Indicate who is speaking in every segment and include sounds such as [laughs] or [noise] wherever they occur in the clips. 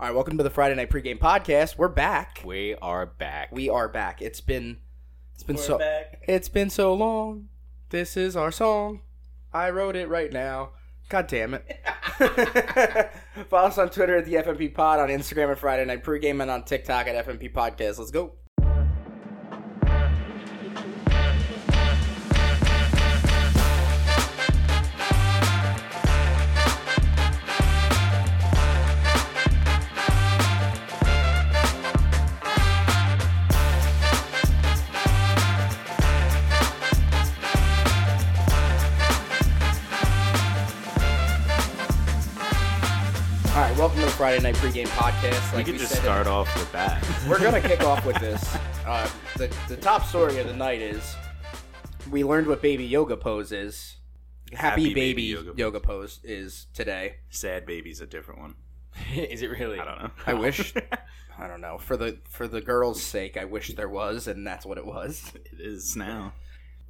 Speaker 1: All right, welcome to the Friday Night Pregame Podcast. We're back.
Speaker 2: We are back.
Speaker 1: We are back. It's been it's been
Speaker 3: We're
Speaker 1: so
Speaker 3: back.
Speaker 1: it's been so long. This is our song. I wrote it right now. God damn
Speaker 3: [laughs]
Speaker 1: it. Follow us on Twitter at the FMP Pod, on Instagram at Friday Night Pregame, and on TikTok at FMP Podcast. Let's go. All right, welcome to the Friday Night Pregame Podcast.
Speaker 2: We
Speaker 1: Like
Speaker 2: could
Speaker 1: we
Speaker 2: just
Speaker 1: said in-
Speaker 2: start off with that.
Speaker 1: [laughs] We're gonna kick off with this. Uh, the the top story of the night is we learned what baby yoga pose is. Happy,
Speaker 2: Happy
Speaker 1: baby,
Speaker 2: baby
Speaker 1: yoga,
Speaker 2: yoga
Speaker 1: pose. is today.
Speaker 2: [laughs] Sad baby's a different one.
Speaker 3: Is it
Speaker 2: [laughs]
Speaker 3: really?
Speaker 2: I don't know.
Speaker 1: I wish. I don't know for the for the girls' sake. I wish there was, and that's what it was.
Speaker 2: It is now.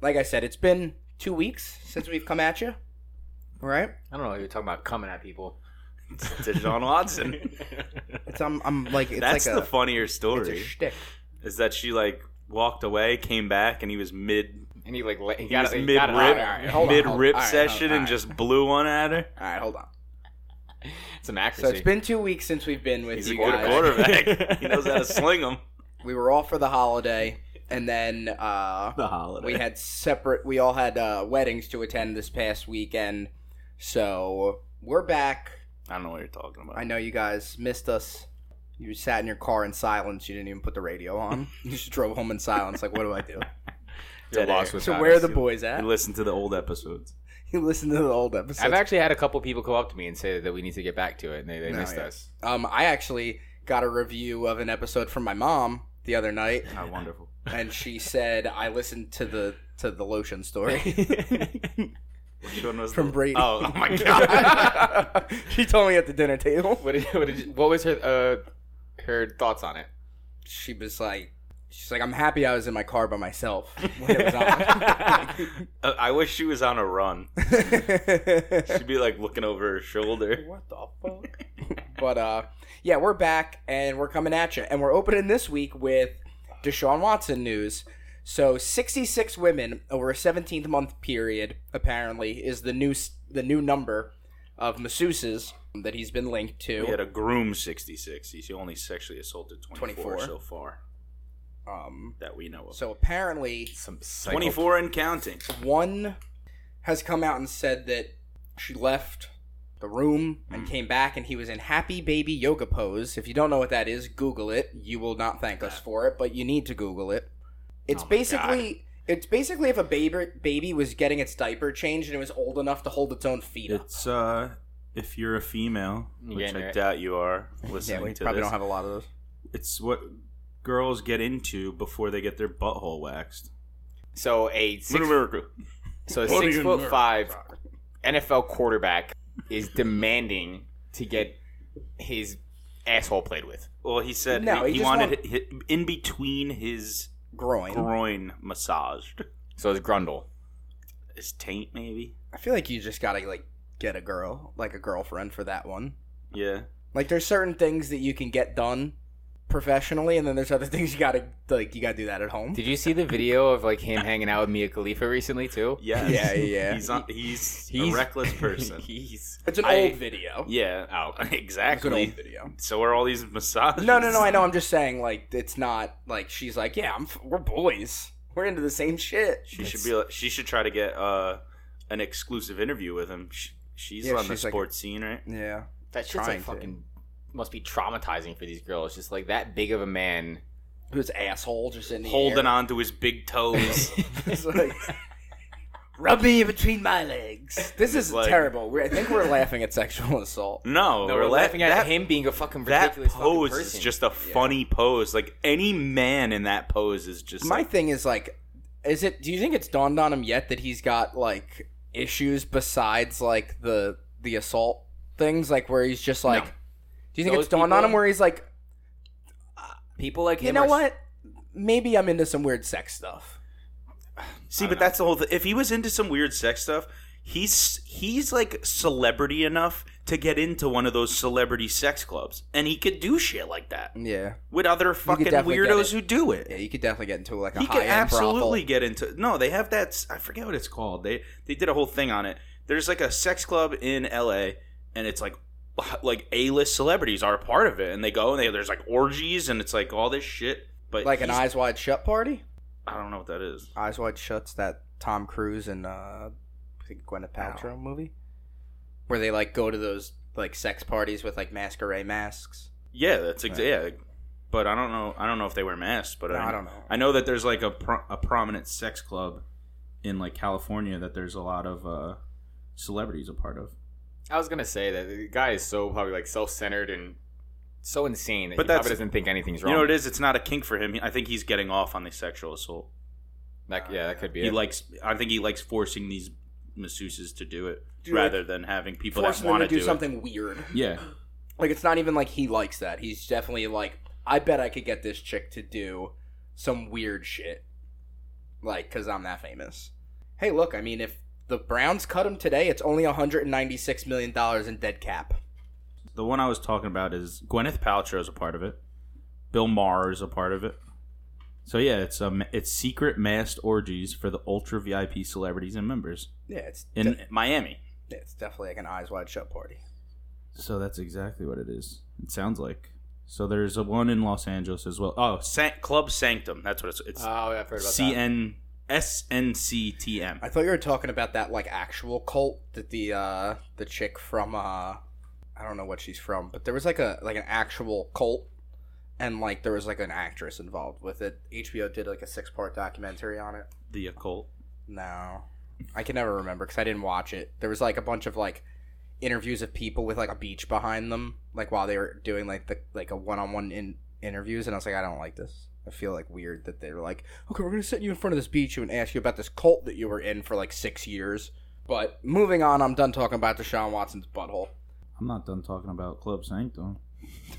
Speaker 1: Like I said, it's been two weeks since we've come at you. All right,
Speaker 3: I don't know. You're talking about coming at people.
Speaker 2: It's a John Watson.
Speaker 1: [laughs] it's I'm I'm like it's
Speaker 2: That's
Speaker 1: like
Speaker 2: the
Speaker 1: a
Speaker 2: funnier
Speaker 1: it's a
Speaker 2: story.
Speaker 1: shtick.
Speaker 2: is that she like walked away, came back, and he was mid
Speaker 3: And he like let, he
Speaker 2: he
Speaker 3: got
Speaker 2: was
Speaker 3: it. he
Speaker 2: mid
Speaker 3: got it.
Speaker 2: rip
Speaker 3: All right, all right.
Speaker 1: hold on,
Speaker 2: mid
Speaker 1: hold on.
Speaker 2: rip
Speaker 1: All right, hold on,
Speaker 2: session
Speaker 1: all
Speaker 2: and
Speaker 1: right.
Speaker 2: just blew one at her.
Speaker 1: All right, hold on.
Speaker 3: It's an accuracy.
Speaker 1: So it's
Speaker 3: [laughs]
Speaker 1: been two weeks since we've been with
Speaker 2: He's a
Speaker 1: you
Speaker 2: good
Speaker 1: guys.
Speaker 2: quarterback. he knows
Speaker 1: [laughs]
Speaker 2: how to sling them.
Speaker 1: We were all for the holiday, and then uh,
Speaker 2: The holiday.
Speaker 1: we had separate we all had uh, weddings to attend this past weekend so we're back
Speaker 2: I don't know what you're talking about.
Speaker 1: i know you guys missed us you sat in your car in silence you didn't even put the radio on you just drove home in silence like what do i do
Speaker 3: You're
Speaker 2: dead air.
Speaker 3: lost [laughs]
Speaker 2: So
Speaker 1: so
Speaker 3: without
Speaker 1: where are
Speaker 3: us.
Speaker 1: the boys at
Speaker 2: You listen to the old episodes.
Speaker 1: you [laughs] listen to the old episode
Speaker 3: I've actually had a couple people come up to me and say that we need to get back to it, and they, they
Speaker 1: No,
Speaker 3: missed
Speaker 1: yeah.
Speaker 3: us.
Speaker 1: um, i actually got a review of an episode from my mom the other night
Speaker 2: How wonderful.
Speaker 1: and she said i listened to the to the lotion story [laughs]
Speaker 2: Which one was
Speaker 1: From
Speaker 2: the-
Speaker 1: Brady.
Speaker 2: Oh, oh
Speaker 1: [laughs]
Speaker 2: my god! [laughs]
Speaker 1: she told me at the dinner table
Speaker 3: What did, what, did you- what was her uh, her thoughts on it?
Speaker 1: she was like, she's like, I'm happy I was in my car by [laughs] myself when it was on.
Speaker 2: Uh, I wish she was on a run. She'd be like looking over her shoulder.
Speaker 1: [laughs] what the fuck? [laughs] but uh, yeah, we're back and we're coming at you, and we're opening this week with Deshaun Watson news. So, 66 women over a 17 month period apparently is the new s- the new number of masseuses that he's been linked to.
Speaker 2: We had a groom 66. He's only sexually assaulted 24,
Speaker 1: 24.
Speaker 2: so far
Speaker 1: um,
Speaker 2: that we know of.
Speaker 1: so apparently
Speaker 3: Some
Speaker 2: 24 and counting.
Speaker 1: One has come out and said that she left the room and came back, and he was in happy baby yoga pose. If you don't know what that is, Google it. You will not thank us for it, but you need to Google it. It's
Speaker 2: Oh my
Speaker 1: basically it's basically if a baby baby was getting its diaper changed and it was old enough to hold its own feet up.
Speaker 2: It's uh if you're a female,
Speaker 3: You
Speaker 2: which
Speaker 3: getting
Speaker 2: I
Speaker 3: it?
Speaker 2: doubt you are
Speaker 1: Yeah,
Speaker 2: listening
Speaker 1: we
Speaker 2: to
Speaker 1: probably
Speaker 2: this.
Speaker 1: don't have a lot of those.
Speaker 2: it's what girls get into before they get their butthole waxed.
Speaker 3: So a six,
Speaker 2: Miracle.
Speaker 3: so a
Speaker 2: What do
Speaker 3: six
Speaker 2: you
Speaker 3: foot
Speaker 2: mean?
Speaker 3: five NFL quarterback is demanding to get his asshole played with.
Speaker 2: Well, he said
Speaker 1: No,
Speaker 2: he,
Speaker 1: he
Speaker 2: he
Speaker 1: just
Speaker 2: wanted hi- hi- in between his
Speaker 1: Groin.
Speaker 2: groin massaged.
Speaker 3: So it's Grundle.
Speaker 2: His taint, maybe.
Speaker 1: I feel like you just gotta like get a girl, like a girlfriend for that one.
Speaker 2: Yeah.
Speaker 1: Like there's certain things that you can get done professionally, and then there's other [laughs] things you gotta like you gotta do that at home.
Speaker 3: Did you see the video of like him hanging out with Mia Khalifa recently too?
Speaker 2: Yes.
Speaker 1: Yeah, yeah.
Speaker 2: [laughs] He's on, he's,
Speaker 3: He's-
Speaker 2: a
Speaker 3: [laughs]
Speaker 2: reckless
Speaker 1: [laughs]
Speaker 2: person.
Speaker 3: He's
Speaker 1: It's an
Speaker 2: I-
Speaker 1: old video.
Speaker 2: yeah. Oh,
Speaker 1: It's an old
Speaker 2: [laughs] exactly.
Speaker 1: video.
Speaker 2: So are all these massages?
Speaker 1: No, no,
Speaker 2: [laughs]
Speaker 1: no. I know. I'm just saying, like, it's not like she's like, yeah, I'm. F- we're boys. We're into the same shit.
Speaker 2: She should be. like- She should try to get uh, an exclusive interview with him. She, she's
Speaker 1: Yeah,
Speaker 2: on the
Speaker 1: she's like-
Speaker 2: sports scene, right?
Speaker 1: Yeah.
Speaker 3: that shit's
Speaker 1: Trying
Speaker 3: like
Speaker 1: to.
Speaker 3: fucking must be traumatizing for these girls. Just like that big of a
Speaker 2: [laughs]
Speaker 3: man.
Speaker 1: Who's asshole just in the air.
Speaker 2: Holding on to his big [laughs] toes.
Speaker 1: It's like, [laughs] Rub me in between my legs. This is
Speaker 2: like-
Speaker 1: terrible. We're, I think we're laughing at sexual [laughs] assault.
Speaker 2: no,
Speaker 3: No,
Speaker 2: we're,
Speaker 3: we're
Speaker 2: la-
Speaker 3: laughing at
Speaker 2: that,
Speaker 3: him being a fucking
Speaker 2: That
Speaker 3: ridiculous fucking
Speaker 2: pose
Speaker 3: person.
Speaker 2: is just a funny pose. Like any man in that pose is just.
Speaker 1: My
Speaker 2: like,
Speaker 1: thing is like, is it? Do you think it's dawned on him yet that he's got like issues besides like the the assault things, like where he's just like. Do you think
Speaker 3: Those
Speaker 1: it's dawned on
Speaker 3: people-
Speaker 1: him where he's like,
Speaker 3: people like him.
Speaker 1: you know
Speaker 3: are-
Speaker 1: what? Maybe I'm into some weird sex stuff.
Speaker 2: See,
Speaker 3: I
Speaker 2: but
Speaker 3: don't know.
Speaker 2: that's the whole thing. If he was into some weird sex stuff, he's he's like celebrity enough to get into one of those celebrity sex clubs, and he could do shit like that
Speaker 1: Yeah.
Speaker 2: with other fucking
Speaker 1: definitely get
Speaker 2: weirdos
Speaker 1: it.
Speaker 2: who do it.
Speaker 1: Yeah, you could definitely get into like a
Speaker 2: he
Speaker 1: high
Speaker 2: could
Speaker 1: end
Speaker 2: absolutely
Speaker 1: brothel.
Speaker 2: get into. No, they have that. s- I forget what it's called. They they did a whole thing on it. There's like a sex club in L.A. and it's like like A-list celebrities are a part of it, and they go and they, there's like orgies and it's like all this shit. But
Speaker 1: Like an
Speaker 2: he's-
Speaker 1: eyes wide shut party?
Speaker 2: I don't know what that is.
Speaker 1: Eyes Wide Shut's that Tom Cruise and uh, I think Gwyneth Paltrow movie, where they like go to those like sex parties with like masquerade masks.
Speaker 2: Yeah, that's ex- yeah. But I don't know. I don't know if they wear masks. But
Speaker 1: No,
Speaker 2: I,
Speaker 1: I don't know.
Speaker 2: I know that there's like a pro- a prominent sex club in like California that there's a lot of uh, celebrities a part of.
Speaker 3: I was gonna say that the guy is so probably like self-centered and so insane that
Speaker 2: But
Speaker 3: he
Speaker 2: that's-
Speaker 3: probably doesn't think anything's wrong.
Speaker 2: You know what it is? It's not a kink for him. I think he's getting off on the sexual assault.
Speaker 3: Like, yeah, that could be.
Speaker 2: He
Speaker 3: it.
Speaker 2: likes. I think he likes forcing these masseuses to do it
Speaker 1: Dude,
Speaker 2: rather than having people that
Speaker 1: Forcing them
Speaker 2: want
Speaker 1: to do,
Speaker 2: it.
Speaker 1: something weird.
Speaker 2: Yeah,
Speaker 1: Like it's not even like he likes that. He's definitely like, I bet I could get this chick to do some weird shit, like because I'm that famous. Hey, look, I mean, if the Browns cut him today, it's only 196 million dollars in dead cap.
Speaker 2: the one I was talking about is Gwyneth Paltrow is a part of it. Bill Maher is a part of it. So yeah, it's um, it's secret masked orgies for the ultra VIP celebrities and members
Speaker 1: Yeah, it's
Speaker 2: in Miami.
Speaker 1: de- it's definitely like an eyes wide shut party.
Speaker 2: So that's exactly what it is. It sounds like. So there's a one in Los Angeles as well. Oh, San- Club Sanctum. That's what it's. It's
Speaker 1: Ah,
Speaker 3: Oh, yeah, I've heard about
Speaker 2: C
Speaker 3: that.
Speaker 2: N S N C T M.
Speaker 1: I thought you were talking about that like actual cult that the uh the chick from uh I don't know what she's from, but there was like a like an actual cult and like there was like an actress involved with it. HBO did like a six part documentary on it.
Speaker 2: The occult.
Speaker 1: No. I can never remember cuz I didn't watch it. There was like a bunch of like interviews of people with like a beach behind them like while they were doing like the like a one-on-one in interviews and I was like I don't like this. I feel like weird that they were like, "Okay, we're going to sit you in front of this beach and ask you about this cult that you were in for like 6 years." But moving on, I'm done talking about Deshaun Watson's butthole.
Speaker 2: I'm not done talking about Club Sanctum.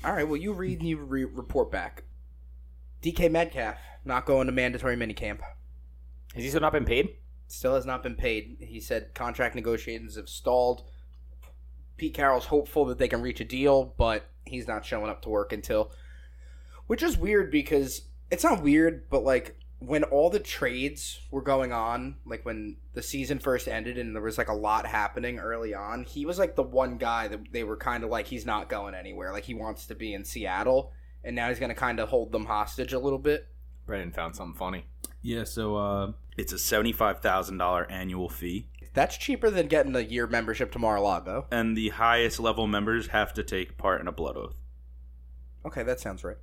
Speaker 1: All right, well, you read and you re- report back. DK Metcalf not going to mandatory minicamp.
Speaker 3: Has he still not been paid?
Speaker 1: still has not been paid. He said contract negotiations have stalled. Pete Carroll's hopeful that they can reach a deal, but he's not showing up to work until. Which is weird because it's not weird, but like when all the trades were going on, like when the season first ended and there was like a lot happening early on, he was like the one guy that they were kind of like, he's not going anywhere. Like he wants to be in Seattle, and now he's going to kind of hold them hostage a little bit.
Speaker 3: Brendan found something funny.
Speaker 2: Yeah, so uh, it's a seventy-five thousand dollar annual fee,
Speaker 1: That's cheaper than getting a year membership to Mar a Lago.
Speaker 2: and the highest level members have to take part in a blood oath.
Speaker 1: Okay, that sounds right.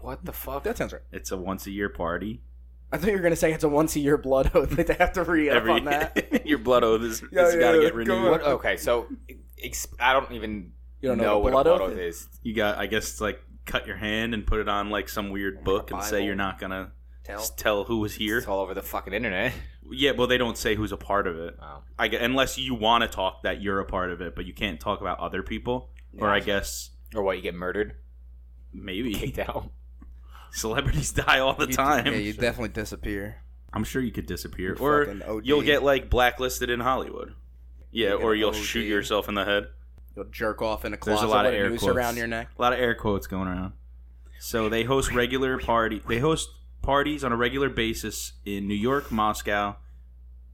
Speaker 3: What the fuck?
Speaker 1: That sounds right.
Speaker 2: It's a once-a-year party.
Speaker 1: I thought you were gonna say it's a once a year blood oath. They have to re up on
Speaker 2: [laughs]
Speaker 1: that.
Speaker 2: your blood oath is,
Speaker 1: Yeah,
Speaker 2: has got to
Speaker 1: yeah,
Speaker 2: get
Speaker 1: go
Speaker 2: renewed.
Speaker 1: on.
Speaker 3: What- okay, so ex- I don't even
Speaker 1: You don't know
Speaker 3: know,
Speaker 1: what
Speaker 3: what
Speaker 1: blood
Speaker 3: a blood
Speaker 1: oath
Speaker 3: oath is.
Speaker 2: You got, I guess, like cut your hand and put it on like some weird book and say
Speaker 1: Bible.
Speaker 2: you're not gonna
Speaker 1: Tell.
Speaker 2: s- tell who was here.
Speaker 3: It's all over the fucking internet.
Speaker 2: Yeah, well, they don't say who's a part of it.
Speaker 3: Wow.
Speaker 2: I gue- unless you want to talk that you're a part of it, but you can't talk about other people.
Speaker 1: [laughs]
Speaker 2: Or I guess
Speaker 3: Or what? You get murdered, [laughs]
Speaker 2: maybe
Speaker 3: kicked out.
Speaker 2: [laughs] celebrities die all the
Speaker 1: You-
Speaker 2: time.
Speaker 1: Yeah, you [laughs] definitely disappear.
Speaker 2: I'm sure you could disappear,
Speaker 1: You
Speaker 2: or
Speaker 1: fucking OD.
Speaker 2: you'll get like blacklisted in Hollywood. Yeah,
Speaker 1: You'll get
Speaker 2: or you'll
Speaker 1: OD.
Speaker 2: shoot yourself in the head.
Speaker 1: You'll jerk off in a
Speaker 2: There's
Speaker 1: closet
Speaker 2: a lot of
Speaker 1: with
Speaker 2: air
Speaker 1: a noose
Speaker 2: quotes.
Speaker 1: around your neck. [laughs]
Speaker 2: A lot of air quotes going around. So they host regular party. They host parties on a regular basis in New York, Moscow,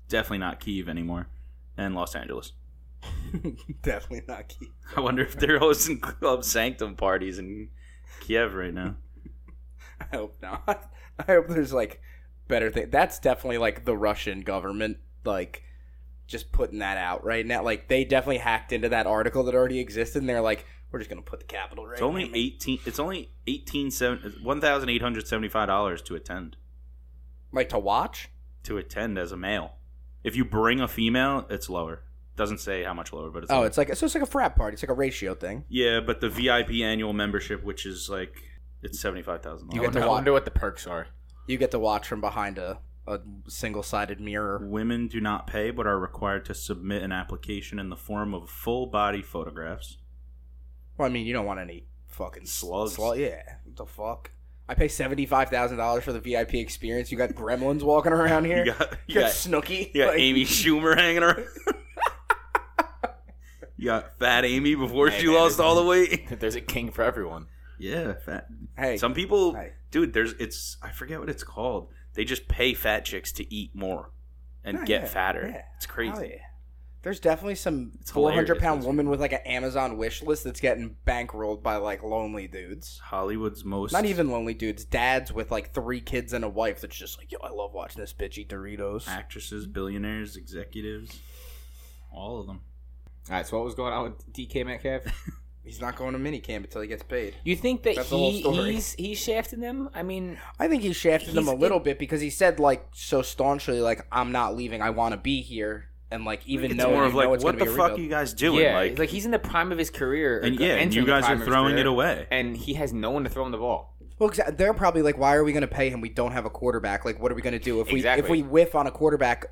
Speaker 2: definitely not Kiev anymore, and Los Angeles.
Speaker 1: definitely not key.
Speaker 2: I wonder if they're hosting Club Sanctum parties in Kiev right now.
Speaker 1: I hope not. [laughs] I hope there's like better thing. That's definitely like the Russian government, like just putting that out right now. Like they definitely hacked into that article that already existed, and they're like, we're just gonna put the capital right.
Speaker 2: It's only eighteen. It's only eighteen seven one thousand eight hundred seventy five dollars to attend.
Speaker 1: like to watch.
Speaker 2: To attend as a male, if you bring a female, it's lower. Doesn't say how much lower, but it's
Speaker 1: Oh,
Speaker 2: lower.
Speaker 1: it's like so it's like a frat party. It's like a ratio thing.
Speaker 2: yeah. But the VIP annual membership, which is like it's seventy five thousand.
Speaker 1: You
Speaker 3: I
Speaker 1: get
Speaker 3: wonder,
Speaker 1: to
Speaker 3: I
Speaker 1: walk-
Speaker 3: wonder what the perks are. [laughs]
Speaker 1: You get to watch from behind a a single sided mirror.
Speaker 2: Women do not pay, but are required to submit an application in the form of full body photographs.
Speaker 1: Well, I mean, you don't want any fucking
Speaker 2: Slugs.
Speaker 1: Slug, yeah. What the fuck? I pay seventy five thousand dollars for the VIP experience.
Speaker 2: [laughs]
Speaker 1: You got gremlins walking around here.
Speaker 2: You
Speaker 1: [laughs]
Speaker 2: got, you
Speaker 1: You got [laughs]
Speaker 2: got,
Speaker 1: Snooki.
Speaker 2: you got
Speaker 1: [laughs] Like,
Speaker 2: Amy Schumer hanging around. You got Fat Amy before
Speaker 3: Hey,
Speaker 2: she
Speaker 3: man,
Speaker 2: lost
Speaker 3: it's-
Speaker 2: all the weight.
Speaker 3: There's a king for everyone.
Speaker 2: Yeah, fat.
Speaker 1: Hey, Oh,
Speaker 2: Some people,
Speaker 1: hey.
Speaker 2: dude. There's it's. I forget what it's called. They just pay fat chicks to eat more and
Speaker 1: No,
Speaker 2: get
Speaker 1: Oh, yeah,
Speaker 2: fatter.
Speaker 1: yeah.
Speaker 2: It's crazy.
Speaker 1: Hell yeah. There's definitely some
Speaker 2: It's
Speaker 1: 400
Speaker 2: hilarious,
Speaker 1: pound
Speaker 2: that's-
Speaker 1: woman with like an Amazon wish list that's getting bankrolled by like lonely dudes.
Speaker 2: Hollywood's most
Speaker 1: Not even lonely dudes, dads with like three kids and a wife that's just like, yo, I love watching this bitch eat Doritos.
Speaker 2: actresses, billionaires, executives, all of them.
Speaker 3: All right, so what was going on with DK Metcalf?
Speaker 1: He's not going to minicamp until he gets paid.
Speaker 3: You think that
Speaker 1: That's the whole
Speaker 3: he
Speaker 1: story.
Speaker 3: he's he's shafting them? I mean,
Speaker 1: I think he shafted them
Speaker 3: He's
Speaker 1: a little bit because he said like so staunchly, like, I'm not leaving, I want to be here. And like, even
Speaker 2: It's
Speaker 1: though
Speaker 2: more
Speaker 1: you
Speaker 2: of
Speaker 1: know
Speaker 2: like,
Speaker 1: it's
Speaker 2: what
Speaker 1: gonna be
Speaker 2: the
Speaker 1: a
Speaker 2: fuck
Speaker 1: rebuild-
Speaker 2: you guys doing?
Speaker 3: yeah,
Speaker 2: like,
Speaker 3: like he's in the prime of his career, or
Speaker 2: and yeah, and
Speaker 3: entering
Speaker 2: you guys
Speaker 3: the prime
Speaker 2: are
Speaker 3: of his
Speaker 2: throwing
Speaker 3: career,
Speaker 2: it away.
Speaker 3: and he has no one to throw him the ball.
Speaker 1: Well, 'cause they're probably like, why are we going to pay him? We don't have a quarterback. Like, what are we going to do if we if
Speaker 3: Exactly.
Speaker 1: we whiff on a quarterback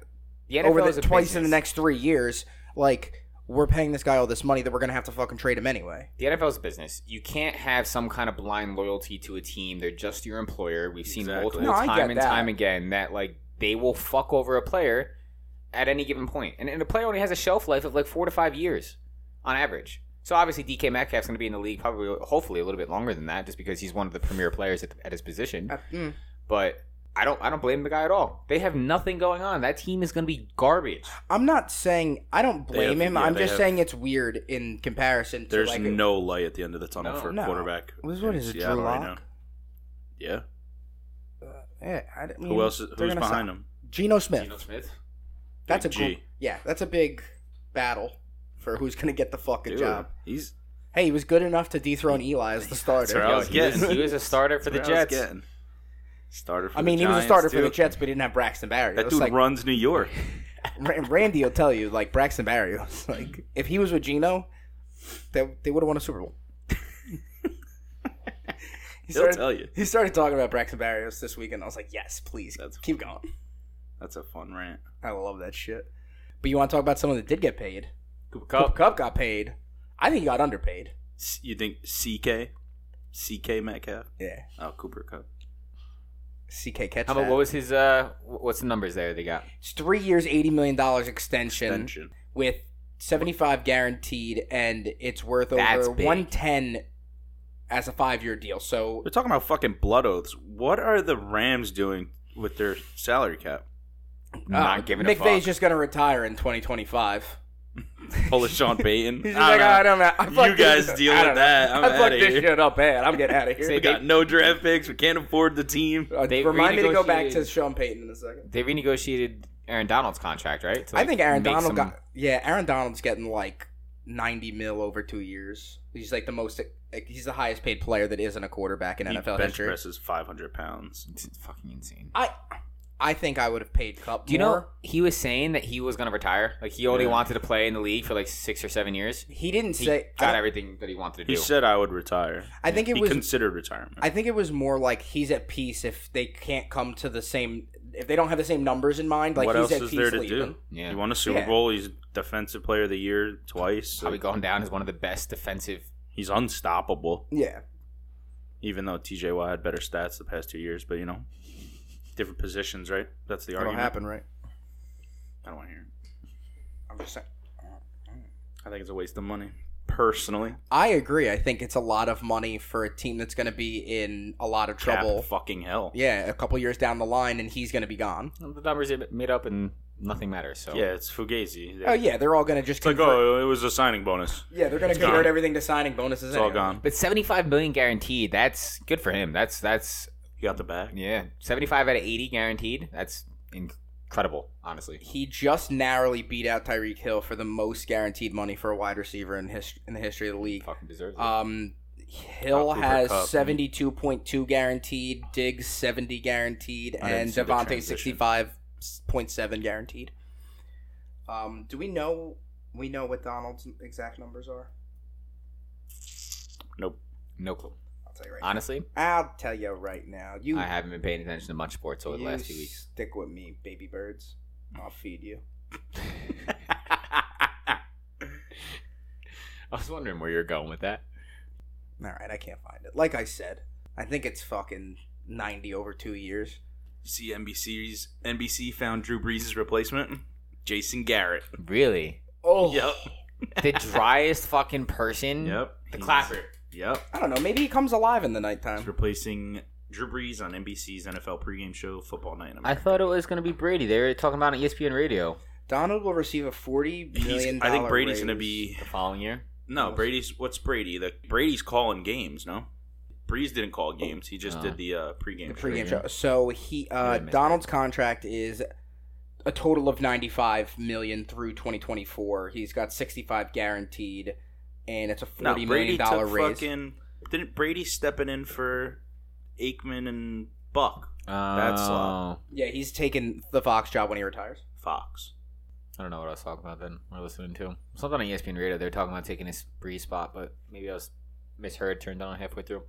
Speaker 3: The NFL
Speaker 1: over
Speaker 3: is
Speaker 1: the,
Speaker 3: a
Speaker 1: twice in the
Speaker 3: business.
Speaker 1: next three years? Like, we're paying this guy all this money that we're going to have to fucking trade him anyway.
Speaker 3: The NFL's a business. You can't have some kind of blind loyalty to a team. They're just your employer. We've seen
Speaker 2: Exactly.
Speaker 3: multiple
Speaker 1: No, I get
Speaker 3: time and
Speaker 1: that.
Speaker 3: time again that like they will fuck over a player at any given point. And, and a player only has a shelf life of like four to five years on average. So obviously DK Metcalf's going to be in the league probably, hopefully, a little bit longer than that, just because he's one of the premier players at, at his position.
Speaker 1: Uh, mm.
Speaker 3: But I don't, I don't blame the guy at all. They have nothing going on. That team is going to be garbage.
Speaker 1: I'm not saying I don't
Speaker 2: They
Speaker 1: blame
Speaker 2: have-
Speaker 1: him.
Speaker 2: yeah,
Speaker 1: I'm
Speaker 2: they
Speaker 1: just
Speaker 2: have-
Speaker 1: saying it's weird in comparison. To
Speaker 2: There's
Speaker 1: like,
Speaker 2: no light at the end of the tunnel
Speaker 3: No.
Speaker 2: for a
Speaker 1: No.
Speaker 2: quarterback.
Speaker 1: What is- what
Speaker 2: in
Speaker 1: is it,
Speaker 2: Seattle
Speaker 1: Drew
Speaker 2: right
Speaker 1: Lock?
Speaker 2: now. Yeah.
Speaker 1: Yeah, I don't- I mean,
Speaker 2: Who else? Is,
Speaker 1: they're gonna
Speaker 2: who's
Speaker 1: sign-
Speaker 2: behind him?
Speaker 1: Geno Smith.
Speaker 3: Geno Smith.
Speaker 1: that's a
Speaker 2: Big
Speaker 1: gr-
Speaker 2: G.
Speaker 1: yeah. That's a big battle for who's going to get the fucking
Speaker 2: Dude,
Speaker 1: job.
Speaker 2: he's
Speaker 1: Hey, he was good enough to dethrone Eli as the starter.
Speaker 2: where I
Speaker 3: Yo,
Speaker 2: was
Speaker 3: he, was,
Speaker 2: getting-
Speaker 3: he was a starter for the
Speaker 2: that's what I was
Speaker 3: Jets.
Speaker 2: getting. Starter. For
Speaker 1: I
Speaker 2: the
Speaker 1: mean, he was a
Speaker 2: Giants,
Speaker 1: starter for the
Speaker 2: too.
Speaker 1: Jets, but he didn't have Braxton Barrios.
Speaker 2: That dude
Speaker 1: like,
Speaker 2: runs
Speaker 1: [laughs]
Speaker 2: New York.
Speaker 1: Ra- Randy will tell you, like Braxton Barrios, [laughs] like if he was with Gino, they, they would have won a Super Bowl. [laughs] he
Speaker 2: He'll
Speaker 1: started,
Speaker 2: tell you.
Speaker 1: he started talking about Braxton Barrios this weekend. I was like, yes, please,
Speaker 2: That's-
Speaker 1: keep going.
Speaker 2: That's a fun rant.
Speaker 1: I love that shit. But you want to talk about someone that did get paid?
Speaker 3: Cooper Kupp.
Speaker 1: Cup Cup got paid. I think he got underpaid.
Speaker 2: S- You think CK, CK Metcalf?
Speaker 1: Yeah,
Speaker 2: Oh, Cooper Cup.
Speaker 1: CK catch
Speaker 3: How
Speaker 1: that.
Speaker 3: about what was his uh wh- what's the numbers there they got?
Speaker 1: it's three years, eighty million dollars extension,
Speaker 2: Extension.
Speaker 1: with seventy five guaranteed, and it's worth
Speaker 3: That's
Speaker 1: over
Speaker 3: big.
Speaker 1: one ten as a five year deal. So
Speaker 2: We're talking about fucking blood oaths. What are the Rams doing with their salary cap?
Speaker 3: Not
Speaker 1: Uh,
Speaker 3: giving a
Speaker 1: McVay's
Speaker 3: fuck.
Speaker 1: just gonna retire in 2025.
Speaker 2: Pull
Speaker 1: [laughs]
Speaker 2: a Sean Payton.
Speaker 1: He's just
Speaker 2: I
Speaker 1: like,
Speaker 2: don't
Speaker 1: I
Speaker 2: know.
Speaker 1: don't know. I
Speaker 2: you
Speaker 1: fucked
Speaker 2: guys
Speaker 1: this- [laughs]
Speaker 2: deal
Speaker 1: I
Speaker 2: with
Speaker 1: don't know.
Speaker 2: that. I'm
Speaker 1: I
Speaker 2: out
Speaker 1: fucked
Speaker 2: of
Speaker 1: this
Speaker 2: here.
Speaker 1: shit up bad. I'm getting out
Speaker 3: [laughs]
Speaker 1: of here.
Speaker 2: We got no draft picks. We can't afford the team.
Speaker 1: Uh,
Speaker 3: They
Speaker 1: remind me to go back to
Speaker 3: renegotiated-
Speaker 1: Sean Payton in a second.
Speaker 3: they renegotiated Aaron Donald's contract, right? To,
Speaker 1: I
Speaker 3: like,
Speaker 1: think Aaron
Speaker 3: make
Speaker 1: Donald
Speaker 3: some-
Speaker 1: got yeah. Aaron Donald's getting like 90 mil over two years. He's like the most. Like, he's the highest paid player that isn't a quarterback in
Speaker 2: He
Speaker 1: NFL
Speaker 2: bench
Speaker 1: history.
Speaker 2: presses 500 pounds.
Speaker 3: It's fucking insane.
Speaker 1: I I think I would have paid Cup.
Speaker 3: Do you
Speaker 1: more.
Speaker 3: know he was saying that he was gonna retire? Like he only
Speaker 2: Yeah.
Speaker 3: wanted to play in the league for like six or seven years.
Speaker 1: He didn't
Speaker 3: He
Speaker 1: say.
Speaker 3: got
Speaker 1: I,
Speaker 3: everything that he wanted to
Speaker 2: He
Speaker 3: do.
Speaker 2: said I would retire.
Speaker 1: I think it
Speaker 2: he
Speaker 1: was
Speaker 2: considered retirement.
Speaker 1: I think it was more like he's at peace if they can't come to the same if they don't have the same numbers in mind. Like
Speaker 2: what
Speaker 1: he's
Speaker 2: else
Speaker 1: at
Speaker 2: is
Speaker 1: peace
Speaker 2: there to
Speaker 1: leaving.
Speaker 2: do?
Speaker 3: yeah,
Speaker 2: He won a Super
Speaker 1: Yeah.
Speaker 2: Bowl. He's Defensive Player of the Year twice. So
Speaker 3: probably going down as one of the best defensive.
Speaker 2: he's unstoppable.
Speaker 1: Yeah,
Speaker 2: Even though T.J. Watt had better stats the past two years, but you know, different positions, right? That's the argument.
Speaker 1: right?
Speaker 2: I don't want to hear. it.
Speaker 1: I'm just saying.
Speaker 2: I think it's a waste of money. Personally,
Speaker 1: I agree. I think it's a lot of money for a team that's going to be in a lot of trouble.
Speaker 2: Cap fucking hell.
Speaker 1: Yeah, a couple years down the line, and he's going to be gone.
Speaker 3: The numbers are made up and nothing matters. So
Speaker 2: Yeah, it's Fugazi.
Speaker 1: Oh yeah, they're all going to just
Speaker 2: It's like,
Speaker 1: convert-
Speaker 2: oh, it was a signing bonus.
Speaker 1: yeah, they're going to
Speaker 2: it's gone.
Speaker 1: convert everything to signing bonuses.
Speaker 2: It's all
Speaker 1: anyway.
Speaker 2: gone.
Speaker 3: But seventy-five million guaranteed. That's good for him. That's that's
Speaker 2: You got the bag.
Speaker 3: yeah, seventy-five out of eighty guaranteed. That's incredible, honestly.
Speaker 1: He just narrowly beat out Tyreek Hill for the most guaranteed money for a wide receiver in his- in the history of the league.
Speaker 3: Fucking deserves it.
Speaker 1: Um, Hill
Speaker 2: Not Cooper
Speaker 1: has
Speaker 2: Kupp.
Speaker 1: seventy two point two guaranteed, Diggs seventy guaranteed,
Speaker 2: I didn't
Speaker 1: and
Speaker 2: see the
Speaker 1: Devontae
Speaker 2: transition.
Speaker 1: sixty five point seven guaranteed. Um, do we know we know what Donald's exact numbers are?
Speaker 2: Nope.
Speaker 3: no clue.
Speaker 1: I'll tell you right.
Speaker 3: Honestly,
Speaker 1: now. I'll tell you right now. You
Speaker 3: I haven't been paying attention to much sports over the
Speaker 1: you
Speaker 3: last few weeks.
Speaker 1: Stick with me, baby birds. I'll feed you.
Speaker 3: I was wondering where you're going with that.
Speaker 1: All right, I can't find it. Like I said, I think it's fucking ninety over two years.
Speaker 2: You see, NBC's NBC found Drew Brees' replacement, Jason Garrett.
Speaker 3: Really?
Speaker 1: Oh,
Speaker 2: Yep.
Speaker 3: [laughs] the driest fucking person.
Speaker 2: Yep.
Speaker 3: The
Speaker 2: He's-
Speaker 3: clapper.
Speaker 2: Yep.
Speaker 1: I don't know. Maybe he comes alive in the
Speaker 2: He's
Speaker 1: nighttime.
Speaker 2: replacing Drew Brees on NBC's NFL pregame show Football Night. in
Speaker 3: I
Speaker 2: America.
Speaker 3: thought it was gonna be Brady. They were talking about it on E ESPN Radio
Speaker 1: Donald will receive a forty
Speaker 2: He's,
Speaker 1: million.
Speaker 2: I think
Speaker 1: dollar
Speaker 2: Brady's going to
Speaker 1: raise.
Speaker 2: be
Speaker 3: the following year.
Speaker 2: no
Speaker 1: Yes.
Speaker 2: Brady's. What's Brady? The Brady's calling games. No, Brees didn't call games. He just
Speaker 3: Oh.
Speaker 2: did the uh, pregame.
Speaker 1: the
Speaker 2: show.
Speaker 1: pregame
Speaker 3: Sure, yeah.
Speaker 1: show. So he,
Speaker 3: I
Speaker 1: uh,
Speaker 3: missed
Speaker 1: Donald's contract is a total of ninety-five million through twenty twenty-four. He's got sixty-five guaranteed, and it's a
Speaker 2: No,
Speaker 1: forty
Speaker 2: Brady
Speaker 1: million dollar
Speaker 2: took
Speaker 1: raise.
Speaker 2: fucking. Didn't Brady stepping in for Aikman and Buck
Speaker 3: That's uh, Oh.
Speaker 2: slow.
Speaker 1: Yeah, he's taking the Fox job when he retires.
Speaker 2: Fox?
Speaker 3: I don't know what I was talking about then or listening to. Something on E ESPN Radio. They were talking about taking his Breeze spot, but maybe I was misheard. Turned on halfway through.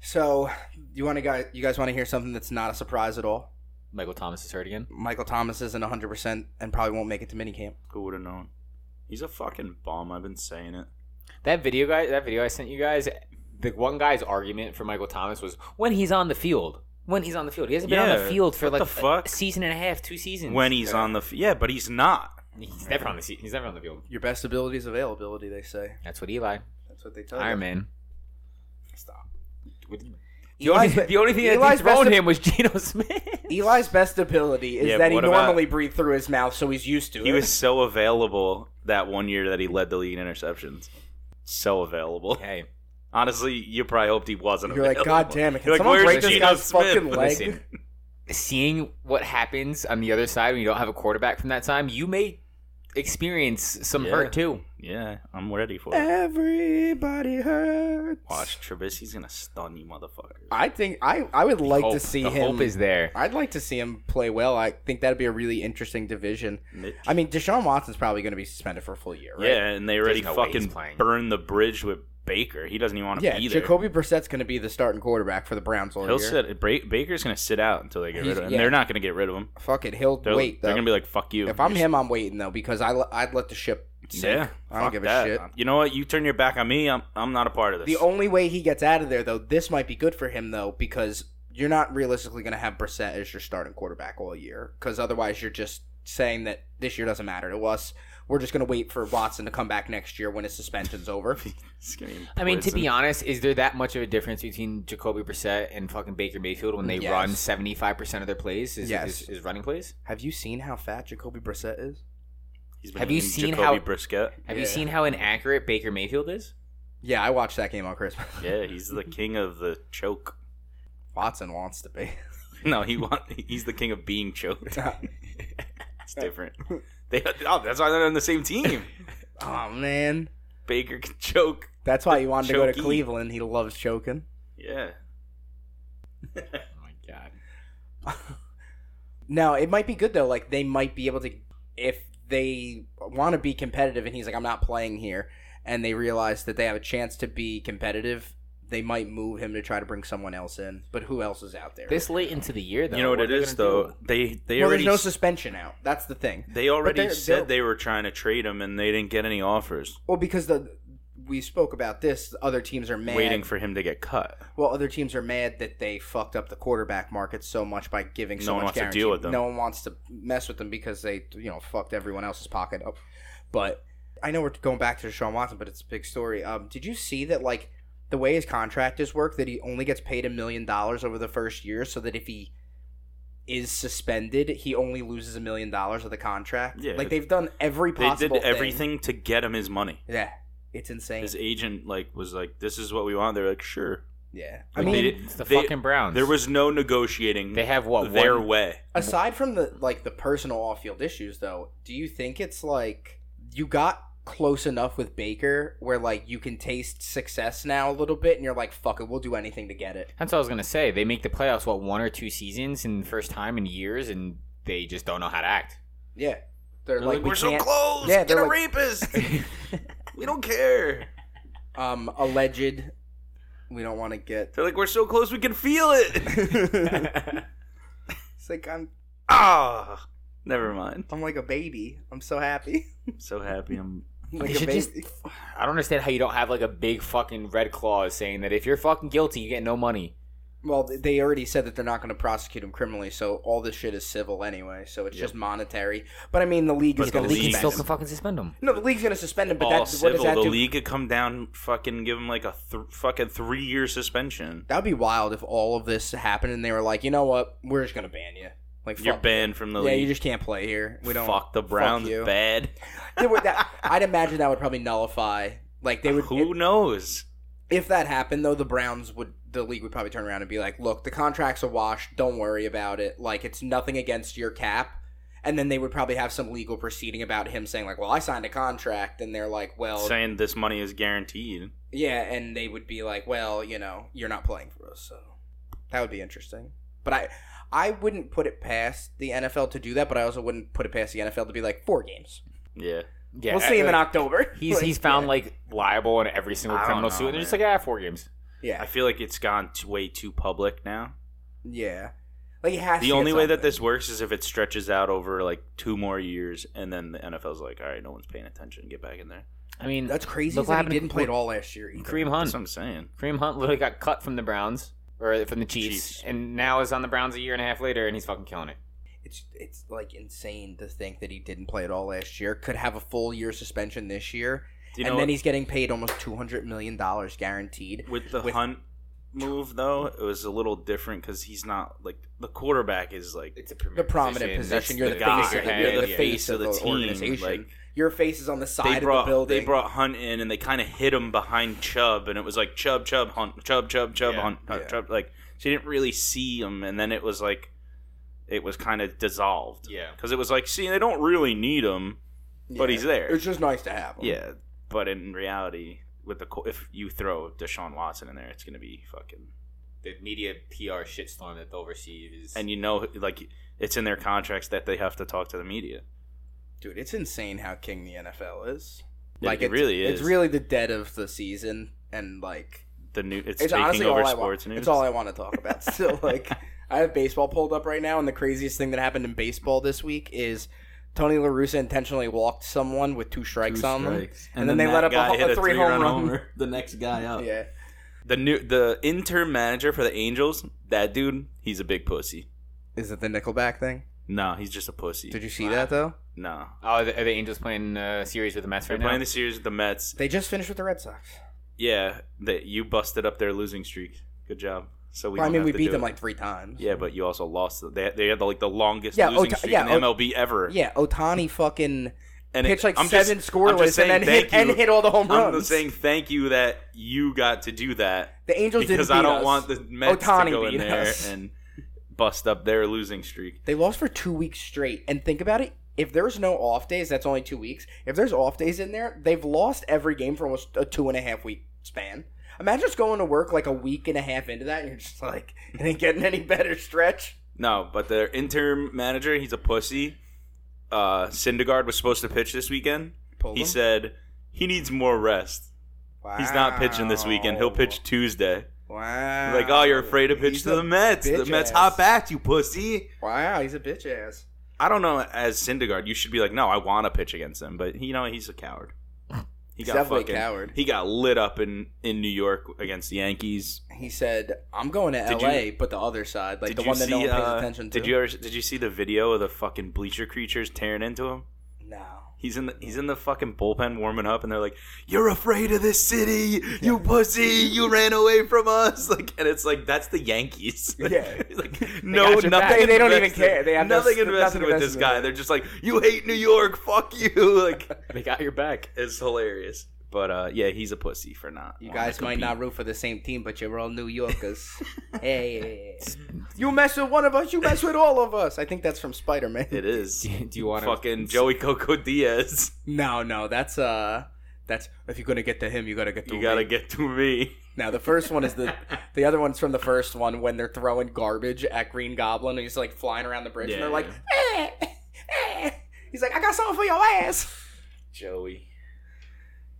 Speaker 1: So, you want to guys? You guys want to hear something that's not a surprise at all?
Speaker 3: Michael Thomas is hurt again.
Speaker 1: Michael Thomas isn't one hundred percent and probably won't make it to minicamp.
Speaker 2: Who would have known? He's a fucking bum. I've been saying it.
Speaker 3: That video guy, that video I sent you guys, the one guy's argument for Michael Thomas was when he's on the field. When he's on the field, he hasn't been on
Speaker 2: Yeah,
Speaker 3: the field for
Speaker 2: what
Speaker 3: like
Speaker 2: the
Speaker 3: a
Speaker 2: fuck?
Speaker 3: season and a half, two seasons.
Speaker 2: When he's on the f- yeah, but he's not.
Speaker 3: he's never on the se- he's never on the field.
Speaker 1: Your best ability is availability, they say.
Speaker 3: That's what Eli,
Speaker 1: That's what they tell
Speaker 3: Iron Man.
Speaker 1: you. Stop.
Speaker 2: [laughs]
Speaker 3: The only,
Speaker 1: Eli's be-
Speaker 3: the only thing
Speaker 1: Eli's
Speaker 3: that dethroned
Speaker 1: best-
Speaker 3: him was Geno Smith.
Speaker 1: Eli's best ability is
Speaker 2: Yeah,
Speaker 1: that
Speaker 2: but
Speaker 1: he
Speaker 2: what about-
Speaker 1: normally breathes through his mouth, so he's used to it.
Speaker 2: He was so available that one year that he led the league in interceptions. So available.
Speaker 3: hey,
Speaker 2: Honestly, you probably hoped he wasn't.
Speaker 1: You're like,
Speaker 2: available.
Speaker 1: God damn it! Can
Speaker 2: You're like,
Speaker 1: someone
Speaker 2: "Where's
Speaker 1: break this
Speaker 2: Geno
Speaker 1: guy's
Speaker 2: Smith?"
Speaker 1: fucking
Speaker 2: But
Speaker 1: leg?
Speaker 3: listen, seeing what happens on the other side when you don't have a quarterback from that time, you may experience some
Speaker 2: Yeah.
Speaker 3: hurt too.
Speaker 2: [laughs] Yeah, I'm ready
Speaker 1: Eh.
Speaker 2: for it.
Speaker 1: Everybody hurts.
Speaker 2: Watch, Trubisky's gonna stun you, motherfucker.
Speaker 1: I think I I would like to
Speaker 3: Hope.
Speaker 1: see
Speaker 3: the
Speaker 1: him.
Speaker 3: hope is there.
Speaker 1: I'd like to see him play well. I think that'd be a really interesting division.
Speaker 2: Mitch.
Speaker 1: I mean, Deshaun Watson's probably going to be suspended for a full year, right?
Speaker 2: Yeah, and they already
Speaker 3: no way he's
Speaker 2: fucking
Speaker 3: playing.
Speaker 2: burned the bridge with Baker. He doesn't even want to
Speaker 1: Yeah,
Speaker 2: be there.
Speaker 1: Jacoby Brissett's going to be the starting quarterback for the Browns all
Speaker 2: He'll
Speaker 1: year.
Speaker 2: sit. Bra- Baker's gonna sit out until they get
Speaker 1: He's-
Speaker 2: rid of him.
Speaker 1: yeah.
Speaker 2: They're not gonna get rid of him.
Speaker 1: Fuck it, he'll
Speaker 2: They're,
Speaker 1: wait though.
Speaker 2: they're gonna be like, "Fuck you."
Speaker 1: if I'm
Speaker 2: You're
Speaker 1: him, I'm waiting though because I l- I'd let the ship sink.
Speaker 2: Yeah,
Speaker 1: I don't
Speaker 2: fuck
Speaker 1: give a
Speaker 2: that.
Speaker 1: shit.
Speaker 2: You know what? You turn your back on me. I'm I'm not a part of this. [laughs]
Speaker 1: The only way he gets out of there though, this might be good for him though because you're not realistically going to have Brissett as your starting quarterback all year because otherwise you're just saying that this year doesn't matter to us. We're just going to wait for Watson to come back next year when his suspension's
Speaker 2: [laughs]
Speaker 1: over.
Speaker 2: It's gonna be
Speaker 3: I mean, to
Speaker 2: prison.
Speaker 3: be honest, is there that much of a difference between Jacoby Brissett and fucking Baker Mayfield when they
Speaker 1: Yes.
Speaker 3: run seventy five percent of their plays? Is,
Speaker 1: Yes.
Speaker 3: is, is running plays?
Speaker 1: Have you seen how fat Jacoby Brissett is?
Speaker 2: He's been
Speaker 3: Have you
Speaker 2: eating
Speaker 3: seen
Speaker 2: Jacoby
Speaker 3: how-
Speaker 2: Brisket?
Speaker 3: Have you
Speaker 1: Yeah.
Speaker 3: seen how inaccurate Baker Mayfield is?
Speaker 1: Yeah, I watched that game on Christmas. [laughs]
Speaker 2: Yeah, he's the king of the choke. [laughs]
Speaker 1: Watson wants to [laughs] be.
Speaker 2: No, he want, he's the king of being choked. It's
Speaker 1: [laughs]
Speaker 2: different. They, oh, that's why they're on the same team.
Speaker 1: oh man,
Speaker 2: Baker can choke.
Speaker 1: that's why you wanted to go to
Speaker 2: Chokey.
Speaker 1: Cleveland. He loves choking.
Speaker 2: Yeah.
Speaker 3: Oh my god!
Speaker 1: No, it might be good though. Like they might be able to, if they want to be competitive, and he's like, "I'm not playing here," and they realize that they have a chance to be competitive, they might move him to try to bring someone else in. But who else is out there?
Speaker 3: This late into the year, though,
Speaker 2: you know what,
Speaker 3: are
Speaker 2: it
Speaker 3: they
Speaker 2: is
Speaker 3: gonna
Speaker 2: though.
Speaker 3: do?
Speaker 2: They they
Speaker 1: well,
Speaker 2: already
Speaker 1: there's no
Speaker 2: s-
Speaker 1: suspension out. That's the thing.
Speaker 2: they already
Speaker 1: they're-
Speaker 2: said
Speaker 1: they're-
Speaker 2: they were trying to trade him and they didn't get any offers.
Speaker 1: Well, because the we spoke about this, other teams are mad.
Speaker 2: Waiting for him to get cut.
Speaker 1: well, other teams are mad that they fucked up the quarterback market so much by giving so
Speaker 2: No one
Speaker 1: much
Speaker 2: wants to
Speaker 1: guarantee.
Speaker 2: deal with them.
Speaker 1: No one wants to mess with them because they, you know, fucked everyone else's pocket up. But I know we're going back to Deshaun Watson, but it's a big story. Um, did you see that like the way his contract is worked that he only gets paid a million dollars over the first year, so that if he is suspended, he only loses a million dollars of the contract.
Speaker 2: Yeah.
Speaker 1: like they've done every
Speaker 2: They
Speaker 1: possible.
Speaker 2: did
Speaker 1: thing.
Speaker 2: everything to get him his money.
Speaker 1: Yeah, it's insane.
Speaker 2: His agent like was like, "This is what we want." They're like, "Sure."
Speaker 1: yeah, I
Speaker 2: Like,
Speaker 1: mean,
Speaker 2: they did-
Speaker 3: it's the
Speaker 2: they-
Speaker 3: fucking Browns.
Speaker 2: There was no negotiating
Speaker 3: they have what
Speaker 2: their
Speaker 3: one,
Speaker 2: way.
Speaker 1: aside from the like the personal off-field issues though do you think it's like you got close enough with baker where like you can taste success now a little bit and you're like fuck it we'll do anything to get it
Speaker 3: That's what I was gonna say. They make the playoffs what one or two seasons in the first time in years, and they just don't know how to act.
Speaker 1: yeah they're,
Speaker 2: They're
Speaker 1: like,
Speaker 2: like,
Speaker 1: we
Speaker 2: "We're so
Speaker 1: can't
Speaker 2: close.
Speaker 1: Yeah,
Speaker 2: get
Speaker 1: they're
Speaker 2: a
Speaker 1: like-
Speaker 2: rapist.
Speaker 1: [laughs]
Speaker 2: we don't care."
Speaker 1: um alleged we don't want to get
Speaker 2: They're like, "We're so close. We can
Speaker 1: [laughs]
Speaker 2: feel
Speaker 1: it's
Speaker 2: it."
Speaker 1: like i'm
Speaker 2: Ah, never mind.
Speaker 1: i'm like a baby i'm so happy [laughs]
Speaker 2: I'm so happy. I'm.
Speaker 1: I'm like
Speaker 3: They
Speaker 1: a
Speaker 3: should
Speaker 1: baby.
Speaker 3: just- I don't understand how you don't have like a big fucking red clause saying that if you're fucking guilty, you get no money.
Speaker 1: Well, they already said that they're not going to prosecute him criminally, so all this shit is civil anyway. So it's
Speaker 2: Yep.
Speaker 1: just monetary. But I mean, the league is
Speaker 2: But the
Speaker 1: going to
Speaker 3: They can
Speaker 2: league-
Speaker 1: suspend
Speaker 3: still
Speaker 1: him.
Speaker 3: fucking suspend him.
Speaker 1: No, the league's going to suspend him. But
Speaker 2: all
Speaker 1: that, what does
Speaker 2: civil.
Speaker 1: that
Speaker 2: The
Speaker 1: do?
Speaker 2: league could come down, fucking give him like a th- fucking three year suspension.
Speaker 1: That'd be wild if all of this happened and they were like, you know what, we're just going to ban you. Like,
Speaker 2: You're
Speaker 1: fuck-
Speaker 2: banned from the
Speaker 1: Yeah,
Speaker 2: league.
Speaker 1: you just can't play here. We don't
Speaker 2: fuck the Browns
Speaker 1: you.
Speaker 2: bad.
Speaker 1: There were that- I'd imagine that would probably nullify. Like they would.
Speaker 2: Who knows?
Speaker 1: If that happened, though, the Browns would. The league would probably turn around and be like, "Look, the contract's a wash. Don't worry about it. Like it's nothing against your cap." And then they would probably have some legal proceeding about him saying like, "Well, I signed a contract," and they're like, "Well,
Speaker 2: Saying this money is guaranteed.
Speaker 1: yeah," and they would be like, "Well, you know, you're not playing for us." So that would be interesting. But I, I wouldn't put it past the NFL to do that. But I also wouldn't put it past the NFL to be like four games.
Speaker 2: Yeah.
Speaker 3: Yeah,
Speaker 1: we'll see him in
Speaker 2: [laughs]
Speaker 3: like,
Speaker 1: October.
Speaker 3: He's
Speaker 1: Like,
Speaker 3: he's found
Speaker 1: yeah.
Speaker 3: like liable in every single
Speaker 2: I don't
Speaker 3: criminal
Speaker 2: know,
Speaker 3: suit. They're just
Speaker 2: man.
Speaker 3: like, ah, four games.
Speaker 1: yeah.
Speaker 2: I feel like it's gone t- way too public now.
Speaker 1: Yeah. Like it has to
Speaker 2: The
Speaker 1: get
Speaker 2: only way that
Speaker 1: something.
Speaker 2: this works is if it stretches out over like two more years, and then the NFL's like, all right, no one's paying attention. Get back in there.
Speaker 3: I mean,
Speaker 1: That's crazy
Speaker 3: Look
Speaker 1: is that
Speaker 3: what
Speaker 1: he
Speaker 3: happened to
Speaker 1: didn't play at all last year. either.
Speaker 3: Kareem Hunt.
Speaker 2: That's what I'm saying.
Speaker 3: Kareem Hunt literally got cut from the Browns or from the Chiefs,
Speaker 2: Chiefs.
Speaker 3: and now is on the Browns a year and a half later, and he's fucking killing it.
Speaker 1: It's it's like insane to think that he didn't play at all last year. Could have a full year suspension this year,
Speaker 2: You
Speaker 1: and
Speaker 2: know,
Speaker 1: then he's getting paid almost two hundred million dollars guaranteed.
Speaker 2: with the
Speaker 1: with-
Speaker 2: Hunt move though, it was a little different because he's not like the quarterback is like
Speaker 3: It's a
Speaker 1: The prominent position,
Speaker 2: That's
Speaker 1: you're the,
Speaker 2: the
Speaker 1: face
Speaker 2: guy.
Speaker 1: of the,
Speaker 2: You're
Speaker 1: you're the
Speaker 2: the
Speaker 1: face of the,
Speaker 2: team,
Speaker 1: organization.
Speaker 2: like-
Speaker 1: Your face is on the side
Speaker 2: they brought
Speaker 1: of the building.
Speaker 2: they brought Hunt in and they kind of hid him behind Chubb and it was like Chubb Chubb Hunt Chubb Chubb Chubb
Speaker 3: Yeah.
Speaker 2: Hunt, Hunt
Speaker 1: Yeah.
Speaker 2: Chubb like she didn't really see him and then it was like it was kind of dissolved
Speaker 3: Yeah.
Speaker 2: because it was like see they don't really need him but
Speaker 1: Yeah.
Speaker 2: he's there
Speaker 1: It's just nice to have him.
Speaker 2: yeah but in reality with the co- if you throw Deshaun Watson in there it's gonna be fucking
Speaker 3: The media PR shitstorm that they'll receive is
Speaker 2: and you know like it's in their contracts that they have to talk to the media
Speaker 1: dude, it's insane how king the NFL is.
Speaker 2: like it
Speaker 1: it's-
Speaker 2: really is
Speaker 1: It's really the dead of the season, and like
Speaker 2: the new it's,
Speaker 1: it's
Speaker 2: taking
Speaker 1: honestly
Speaker 2: over
Speaker 1: all I
Speaker 2: sports
Speaker 1: want.
Speaker 2: news
Speaker 1: It's all I want to talk
Speaker 2: [laughs]
Speaker 1: about. Still, like I have baseball pulled up right now, and the craziest thing that happened in baseball this week is Tony La Russa intentionally walked someone with two strikes on
Speaker 4: And,
Speaker 1: then they
Speaker 4: that
Speaker 1: let up a
Speaker 2: guy
Speaker 1: ho-
Speaker 2: hit
Speaker 1: a three-home
Speaker 2: three-run
Speaker 1: run. [laughs]
Speaker 4: homer the next guy up.
Speaker 1: them. Yeah,
Speaker 2: The new the interim manager for the Angels, that dude, he's a big pussy.
Speaker 1: is it the Nickelback thing?
Speaker 2: No, he's just a pussy.
Speaker 1: Did you see that though?
Speaker 2: no.
Speaker 3: oh, are the, are the Angels playing uh, series with the Mets
Speaker 2: They're
Speaker 3: right
Speaker 2: playing
Speaker 3: now?
Speaker 2: the series with the Mets.
Speaker 1: They just finished with the Red Sox.
Speaker 2: Yeah, that you busted up their losing streak. Good job. So we
Speaker 1: Well, I
Speaker 2: don't
Speaker 1: mean,
Speaker 2: have
Speaker 1: we
Speaker 2: to
Speaker 1: beat
Speaker 2: do
Speaker 1: them
Speaker 2: it.
Speaker 1: like three times.
Speaker 2: Yeah, but you also lost. They, they had the, like the longest
Speaker 1: Yeah,
Speaker 2: losing
Speaker 1: Ota-
Speaker 2: streak
Speaker 1: yeah,
Speaker 2: in the MLB ever.
Speaker 1: yeah. Otani fucking
Speaker 2: and
Speaker 1: pitched like
Speaker 2: I'm just-
Speaker 1: seven
Speaker 2: I'm
Speaker 1: scoreless
Speaker 2: just saying
Speaker 1: and then hit
Speaker 2: thank
Speaker 1: and
Speaker 2: you.
Speaker 1: hit all the home
Speaker 2: I'm
Speaker 1: runs.
Speaker 2: just saying thank you that you got to do that
Speaker 1: the Angels didn't
Speaker 2: because
Speaker 1: beat
Speaker 2: I don't
Speaker 1: us.
Speaker 2: want the Mets
Speaker 1: Ohtani
Speaker 2: to go in
Speaker 1: beat
Speaker 2: there
Speaker 1: us.
Speaker 2: and bust up their losing streak.
Speaker 1: They lost for two weeks straight. And think about it. If there's no off days, that's only two weeks. If there's off days in there, they've lost every game for almost a two and a half week span. Imagine just going to work like a week and a half into that, and you're just like, [laughs] it ain't getting any better stretch.
Speaker 2: No, but their interim manager, he's a pussy. Uh, Syndergaard was supposed to pitch this weekend.
Speaker 1: Pulled
Speaker 2: He
Speaker 1: him.
Speaker 2: said he needs more rest. He's not pitching this weekend. He'll
Speaker 1: Wow.
Speaker 2: pitch Tuesday.
Speaker 1: Wow.
Speaker 2: Like, oh, you're afraid to pitch
Speaker 1: He's
Speaker 2: to the
Speaker 1: a-
Speaker 2: Mets. The
Speaker 1: bitch
Speaker 2: Mets
Speaker 1: ass.
Speaker 2: hop at you, pussy.
Speaker 1: Wow, he's a bitch ass.
Speaker 2: I don't know. As Syndergaard, you should be like, no, I want to pitch against him, but you know he's a coward. He
Speaker 1: He's
Speaker 2: got
Speaker 1: definitely a
Speaker 2: fucking.
Speaker 1: coward.
Speaker 2: He got lit up in in New York against the Yankees.
Speaker 1: He said, I'm going to
Speaker 2: Did
Speaker 1: LA, but the other side, like
Speaker 2: Did
Speaker 1: the
Speaker 2: you
Speaker 1: one that no
Speaker 2: see,
Speaker 1: one pays
Speaker 2: uh,
Speaker 1: attention to.
Speaker 2: Did you ever? Did you see the video of the fucking bleacher creatures tearing into him?
Speaker 1: No.
Speaker 2: He's in the he's in the fucking bullpen warming up, and they're like, "You're afraid of this city, you pussy! You ran away from us!" [laughs] Like, and it's like that's the Yankees. [laughs] Like,
Speaker 1: Yeah.
Speaker 2: like no,
Speaker 3: got
Speaker 2: nothing.
Speaker 3: your back.
Speaker 1: They- they don't even
Speaker 2: invested-
Speaker 1: care. They have no-
Speaker 2: nothing
Speaker 1: nothing
Speaker 2: invested with this
Speaker 1: invested in
Speaker 2: guy.
Speaker 1: it.
Speaker 2: They're just like, "You hate New York, [laughs] fuck
Speaker 1: [laughs]
Speaker 2: you!" Like,
Speaker 3: They got your back.
Speaker 2: it's hilarious. But uh, yeah, he's a pussy for not.
Speaker 1: You
Speaker 2: wanting
Speaker 1: guys
Speaker 2: to
Speaker 1: might
Speaker 2: compete.
Speaker 1: not root for the same team, but you're all New Yorkers. hey, hey, hey. [laughs] you mess with one of us, you mess with all of us. I think that's from Spider Man.
Speaker 2: It is.
Speaker 3: [laughs] Do you want to
Speaker 2: fucking Joey Coco Diaz?
Speaker 1: [laughs]
Speaker 2: [laughs]
Speaker 1: No, no, that's uh, that's if you're gonna get to him, you gotta get to
Speaker 2: You
Speaker 1: me.
Speaker 2: gotta get to me.
Speaker 1: Now the first one is the [laughs] the other one's from the first one when they're throwing garbage at Green Goblin and he's like flying around the bridge and
Speaker 2: Yeah,
Speaker 1: they're like, eh, eh. he's like, I got something for your ass.
Speaker 2: Joey.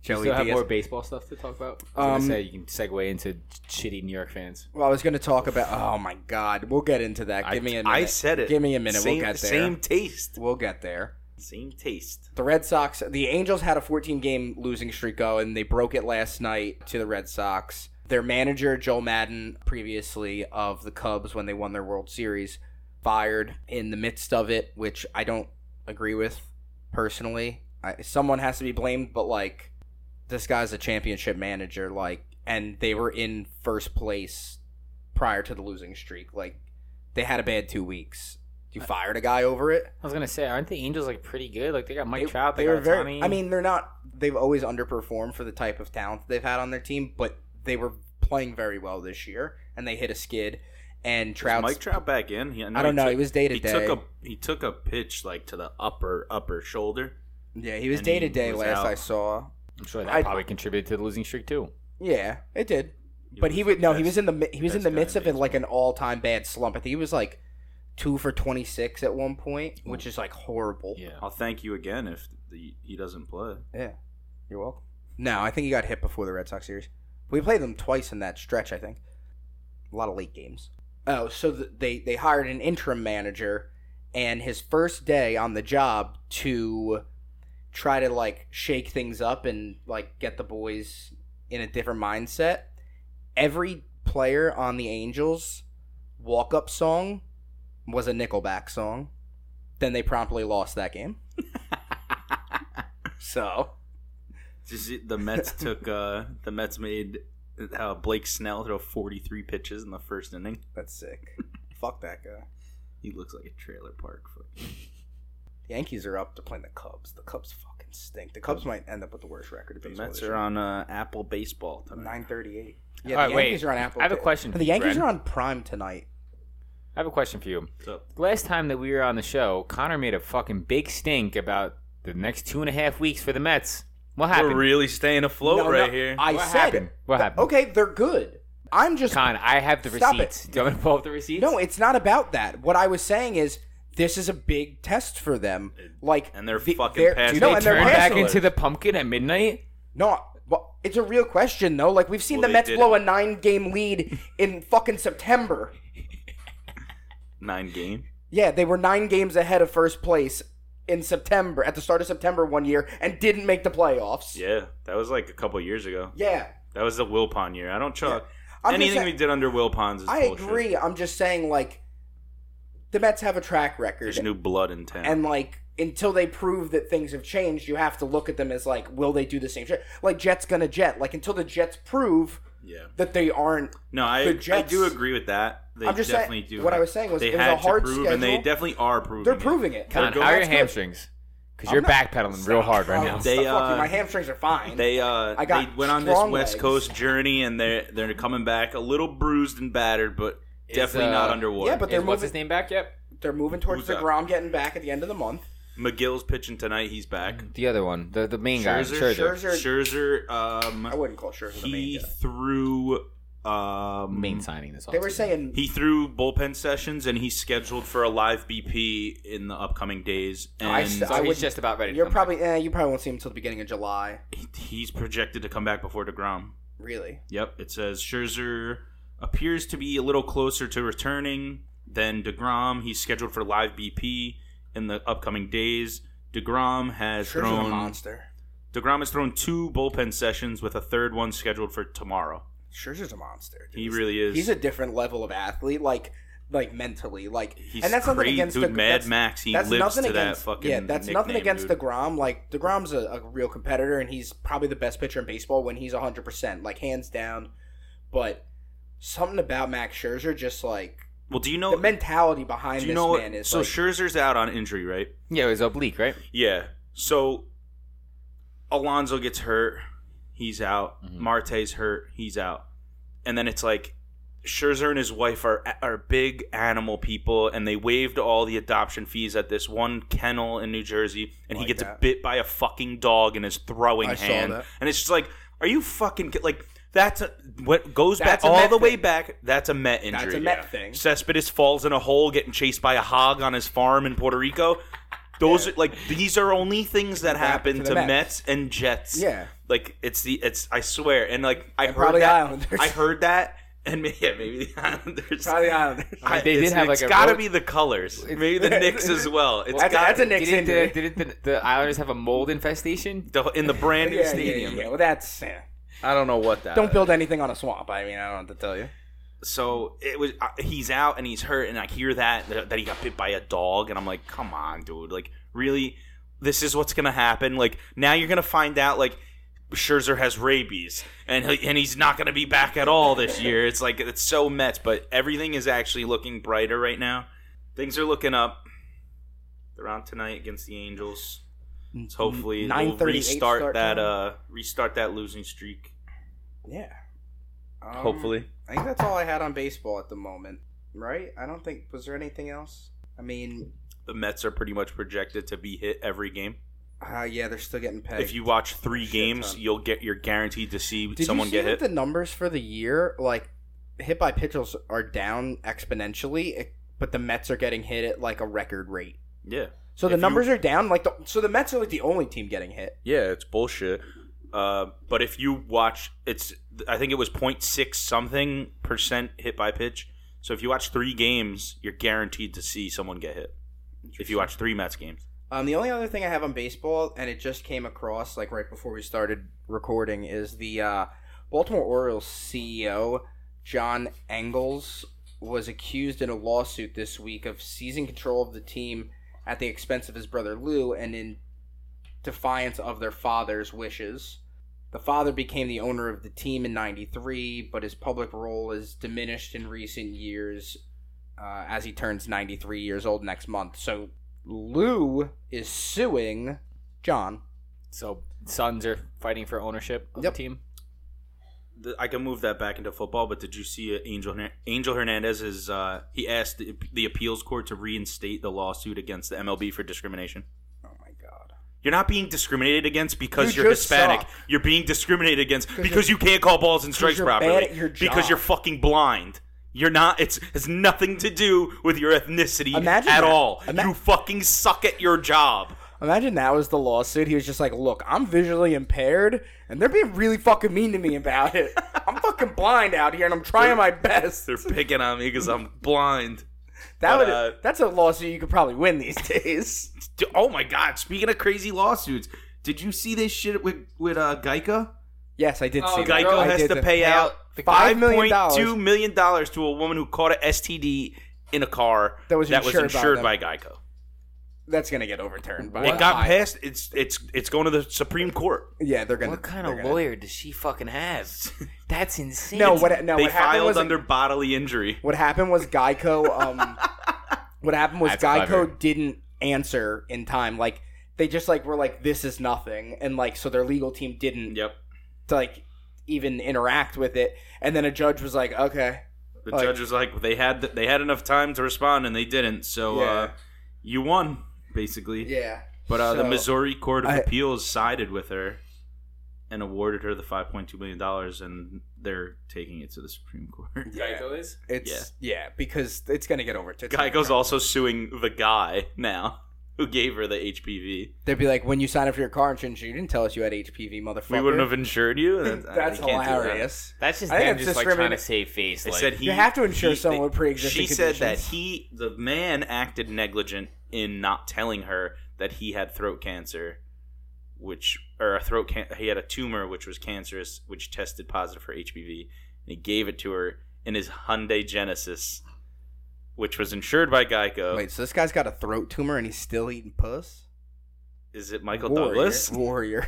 Speaker 1: Joey
Speaker 3: still have
Speaker 1: Diaz.
Speaker 3: more baseball stuff to talk about? I
Speaker 1: Um,
Speaker 3: was gonna say you can segue into shitty New York fans.
Speaker 1: Well, I was gonna talk about. Oh my God, we'll get into that. Give me a minute.
Speaker 2: I said it.
Speaker 1: Give me a minute.
Speaker 2: Same,
Speaker 1: we'll get there.
Speaker 2: Same taste.
Speaker 1: We'll get there.
Speaker 2: Same taste.
Speaker 1: The Red Sox, the Angels had a 14 game losing streak go, and they broke it last night to the Red Sox. Their manager, Joel Madden, previously of the Cubs when they won their World Series, fired in the midst of it, which I don't agree with personally. I, someone has to be blamed, but like this guy's a championship manager, like, and they were in first place prior to the losing streak. Like, they had a bad two weeks. You fired a guy over it.
Speaker 3: I was gonna say, aren't the Angels like pretty good? Like they got Mike
Speaker 1: They-
Speaker 3: Trout, they,
Speaker 1: they were
Speaker 3: got
Speaker 1: very.
Speaker 3: Otani.
Speaker 1: I mean, they're not. They've always underperformed for the type of talent they've had on their team, but they were playing very well this year, and they hit a skid. And Trout,
Speaker 2: Mike Trout back in. He,
Speaker 1: I don't know.
Speaker 2: He
Speaker 1: He
Speaker 2: took,
Speaker 1: was day to
Speaker 2: he took
Speaker 1: day.
Speaker 2: a he took a pitch like to the upper upper shoulder.
Speaker 1: Yeah, he was
Speaker 2: and he
Speaker 1: day to day
Speaker 2: was
Speaker 1: last
Speaker 2: out.
Speaker 1: I saw.
Speaker 3: I'm sure that
Speaker 1: I-
Speaker 3: probably contributed to the losing streak too.
Speaker 1: Yeah, it did. but he
Speaker 2: was
Speaker 1: would no.
Speaker 2: the
Speaker 1: He was
Speaker 2: best-
Speaker 1: in the mi- he was in
Speaker 2: best
Speaker 1: the
Speaker 2: guy
Speaker 1: midst
Speaker 2: in
Speaker 1: of it like an all time bad slump. I think he was like two for twenty six at one point, which is like horrible.
Speaker 3: Yeah.
Speaker 2: I'll thank you again if the, he doesn't play.
Speaker 1: You're welcome. No, I think he got hit before the Red Sox series. We played them twice in that stretch, I think. A lot of late games. Oh, so th- they they hired an interim manager and his first day on the job to try to like shake things up and like get the boys in a different mindset. Every player on the Angels walk up song was a Nickelback song. Then they promptly lost that game. [laughs] So
Speaker 2: Just it-
Speaker 1: [laughs]
Speaker 2: the Mets took uh the Mets made uh, Blake Snell throw 43 pitches in the first inning.
Speaker 1: That's sick. [laughs] Fuck that guy.
Speaker 2: He looks like a trailer park. fuck.
Speaker 1: The Yankees are up. They're playing the Cubs. The Cubs fucking stink. The Cubs might end up with the worst record. of
Speaker 2: The
Speaker 1: baseball
Speaker 2: Mets
Speaker 1: this
Speaker 2: are on uh, Apple Baseball
Speaker 1: year.
Speaker 2: tonight.
Speaker 1: 938.
Speaker 3: All
Speaker 1: Yeah,
Speaker 3: right,
Speaker 1: the
Speaker 3: wait.
Speaker 1: Yankees are on Apple.
Speaker 3: I have a
Speaker 1: Pay-
Speaker 3: question for
Speaker 1: The
Speaker 3: you,
Speaker 1: Yankees
Speaker 3: Brad.
Speaker 1: are on Prime tonight.
Speaker 3: I have a question for you.
Speaker 2: So
Speaker 3: Last time that we were on the show, Connor made a fucking big stink about the next two and a half weeks for the Mets. What happened?
Speaker 2: we're really staying afloat
Speaker 1: No, no,
Speaker 2: right here.
Speaker 1: I
Speaker 3: Oh, what
Speaker 1: said
Speaker 3: happened? What happened?
Speaker 1: Okay, they're good. I'm just
Speaker 3: Con, I have the
Speaker 1: Stop it.
Speaker 3: receipts. Do you want me to pull up the receipts?
Speaker 1: no. It's not about that. What I was saying is this is a big test for them. Like
Speaker 2: And they're
Speaker 1: the-
Speaker 2: fucking passing
Speaker 1: dude,
Speaker 3: they
Speaker 1: No, and they're
Speaker 3: turn back
Speaker 1: passing.
Speaker 3: into the pumpkin at midnight.
Speaker 1: No, well, it's a real question though. Like we've seen the
Speaker 2: Well, they
Speaker 1: Mets
Speaker 2: did
Speaker 1: blow a nine-game lead in fucking September.
Speaker 2: Nine game.
Speaker 1: Yeah, they were nine games ahead of first place in September at the start of September one year and didn't make the playoffs.
Speaker 2: Yeah, that was like a couple years ago.
Speaker 1: Yeah,
Speaker 2: That was the Wilpon year. I don't chalk
Speaker 1: I'm just
Speaker 2: anything
Speaker 1: saying-
Speaker 2: we did under Wilpons is
Speaker 1: I
Speaker 2: bullshit.
Speaker 1: agree. I'm just saying, like, the Mets have a track
Speaker 2: There's
Speaker 1: record,
Speaker 2: new blood in town.
Speaker 1: and like until they prove that things have changed, you have to look at them as like, will they do the same shit? Like Jets gonna Jet. Like until the Jets prove
Speaker 2: yeah.
Speaker 1: that they aren't.
Speaker 2: No, I,
Speaker 1: The
Speaker 2: I
Speaker 1: Jets-
Speaker 2: do agree with that. They
Speaker 1: I'm just
Speaker 2: definitely
Speaker 1: saying-
Speaker 2: do.
Speaker 1: what I
Speaker 2: have-
Speaker 1: was saying was
Speaker 2: they
Speaker 1: it was
Speaker 2: had
Speaker 1: a hard
Speaker 2: to prove, and they
Speaker 1: schedule.
Speaker 2: definitely are proving.
Speaker 1: They're
Speaker 2: it.
Speaker 1: proving it.
Speaker 3: Con,
Speaker 2: going-
Speaker 3: how are your
Speaker 1: That's good.
Speaker 3: hamstrings? Because
Speaker 1: I'm
Speaker 3: your
Speaker 1: not-
Speaker 3: back pedaling real hard right now.
Speaker 1: Stop
Speaker 2: They,
Speaker 1: fucking-
Speaker 2: uh,
Speaker 1: oh, my hamstrings are fine.
Speaker 2: They uh,
Speaker 1: I got
Speaker 2: they went on this
Speaker 1: strong
Speaker 2: West
Speaker 1: legs.
Speaker 2: Coast journey, and they're they're coming back a little bruised and battered, but
Speaker 3: Is,
Speaker 2: definitely not
Speaker 3: uh,
Speaker 2: underwater.
Speaker 1: yeah, but they're
Speaker 3: Is, what's
Speaker 1: moving.
Speaker 3: his name back? Yep.
Speaker 1: They're moving towards
Speaker 2: Who's
Speaker 1: the
Speaker 2: that?
Speaker 1: Grom getting back at the end of the month.
Speaker 2: McGill's pitching tonight. He's back.
Speaker 3: The other one, the the main
Speaker 2: Scherzer,
Speaker 3: guy, Scherzer.
Speaker 1: Scherzer,
Speaker 2: Scherzer,
Speaker 1: I
Speaker 2: um,
Speaker 1: wouldn't call Scherzer the main
Speaker 2: he
Speaker 1: guy.
Speaker 2: threw um,
Speaker 3: main signing this.
Speaker 1: They were
Speaker 3: offseason.
Speaker 1: saying
Speaker 2: He threw bullpen sessions, and he's scheduled for a live BP in the upcoming days. And
Speaker 1: I s-
Speaker 3: so.
Speaker 1: I
Speaker 3: he's
Speaker 1: wouldn't-
Speaker 3: just about ready. to
Speaker 1: You're
Speaker 3: come back.
Speaker 1: probably eh, you probably won't see him until the beginning of July.
Speaker 2: he- he's projected to come back before Degrom.
Speaker 1: Really?
Speaker 2: Yep, it says Scherzer appears to be a little closer to returning than Degrom. He's scheduled for live BP in the upcoming days. Degrom has
Speaker 1: Scherzer's a
Speaker 2: thrown
Speaker 1: monster.
Speaker 2: Degrom has thrown two bullpen sessions with a third one scheduled for tomorrow.
Speaker 1: Scherzer's a monster. dude.
Speaker 2: He really is.
Speaker 1: He's a different level of athlete, like like mentally, like
Speaker 2: he's
Speaker 1: and that's
Speaker 2: crazy,
Speaker 1: nothing against
Speaker 2: dude.
Speaker 1: the
Speaker 2: Mad
Speaker 1: that's,
Speaker 2: Max. He
Speaker 1: that's
Speaker 2: lives to
Speaker 1: nothing against
Speaker 2: that fucking.
Speaker 1: yeah. That's nothing
Speaker 2: nickname,
Speaker 1: against
Speaker 2: dude.
Speaker 1: Degrom. Like Degrom's a, a real competitor, and he's probably the best pitcher in baseball when he's hundred percent, like hands down. But something about Max Scherzer, just like
Speaker 2: Well, do you
Speaker 1: the
Speaker 2: know?
Speaker 1: mentality behind
Speaker 2: Do
Speaker 1: this
Speaker 2: you know?
Speaker 1: man
Speaker 2: What,
Speaker 1: is
Speaker 2: so
Speaker 1: like,
Speaker 2: Scherzer's out on injury, right?
Speaker 3: yeah, it was oblique, right?
Speaker 2: Yeah. So Alonzo gets hurt, he's out.
Speaker 1: Mm-hmm.
Speaker 3: Mhm.
Speaker 2: Marte's hurt, he's out. And then it's like Scherzer and his wife are are big animal people, and they waived all the adoption fees at this one kennel in New Jersey, and
Speaker 1: Like
Speaker 2: he gets
Speaker 1: that.
Speaker 2: bit by a fucking dog in his throwing
Speaker 1: I saw
Speaker 2: hand,
Speaker 1: that.
Speaker 2: and it's just like, are you fucking ki- like? That's a, what goes
Speaker 1: That's a
Speaker 2: back all
Speaker 1: Met
Speaker 2: the way
Speaker 1: thing.
Speaker 2: back. That's a Met injury.
Speaker 1: That's a Met thing.
Speaker 2: Cespedes falls in a hole, getting chased by a hog on his farm in Puerto Rico. Those are like these are only things that happen
Speaker 1: to
Speaker 2: to,
Speaker 1: the Mets.
Speaker 2: Mets. and Jets.
Speaker 1: Yeah.
Speaker 2: like it's the it's I swear, and like I heard
Speaker 1: probably
Speaker 2: that
Speaker 1: Islanders.
Speaker 2: I heard that, and maybe, [laughs] yeah, maybe the
Speaker 1: [laughs]
Speaker 2: Islanders.
Speaker 1: probably Islanders.
Speaker 2: [laughs] I,
Speaker 3: They did
Speaker 2: it's-
Speaker 3: have, like,
Speaker 2: it's
Speaker 3: a
Speaker 2: gotta
Speaker 3: road-
Speaker 2: be the colors.
Speaker 1: [laughs]
Speaker 2: Maybe the Knicks as well. It's
Speaker 1: That's, a-
Speaker 2: got
Speaker 1: that's a Knicks
Speaker 3: Didn't,
Speaker 2: [laughs]
Speaker 1: injury.
Speaker 3: the, didn't the, the Islanders have a mold infestation?
Speaker 2: the, in the brand new
Speaker 1: Yeah, yeah,
Speaker 2: stadium. Uh,
Speaker 1: yeah, Well, that's yeah.
Speaker 2: I don't know what that.
Speaker 1: Don't build anything on a swamp. I mean, I don't know what to tell you.
Speaker 2: So it was. Uh, he's out and he's hurt, and I hear that that he got bit by a dog, and I'm like, come on, dude. Like, really, this is what's gonna happen. Like, now you're gonna find out. Like, Scherzer has rabies, and he, and he's not gonna be back at all this year. It's like it's so Mets, but everything is actually looking brighter right now. Things are looking up. They're on tonight against the Angels. So Mm, hopefully they'll
Speaker 1: 9:38
Speaker 2: restart
Speaker 1: Mm, start
Speaker 2: that
Speaker 1: time.
Speaker 2: uh restart that losing streak.
Speaker 1: Yeah. Um,
Speaker 2: hopefully.
Speaker 1: I think that's all I had on baseball at the moment, right? I don't think was there anything else. I mean,
Speaker 2: The Mets are pretty much projected to be hit every game.
Speaker 1: uh, yeah, they're still getting paid.
Speaker 2: If you watch three
Speaker 1: Shit
Speaker 2: games,
Speaker 1: ton.
Speaker 2: you'll get you're guaranteed to see
Speaker 1: Did
Speaker 2: someone
Speaker 1: you see
Speaker 2: get hit.
Speaker 1: that the numbers for the year, like hit by pitchers, are down exponentially, it- but the Mets are getting hit at like a record rate.
Speaker 2: yeah.
Speaker 1: So the
Speaker 2: If you-
Speaker 1: numbers are down. Like the, so, the Mets are like the only team getting hit.
Speaker 2: Yeah, it's bullshit. Uh, but if you watch, it's I think it was 0.6 something percent hit by pitch. So if you watch three games, you're guaranteed to see someone get hit. If you watch three Mets games,
Speaker 1: Um, the only other thing I have on baseball, and it just came across like right before we started recording, is the uh, Baltimore Orioles CEO John Engels was accused in a lawsuit this week of seizing control of the team at the expense of his brother Lou, and in defiance of their father's wishes. The father became the owner of the team in '93, but his public role is diminished in recent years uh, as he turns 93 years old next month. So Lou is suing John.
Speaker 3: So sons are fighting for ownership of
Speaker 1: Yep.
Speaker 3: the team.
Speaker 2: Th- I can move that back into football. But did you see uh, Angel Hern- Angel Hernandez is uh, he asked the, the appeals court to reinstate the lawsuit against the MLB for discrimination?
Speaker 1: Oh my god.
Speaker 2: You're not being discriminated against because
Speaker 1: You
Speaker 2: you are
Speaker 1: just
Speaker 2: Hispanic.
Speaker 1: suck.
Speaker 2: You're being discriminated against because
Speaker 1: you're-
Speaker 2: you can't call balls and strikes
Speaker 1: you're
Speaker 2: properly.
Speaker 1: bad at your
Speaker 2: Because
Speaker 1: job.
Speaker 2: you're fucking blind. You're not. It's has nothing to do with your ethnicity
Speaker 1: Imagine
Speaker 2: at
Speaker 1: that.
Speaker 2: all.
Speaker 1: Ima-
Speaker 2: you fucking suck at your job.
Speaker 1: Imagine that was the lawsuit. He was just like, "Look, I'm visually impaired, and they're being really fucking mean to me about it. I'm fucking blind out here, and I'm trying my best."
Speaker 2: They're picking on me because I'm blind.
Speaker 1: That would
Speaker 2: uh,
Speaker 1: that's a lawsuit you could probably win these [laughs] days.
Speaker 2: D- Oh my god! Speaking of crazy lawsuits, did you see this shit with with uh, Geico?
Speaker 1: Yes, I did see. that.
Speaker 2: Geico
Speaker 1: I
Speaker 2: has
Speaker 1: did
Speaker 2: to
Speaker 1: see-
Speaker 2: pay out
Speaker 3: the
Speaker 1: five
Speaker 2: five
Speaker 1: million
Speaker 2: point
Speaker 1: dollars.
Speaker 2: two million dollars to a woman who caught an STD in a car
Speaker 1: That was insured by
Speaker 2: insured
Speaker 1: them.
Speaker 2: by, Geico.
Speaker 1: That's gonna get overturned. By
Speaker 2: It got
Speaker 1: I-
Speaker 2: passed. It's it's it's going to the Supreme Court.
Speaker 1: Yeah, they're gonna.
Speaker 3: What kind
Speaker 1: they're
Speaker 3: of
Speaker 1: gonna-
Speaker 3: lawyer does she
Speaker 1: [laughs]
Speaker 3: fucking have? That's insane.
Speaker 1: No, what? No,
Speaker 2: they
Speaker 1: what happened
Speaker 2: filed
Speaker 1: was
Speaker 2: under bodily injury.
Speaker 1: What happened was Geico.
Speaker 2: [laughs]
Speaker 1: Um, what happened was
Speaker 3: That's
Speaker 1: Geico
Speaker 3: clever.
Speaker 1: didn't answer in time. Like they just like were like, "This is nothing," and like so their legal team didn't
Speaker 2: Yep.
Speaker 1: like even interact with it. And then a judge was like, "Okay,
Speaker 2: The
Speaker 1: Like-
Speaker 2: judge was like, they had they had enough time to respond, and they didn't. So uh,
Speaker 1: Yeah.
Speaker 2: you won, basically.
Speaker 1: yeah."
Speaker 2: But uh, the
Speaker 1: So-
Speaker 2: Missouri Court of
Speaker 1: I-
Speaker 2: Appeals sided with her and awarded her the five point two million dollars, and they're taking it to the Supreme Court. [laughs]
Speaker 1: Yeah.
Speaker 3: is.
Speaker 1: It's yeah. because it's gonna get over to
Speaker 2: Geico's also suing the guy now who gave her the HPV.
Speaker 1: They'd be like, when you sign up for your car insurance, you didn't tell us you had HPV, motherfucker.
Speaker 2: We wouldn't have
Speaker 1: [laughs]
Speaker 2: insured you. And that-
Speaker 1: That's
Speaker 2: you can't do that.
Speaker 1: hilarious.
Speaker 3: That's just
Speaker 1: I think
Speaker 3: them
Speaker 1: it's
Speaker 3: just like trying to
Speaker 1: discriminate-
Speaker 3: save face.
Speaker 2: They
Speaker 3: like,
Speaker 2: said he,
Speaker 1: You have to insure
Speaker 2: he-
Speaker 1: someone with pre-existing
Speaker 2: She said that
Speaker 1: conditions.
Speaker 2: he, the man, acted negligent in not telling her that he had throat cancer, which or a throat can- he had a tumor which was cancerous, which tested positive for HPV, and he gave it to her in his Hyundai Genesis, which was insured by Geico.
Speaker 1: Wait, so this guy's got a throat tumor and he's still eating puss?
Speaker 2: Is it Michael
Speaker 1: warrior, [laughs]
Speaker 2: Douglas?
Speaker 1: Warrior.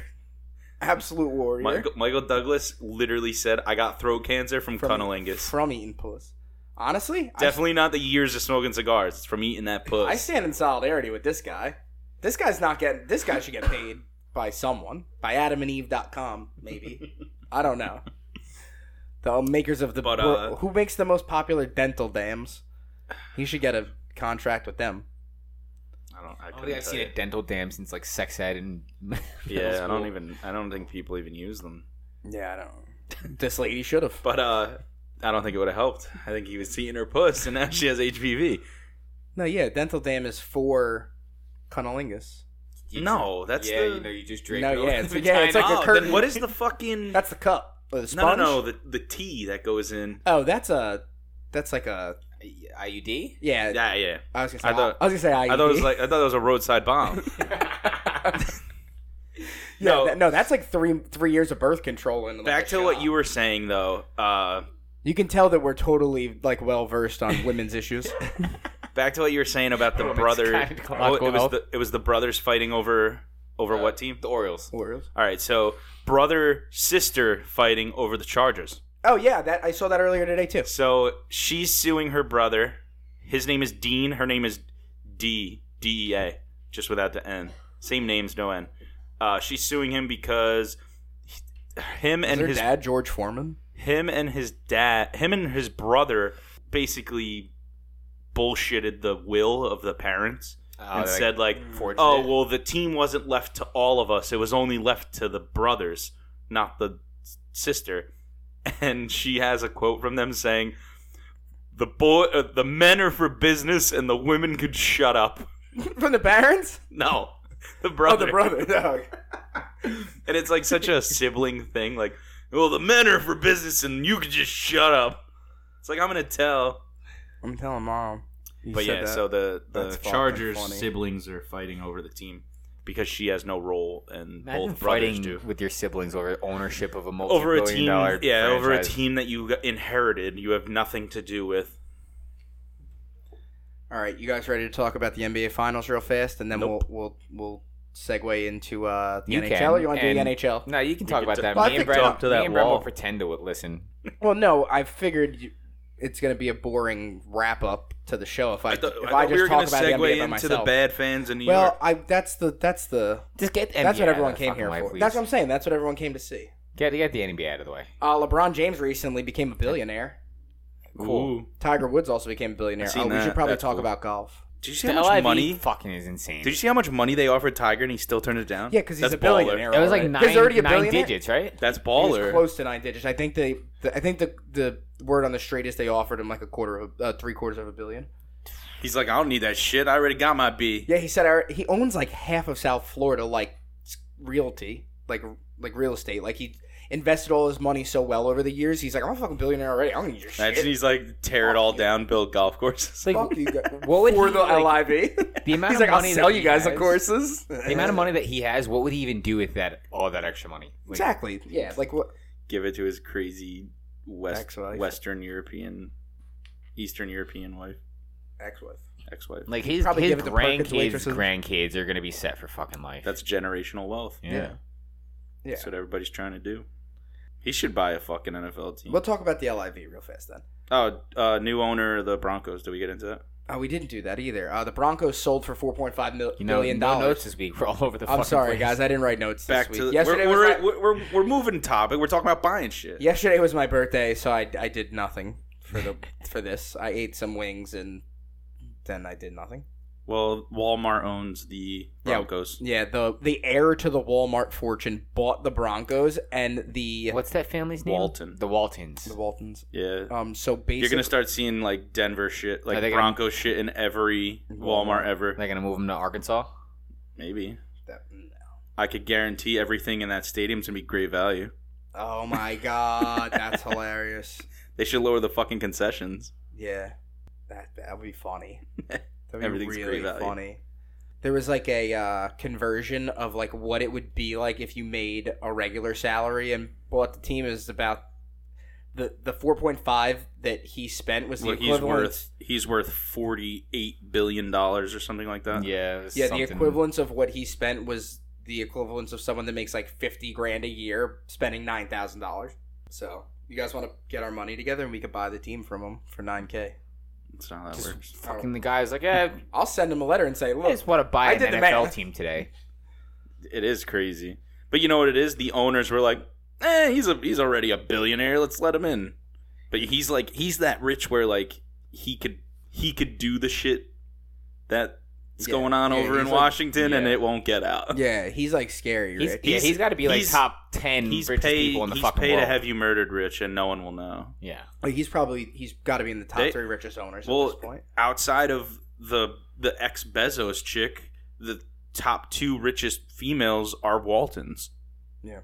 Speaker 1: Absolute warrior.
Speaker 2: Michael, Michael Douglas literally said, "I got throat cancer from, cunnilingus."
Speaker 1: From eating puss. Honestly, I-
Speaker 2: Definitely not the years of smoking cigars. It's from eating that puss.
Speaker 1: I, stand in solidarity with this guy. This guy's not getting. This guy should get paid [laughs] by someone. By AdamandEve.com,
Speaker 2: [laughs]
Speaker 1: maybe. I don't know. The makers of the
Speaker 2: But, uh,
Speaker 1: who makes the most popular dental dams. He should get a contract with them.
Speaker 2: I don't.
Speaker 3: I
Speaker 2: I
Speaker 3: don't think
Speaker 2: couldn't
Speaker 3: I've
Speaker 2: tell
Speaker 3: seen
Speaker 2: you.
Speaker 3: a dental dam since like sex ed and [laughs] middle
Speaker 2: Yeah, I
Speaker 3: school.
Speaker 2: don't even. I don't think people even use them.
Speaker 1: Yeah, I don't. This lady should have.
Speaker 2: But uh, I don't think it would have helped. I think he was eating her puss, and now she has HPV.
Speaker 1: No, yeah, dental dam is for cunnilingus.
Speaker 3: You
Speaker 2: no,
Speaker 3: just-
Speaker 2: that's
Speaker 3: yeah.
Speaker 2: the.
Speaker 3: You know, you just drink.
Speaker 1: No,
Speaker 3: it over [laughs]
Speaker 1: yeah,
Speaker 3: the
Speaker 1: it's- yeah, it's like
Speaker 3: vagina.
Speaker 1: a
Speaker 2: oh,
Speaker 1: curtain.
Speaker 2: then what is the fucking?
Speaker 1: That's the cup. Or the
Speaker 2: no, no,
Speaker 1: sponge.
Speaker 2: no. The the tea that goes in.
Speaker 1: Oh, that's a. That's like a.
Speaker 3: Oh, IUD.
Speaker 2: [laughs]
Speaker 3: [laughs]
Speaker 1: Yeah,
Speaker 2: Yeah, yeah.
Speaker 1: I was gonna say.
Speaker 2: I
Speaker 1: I, E [laughs]
Speaker 2: thought-
Speaker 1: was gonna say. [laughs]
Speaker 2: I thought it was like I thought it was a roadside bomb.
Speaker 1: no,
Speaker 2: No.
Speaker 1: that- no, that's like three three years of birth control. And like,
Speaker 2: Back
Speaker 1: a
Speaker 2: to what
Speaker 1: shot.
Speaker 2: you were saying though. Uh,
Speaker 1: you can tell that we're totally like well versed on
Speaker 2: [laughs]
Speaker 1: women's issues.
Speaker 2: back to what you were saying about
Speaker 1: [laughs]
Speaker 2: the
Speaker 3: Women's
Speaker 2: brother. Oh,
Speaker 3: gynecological
Speaker 2: it was
Speaker 3: health.
Speaker 2: the it was the brothers fighting over over
Speaker 3: Uh,
Speaker 2: what team?
Speaker 3: The Orioles.
Speaker 1: Warriors.
Speaker 2: All right, so brother sister fighting over the Chargers.
Speaker 1: Oh yeah, that I saw that earlier today too.
Speaker 2: So she's suing her brother. His name is Dean. Her name is D D E A, just without the N. Same names, no N. Uh, she's suing him because he- him
Speaker 1: Is
Speaker 2: and
Speaker 1: her
Speaker 2: his
Speaker 1: dad George Foreman. [laughs]
Speaker 2: him and his dad, him and his brother, basically bullshitted the will of the parents
Speaker 1: Oh,
Speaker 2: and said like,
Speaker 3: Oh,
Speaker 1: "Hmm."
Speaker 3: fortunate.
Speaker 2: "Oh, well, the team wasn't left to all of us; it was only left to the brothers, not the s- sister." [laughs] And she has a quote from them saying, "The boy, uh, the men are for business, and the women could shut up." [laughs]
Speaker 1: From the parents?
Speaker 2: No, the
Speaker 1: Oh,
Speaker 2: brother,
Speaker 1: the brother. [laughs] No.
Speaker 2: [laughs] and it's like such a sibling thing. Like, well, the men are for business, and you could just shut up. It's like I'm gonna tell.
Speaker 1: I'm telling mom. You
Speaker 2: but
Speaker 1: said
Speaker 2: yeah,
Speaker 1: that.
Speaker 2: so the the
Speaker 1: That's fucking
Speaker 2: Chargers
Speaker 1: funny.
Speaker 2: siblings are fighting over the team because she has no role, and
Speaker 3: Imagine
Speaker 2: both brothers
Speaker 3: fighting
Speaker 2: do.
Speaker 3: with your siblings over ownership of a multi-billion
Speaker 2: Over a team, yeah,
Speaker 3: dollar
Speaker 2: over a
Speaker 3: franchise.
Speaker 2: team that you got- inherited, you have nothing to do with.
Speaker 1: all right, you guys ready to talk about the NBA finals real fast, and then
Speaker 2: Nope.
Speaker 1: we'll we'll we'll segue into uh, the
Speaker 3: You
Speaker 1: NHL.
Speaker 3: can,
Speaker 1: or you want to do the
Speaker 3: and-
Speaker 1: NHL?
Speaker 3: No, you can talk
Speaker 2: could
Speaker 3: about
Speaker 2: t-
Speaker 3: that.
Speaker 1: Well, I
Speaker 3: me and
Speaker 1: think
Speaker 3: Brett,
Speaker 2: talk to
Speaker 3: me
Speaker 2: that
Speaker 3: and Brett will
Speaker 2: wall.
Speaker 3: pretend to listen.
Speaker 1: Well, no, I figured you, it's going to be a boring wrap up to the show if I,
Speaker 2: I, thought
Speaker 1: if
Speaker 2: I
Speaker 1: I,
Speaker 2: thought
Speaker 1: just
Speaker 2: we were
Speaker 1: talk
Speaker 2: going to
Speaker 1: about the
Speaker 2: segue
Speaker 1: NBA
Speaker 2: into
Speaker 1: by
Speaker 2: the
Speaker 1: myself.
Speaker 2: bad fans in New
Speaker 1: well,
Speaker 2: York.
Speaker 1: I that's the that's the
Speaker 3: Just get the
Speaker 1: that's
Speaker 3: NBA
Speaker 1: what
Speaker 3: out of
Speaker 1: everyone
Speaker 3: the
Speaker 1: came
Speaker 3: fucking
Speaker 1: here
Speaker 3: way,
Speaker 1: for.
Speaker 3: please.
Speaker 1: That's what I'm saying. That's what everyone came to see.
Speaker 3: Get, get the NBA out of the way.
Speaker 1: Uh, LeBron James recently became a billionaire.
Speaker 3: Cool.
Speaker 2: Ooh.
Speaker 1: Tiger Woods also became a billionaire.
Speaker 2: I've seen
Speaker 1: Oh, we
Speaker 2: that.
Speaker 1: should probably
Speaker 2: That's
Speaker 1: talk
Speaker 2: cool.
Speaker 1: about golf.
Speaker 2: Did you see
Speaker 3: The
Speaker 2: how much
Speaker 3: LIV
Speaker 2: money?
Speaker 3: fucking is insane.
Speaker 2: Did you see how much money they offered Tiger and he still turned it down?
Speaker 1: Yeah, because he's
Speaker 2: That's
Speaker 1: a
Speaker 2: baller.
Speaker 1: billionaire.
Speaker 3: It was like
Speaker 1: already.
Speaker 3: nine,
Speaker 1: He's already a
Speaker 3: nine
Speaker 1: billionaire?
Speaker 3: digits, right?
Speaker 2: That's
Speaker 1: He was
Speaker 2: baller.
Speaker 1: close to nine digits. I think they, the, I think the the word on the street is they offered him like a quarter of uh, three quarters of a billion.
Speaker 2: He's like, I don't need that shit. I already got my B.
Speaker 1: Yeah, he said our, he owns like half of South Florida, like s- realty, like like real estate. Like he invested all his money so well over the years. He's like, I'm a fucking billionaire already. I don't need your
Speaker 2: Imagine
Speaker 1: shit.
Speaker 2: he's like tear it all down, build golf courses. [laughs]
Speaker 3: Like,
Speaker 1: Fuck you guys.
Speaker 3: what would
Speaker 1: For
Speaker 3: he,
Speaker 1: the
Speaker 3: like,
Speaker 1: LIV. [laughs]
Speaker 3: the amount
Speaker 1: He's
Speaker 3: of
Speaker 1: like, I'll
Speaker 3: money
Speaker 1: sell
Speaker 3: that
Speaker 1: you
Speaker 3: he
Speaker 1: guys the
Speaker 3: has-
Speaker 1: courses.
Speaker 3: The amount of money that he has, what would he even do with that all that extra money? Like,
Speaker 1: Exactly. Yeah. Like what?
Speaker 2: Give it to his crazy West
Speaker 1: Ex-wife.
Speaker 2: Western European, Eastern European wife,
Speaker 1: Ex-wife.
Speaker 2: ex-wife.
Speaker 3: Like his,
Speaker 1: Probably
Speaker 3: his
Speaker 1: give it to Perkins
Speaker 3: grandkids,
Speaker 1: waitresses.
Speaker 3: grandkids are gonna be set for fucking life.
Speaker 2: That's generational wealth.
Speaker 3: yeah.
Speaker 1: yeah. Yeah.
Speaker 2: That's what everybody's trying to do. He should buy a fucking NFL team.
Speaker 1: We'll talk about the LIV real fast then.
Speaker 2: Oh, uh, new owner of the Broncos. Did we get into that?
Speaker 1: Oh, we didn't do that either. Uh, the Broncos sold for four point five
Speaker 3: You know,
Speaker 1: million
Speaker 3: no
Speaker 1: dollars.
Speaker 3: notes this week. We're all over the.
Speaker 1: I'm
Speaker 3: fucking
Speaker 1: sorry,
Speaker 3: place.
Speaker 1: guys. I didn't write notes
Speaker 2: Back
Speaker 1: this
Speaker 2: to
Speaker 1: week.
Speaker 2: the,
Speaker 1: yesterday,
Speaker 2: we're,
Speaker 1: was
Speaker 2: we're,
Speaker 1: my,
Speaker 2: we're, we're, we're moving topic. We're talking about buying shit.
Speaker 1: yesterday was my birthday, so I, I did nothing for the for this. I ate some wings and then I did nothing.
Speaker 2: Well, Walmart owns the
Speaker 1: Yeah.
Speaker 2: Broncos.
Speaker 1: Yeah, the the heir to the Walmart fortune bought the Broncos and the
Speaker 3: What's that family's name?
Speaker 2: Walton.
Speaker 3: The Waltons.
Speaker 1: the Waltons.
Speaker 2: Yeah.
Speaker 1: Um, so basically,
Speaker 2: You're gonna start seeing like Denver shit,
Speaker 3: Are
Speaker 2: like
Speaker 3: they gonna-
Speaker 2: Bronco shit in every Walmart ever.
Speaker 3: They're gonna move him to Arkansas.
Speaker 2: Maybe
Speaker 1: that-
Speaker 2: I could guarantee everything in that stadium's gonna be great value.
Speaker 1: oh my god, that's [laughs] hilarious.
Speaker 2: They should lower the fucking concessions.
Speaker 1: Yeah, that that would be
Speaker 2: [laughs]
Speaker 1: funny. That would be
Speaker 2: Everything's
Speaker 1: really
Speaker 2: great value.
Speaker 1: funny. There was like a uh, conversion of like what it would be like if you made a regular salary and bought the team is about the the four point five that he spent was the
Speaker 2: Well, he's
Speaker 1: equivalent.
Speaker 2: worth he's worth forty eight billion dollars or something like that.
Speaker 3: Yeah. it was
Speaker 1: yeah, the
Speaker 3: something-
Speaker 1: equivalence of what he spent was the equivalence of someone that makes like fifty grand a year spending nine thousand dollars. So you guys want to get our money together and we could buy the team from him for nine k.
Speaker 2: That's not how that
Speaker 3: Just
Speaker 2: works.
Speaker 3: fucking the guy's like, yeah,
Speaker 1: I'll send him a letter and say,
Speaker 3: I
Speaker 1: look,
Speaker 3: just want to buy
Speaker 1: I
Speaker 3: an
Speaker 1: did the
Speaker 3: NFL
Speaker 1: math.
Speaker 3: team today.
Speaker 2: It is crazy, but you know what it is? The owners were like, "Eh, he's a he's already a billionaire. Let's let him in." But he's like he's that rich where like he could he could do the shit that's
Speaker 1: Yeah.
Speaker 2: going on
Speaker 1: Yeah,
Speaker 2: over
Speaker 1: he's
Speaker 2: in
Speaker 1: like-
Speaker 2: Washington, and
Speaker 3: yeah.
Speaker 2: it won't get out.
Speaker 1: yeah, he's like scary.
Speaker 3: He's,
Speaker 1: Rick.
Speaker 3: yeah, he's got to be like
Speaker 2: he's-
Speaker 3: top ten
Speaker 2: He's
Speaker 3: richest
Speaker 2: paid.
Speaker 3: people in the
Speaker 2: he's
Speaker 3: fucking
Speaker 2: paid
Speaker 3: world.
Speaker 2: to have you murdered rich, and no one will know.
Speaker 3: yeah.
Speaker 1: Like he's probably he's got to be in the top
Speaker 2: They-
Speaker 1: three richest owners at
Speaker 2: well,
Speaker 1: this point.
Speaker 2: Outside of the the ex Bezos chick, the top two richest females are Waltons.
Speaker 1: Yeah.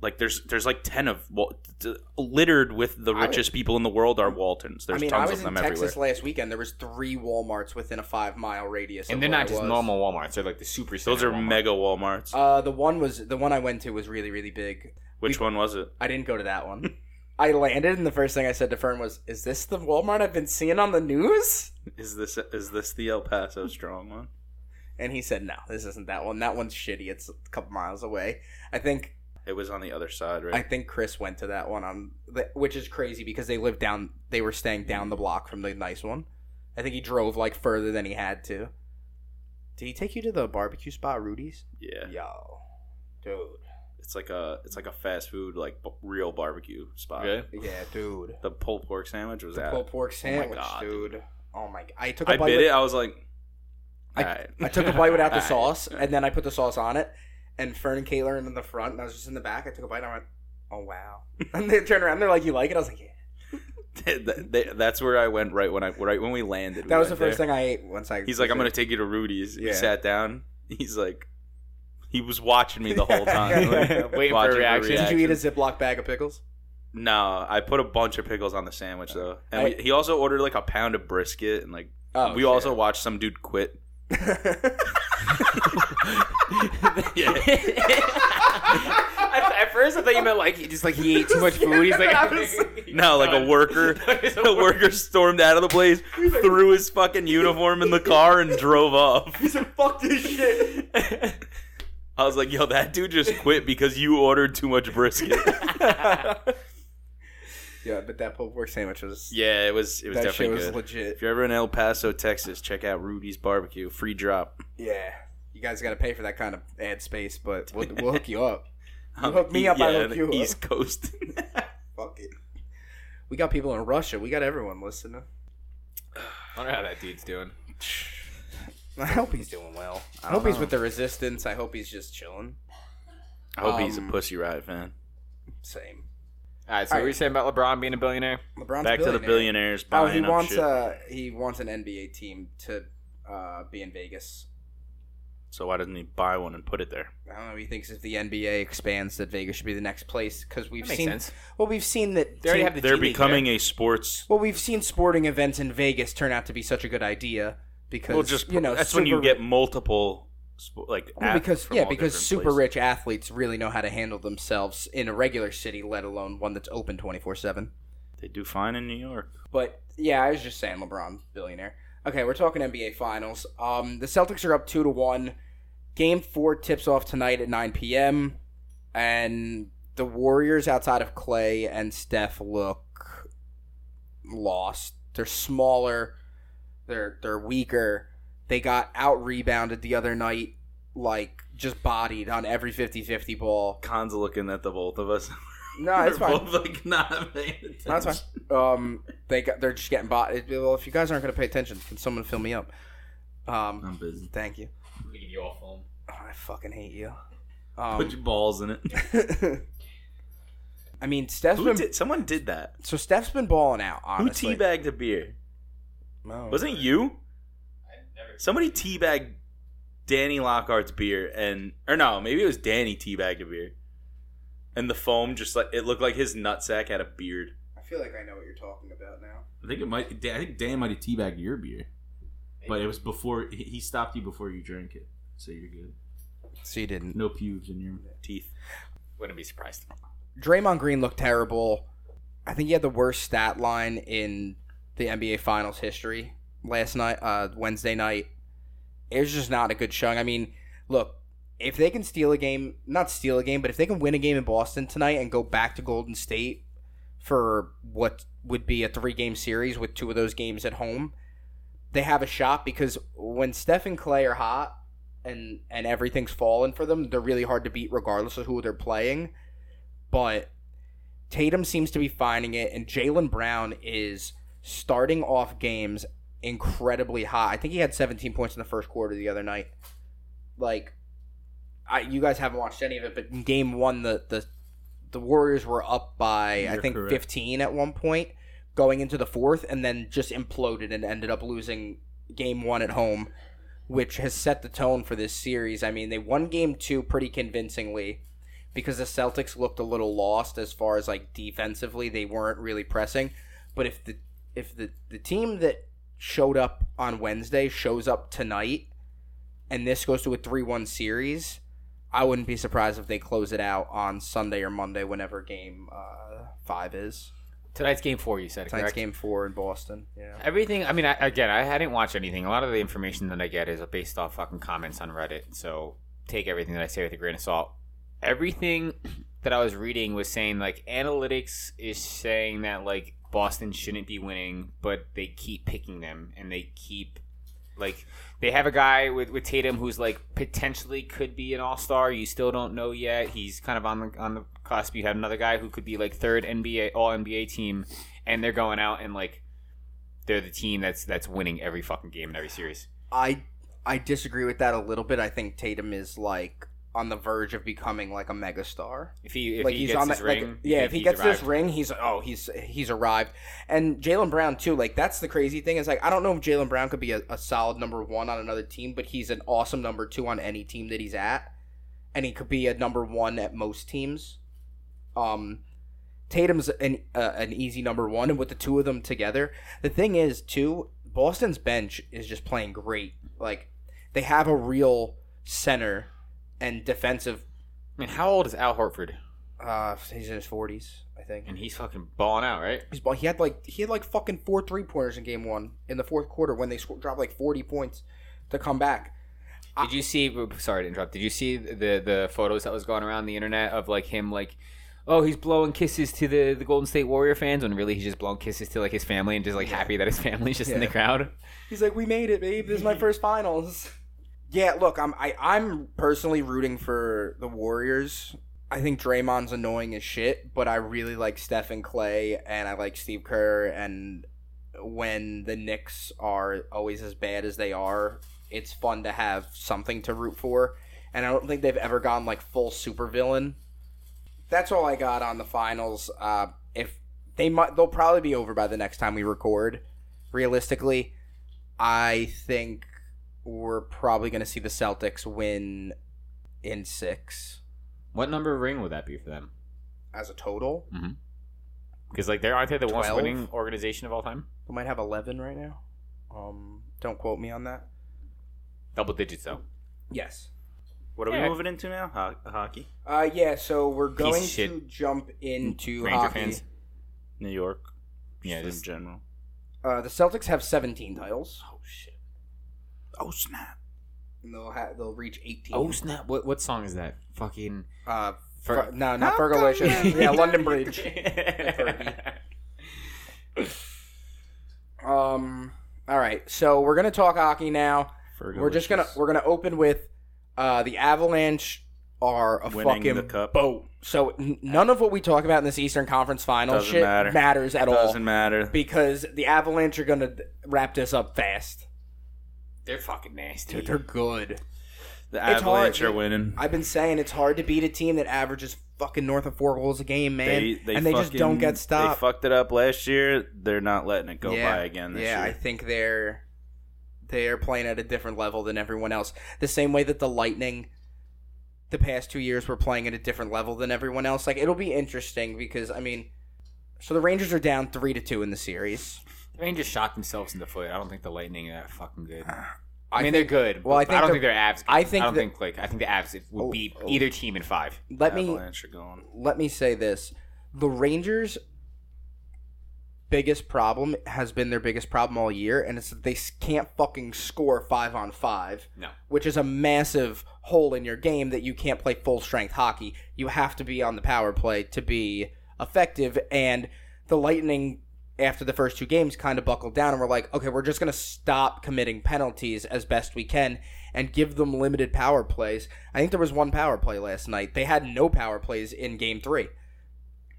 Speaker 2: Like there's there's like ten of Wal- t- littered with the
Speaker 1: I would-
Speaker 2: richest people in the world are Waltons. There's
Speaker 1: I mean, I
Speaker 2: tons
Speaker 1: was
Speaker 2: of
Speaker 1: in
Speaker 2: them
Speaker 1: Texas
Speaker 2: everywhere.
Speaker 1: last weekend. There was three WalMarts within a five mile radius. of
Speaker 3: and they're
Speaker 1: where I
Speaker 3: not just
Speaker 1: was.
Speaker 3: normal WalMarts. They're like the super.
Speaker 2: Those are
Speaker 3: Walmart. [laughs]
Speaker 2: mega WalMarts.
Speaker 1: Uh, the one was the one I went to was really really big.
Speaker 2: Which one was it?
Speaker 1: I didn't go to that
Speaker 2: [laughs]
Speaker 1: one. I landed, and the first thing I said to Fern was, "Is this the Walmart I've been seeing on the news?"
Speaker 2: Is this is this the El Paso strong one?
Speaker 1: And he said, "No, this isn't that one. That one's shitty. It's a couple miles away." I think
Speaker 2: It was on the other side,
Speaker 1: I
Speaker 2: right?
Speaker 1: think Chris went to that one on, the, which is crazy because they lived down. They were staying down the block from the nice one. I think he drove like further than he had to. Did he take you to the barbecue spot, Rudy's?
Speaker 2: yeah.
Speaker 1: Yo, dude.
Speaker 2: It's like a it's like a fast food like b- real barbecue spot.
Speaker 3: Really?
Speaker 1: Yeah, dude.
Speaker 2: The pulled pork sandwich was
Speaker 1: The
Speaker 2: that.
Speaker 1: pulled pork sandwich,
Speaker 2: God,
Speaker 1: Oh dude. Oh my! g- I took a
Speaker 2: I
Speaker 1: bite.
Speaker 2: bit
Speaker 1: with-
Speaker 2: it. I was like,
Speaker 1: I-
Speaker 2: "Alright."
Speaker 1: I took a bite without
Speaker 2: [laughs]
Speaker 1: the
Speaker 2: Alright.
Speaker 1: sauce, and then I put the sauce on it. And Fern and Kayla are in the front, and I was just in the back. I took a bite, and I went, "Oh wow!" [laughs] And they turned around, and they're like, "You like it?" I was like, "Yeah."
Speaker 2: That- that- that's where I went right when I right when we landed.
Speaker 1: That was the first thing I ate once I.
Speaker 2: He's like, "I'm gonna take you to Rudy's."
Speaker 1: Yeah.
Speaker 2: He sat down. He's like, he was watching me
Speaker 1: [laughs]
Speaker 2: the whole time, like, [laughs]
Speaker 1: Waiting for
Speaker 3: a
Speaker 2: watching
Speaker 3: reaction.
Speaker 1: Did you eat a Ziploc bag of pickles?
Speaker 2: No, I put a bunch of pickles on the sandwich though, and
Speaker 1: I-
Speaker 2: we, he also ordered like a pound of brisket, and like
Speaker 1: Oh, [laughs]
Speaker 2: we also watched some dude quit. [laughs]
Speaker 3: at, [laughs] at first, I thought you meant like he just like he ate too much food. He's [laughs] like,
Speaker 2: No, like a worker. The
Speaker 3: [laughs]
Speaker 2: worker stormed out of the place, threw his fucking uniform in the car, and drove off.
Speaker 1: He's like, "Fuck this shit."
Speaker 2: I was like, yo, that dude just quit because you ordered too much brisket.
Speaker 1: [laughs] Yeah, but that pulled pork sandwich was.
Speaker 2: yeah, it was it was
Speaker 1: that shit
Speaker 2: definitely
Speaker 1: was
Speaker 2: good.
Speaker 1: legit.
Speaker 2: If you're ever in El Paso, Texas, check out Rudy's Barbecue. Free drop.
Speaker 1: Yeah, you guys got to pay for that kind of ad space, but we'll, we'll hook [laughs] you up. You
Speaker 2: Um,
Speaker 1: hook me
Speaker 2: e-
Speaker 1: up, I
Speaker 2: yeah,
Speaker 1: hook
Speaker 2: the
Speaker 1: you up.
Speaker 2: East Coast. [laughs]
Speaker 1: Fuck it. We got people in Russia. We got everyone listening.
Speaker 3: I wonder how that dude's doing.
Speaker 1: I hope he's doing well. I, hope he's with the resistance. I hope he's just chilling.
Speaker 2: I hope he's a
Speaker 1: Um,
Speaker 2: Pussy Riot fan.
Speaker 1: Same.
Speaker 3: All right, so what
Speaker 1: All
Speaker 3: were you saying about LeBron being a billionaire?
Speaker 1: LeBron's
Speaker 2: Back
Speaker 1: a
Speaker 2: to the billionaires
Speaker 1: Oh,
Speaker 2: buying
Speaker 1: he
Speaker 2: up
Speaker 1: wants
Speaker 2: shit.
Speaker 1: uh he wants an NBA team to uh, be in Vegas.
Speaker 2: so why doesn't he buy one and put it there?
Speaker 1: I don't know. He thinks if the NBA expands, that Vegas should be the next place because we've
Speaker 3: That makes
Speaker 1: seen.
Speaker 3: sense.
Speaker 1: Well, we've seen that.
Speaker 3: They already
Speaker 1: team-
Speaker 3: have the
Speaker 2: They're
Speaker 3: G League
Speaker 2: becoming
Speaker 3: there.
Speaker 2: a sports.
Speaker 1: well, we've seen sporting events in Vegas turn out to be such a good idea because
Speaker 2: Well, just
Speaker 1: you know
Speaker 2: that's when you
Speaker 1: super-
Speaker 2: get multiple, sp- like
Speaker 1: Well,
Speaker 2: athletes
Speaker 1: because
Speaker 2: from
Speaker 1: yeah,
Speaker 2: all
Speaker 1: because
Speaker 2: different
Speaker 1: super
Speaker 2: places.
Speaker 1: rich athletes really know how to handle themselves in a regular city, let alone one that's open twenty four seven.
Speaker 2: They do fine in New York.
Speaker 1: But yeah, I was just saying LeBron billionaire. Okay, we're talking NBA Finals. Um, the Celtics are up two to one. Game four tips off tonight at nine p.m. And the Warriors, outside of Clay and Steph, look lost. They're smaller. They're they're weaker. They got out rebounded the other night, like just bodied on every 50-50 ball.
Speaker 2: Khan's looking at the both of us.
Speaker 1: No, it's
Speaker 2: [laughs] We're
Speaker 1: fine.
Speaker 2: both, like not paying attention.
Speaker 1: That's fine. Um, they got, they're just getting bought. It- Well, if you guys aren't going to pay attention, can someone fill me up? Um,
Speaker 2: I'm busy.
Speaker 1: thank you.
Speaker 3: I'm gonna give you all foam.
Speaker 1: Oh, I fucking hate you.
Speaker 2: Put
Speaker 1: Um,
Speaker 2: your balls in it.
Speaker 1: [laughs] I mean, Steph's
Speaker 2: Who
Speaker 1: been
Speaker 2: did, someone did that.
Speaker 1: so Steph's been balling out. Honestly,
Speaker 2: Who teabagged a beer?
Speaker 1: No.
Speaker 2: Wasn't it you? Somebody teabagged Danny Lockhart's beer, and or no, maybe it was Danny teabagged a beer, and the foam just like it looked like his nutsack had a beard.
Speaker 1: I feel like I know what you're talking about now.
Speaker 4: I think it might. I think Dan might have teabagged your beer, but it was before he- he stopped you before you drank it, so you're good.
Speaker 1: So you didn't.
Speaker 4: No pubes in your.
Speaker 2: Teeth.
Speaker 3: Wouldn't be surprised.
Speaker 1: Draymond Green looked terrible. I think he had the worst stat line in the NBA Finals history last night, uh, Wednesday night. It was just not a good showing. I mean, look, if they can steal a game, not steal a game, but if they can win a game in Boston tonight and go back to Golden State for what would be a three game series with two of those games at home, they have a shot because when Steph and Clay are hot and, and everything's falling for them, they're really hard to beat regardless of who they're playing but Tatum seems to be finding it, and Jalen Brown is starting off games incredibly hot. I think he had 17 points in the first quarter the other night. Like, I you guys haven't watched any of it, but in game one, the the the Warriors were up by I
Speaker 4: You're
Speaker 1: think
Speaker 4: correct.
Speaker 1: 15 at one point, going into the fourth, and then just imploded and ended up losing game one at home, which has set the tone for this series. I mean, they won game two pretty convincingly because the Celtics looked a little lost as far as like defensively they weren't really pressing. But if the if the the team that showed up on Wednesday shows up tonight, and this goes to a three one series, I wouldn't be surprised if they close it out on Sunday or Monday, whenever game uh, five is.
Speaker 3: Tonight's game four, you said
Speaker 1: Tonight's
Speaker 3: correct?
Speaker 1: game four in Boston. Yeah.
Speaker 3: Everything. I mean, I, again, I, I didn't watch anything. A lot of the information that I get is based off fucking comments on Reddit. So take everything that I say with a grain of salt. Everything [clears throat] that I was reading was saying like analytics is saying that like Boston shouldn't be winning, but they keep picking them and they keep like they have a guy with, with Tatum who's like potentially could be an all star. You still don't know yet. He's kind of on the on the cusp. You have another guy who could be like third NBA all NBA team, and they're going out and like they're the team that's that's winning every fucking game in every series.
Speaker 1: I I disagree with that a little bit. I think Tatum is like on the verge of becoming like a megastar.
Speaker 3: If he if
Speaker 1: like
Speaker 3: he gets his
Speaker 1: that,
Speaker 3: ring,
Speaker 1: like, yeah. If, he
Speaker 3: he's
Speaker 1: gets this
Speaker 3: arrived.
Speaker 1: ring, he's oh he's he's arrived. And Jalen Brown too. Like that's the crazy thing is like I don't know if Jalen Brown could be a, a solid number one on another team, but he's an awesome number two on any team that he's at, and he could be a number one at most teams. Um, Tatum's an uh, an easy number one, and with the two of them together, the thing is too Boston's bench is just playing great. Like they have a real center and defensive.
Speaker 3: I mean, how old is Al Horford?
Speaker 1: Uh, he's in his forties, I think.
Speaker 3: And he's fucking balling out, right?
Speaker 1: He's ball- he had like he had like fucking four three pointers in game one in the fourth quarter when they scored, dropped like forty points to come back.
Speaker 3: Did you see? Sorry to interrupt. Did you see the the photos that was going around the internet of like him like, oh, he's blowing kisses to the the Golden State Warrior fans when really he's just blowing kisses to like his family and just like happy that his family's just in the
Speaker 1: Yeah.
Speaker 3: crowd.
Speaker 1: He's like, "We made it, babe. [laughs] This is my first finals." Yeah, look, I'm I, I'm personally rooting for the Warriors. I think Draymond's annoying as shit, but I really like Steph and Clay, and I like Steve Kerr. And when the Knicks are always as bad as they are, it's fun to have something to root for. And I don't think they've ever gone like full supervillain. That's all I got on the finals. Uh, if they might, they'll probably be over by the next time we record. Realistically, I think we're probably going to see the Celtics win in six
Speaker 3: What number ring would that be for them?
Speaker 1: as a total.
Speaker 3: Because like they aren't they the worst
Speaker 1: 12?
Speaker 3: winning organization of all time?
Speaker 1: We might have eleven right now. Um, don't quote me on that.
Speaker 3: Double digits though.
Speaker 1: Yes.
Speaker 2: What are
Speaker 3: Yeah.
Speaker 2: we moving into now? Ho- hockey.
Speaker 1: Uh, yeah. So we're
Speaker 3: of
Speaker 1: going to
Speaker 3: shit.
Speaker 1: jump into
Speaker 3: Ranger
Speaker 1: hockey.
Speaker 3: fans.
Speaker 2: New York.
Speaker 3: Yeah,
Speaker 2: Yeah,
Speaker 3: just-
Speaker 2: just in general.
Speaker 1: Uh, the Celtics have seventeen titles.
Speaker 2: Oh shit. Oh snap.
Speaker 1: And they'll ha- they'll reach eighteen.
Speaker 3: Oh snap! What what song is that? Fucking
Speaker 1: Uh,
Speaker 3: Fer-
Speaker 1: Fer- no, not Fergalicious. yeah, London Bridge.
Speaker 3: [laughs]
Speaker 1: Um. All right. So we're gonna talk hockey now. We're just gonna we're gonna open with uh, the Avalanche are a
Speaker 2: Winning
Speaker 1: fucking
Speaker 2: the cup.
Speaker 1: boat. So n- none of what we talk about in this Eastern Conference Final
Speaker 2: Doesn't
Speaker 1: shit
Speaker 2: matter.
Speaker 1: matters at all
Speaker 2: Doesn't matter.
Speaker 1: because the Avalanche are gonna th- wrap this up fast.
Speaker 3: they're fucking nasty.
Speaker 1: Dude, they're good.
Speaker 2: The
Speaker 1: hard,
Speaker 2: Avalanche are
Speaker 1: dude.
Speaker 2: winning.
Speaker 1: I've been saying it's hard to beat a team that averages fucking north of four goals a game, man, and they just don't
Speaker 2: fucking-
Speaker 1: get stopped.
Speaker 2: They fucked it up last year. They're not letting it go by again this
Speaker 1: yeah, I
Speaker 2: year.
Speaker 1: think they're they're playing at a different level than everyone else. The same way that the Lightning the past two years were playing at a different level than everyone else. Like it'll be interesting because I mean so the Rangers are down three to two in the series.
Speaker 3: The Rangers shot themselves in the foot. I don't think the Lightning are that fucking good. I
Speaker 1: [sighs] I
Speaker 3: mean,
Speaker 1: think-
Speaker 3: they're good.
Speaker 1: well,
Speaker 3: but
Speaker 1: I think
Speaker 3: I don't
Speaker 1: the-
Speaker 3: think they're abs.
Speaker 1: I think
Speaker 3: I don't
Speaker 1: that-
Speaker 3: think like I think the abs would
Speaker 1: Oh,
Speaker 3: beat
Speaker 1: oh.
Speaker 3: either team in five.
Speaker 1: Let me
Speaker 2: Avalanche are going.
Speaker 1: let me say this. The Rangers biggest problem has been their biggest problem all year and it's that they s- can't fucking score 5 on 5.
Speaker 3: No,
Speaker 1: which is a massive hole in your game that you can't play full strength hockey. You have to be on the power play to be effective. And the Lightning, after the first two games, kind of buckled down and were like, okay, we're just going to stop committing penalties as best we can and give them limited power plays. I think there was one power play last night. They had no power plays in game three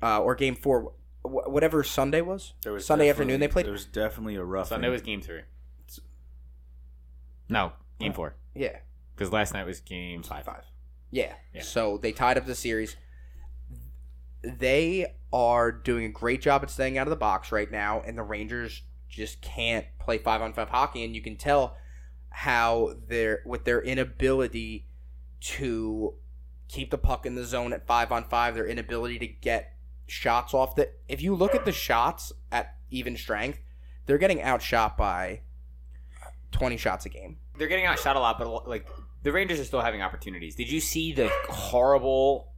Speaker 1: uh, or game four, wh- whatever Sunday was.
Speaker 2: There was
Speaker 1: Sunday
Speaker 2: definitely-
Speaker 1: afternoon they played?
Speaker 2: There was definitely a rough.
Speaker 3: Sunday was game three. No, game four.
Speaker 1: Yeah.
Speaker 3: Because last night was game five.
Speaker 1: Yeah.
Speaker 3: Yeah.
Speaker 1: So they tied up the series. They are doing a great job at staying out of the box right now, and the Rangers just can't play five on five hockey, and you can tell how they're with their inability to keep the puck in the zone at five on five, their inability to get shots off the if you look at the shots at even strength, they're getting outshot by twenty shots a game.
Speaker 3: They're getting outshot a lot, but a lo- like the Rangers are still having opportunities. Did you see the horrible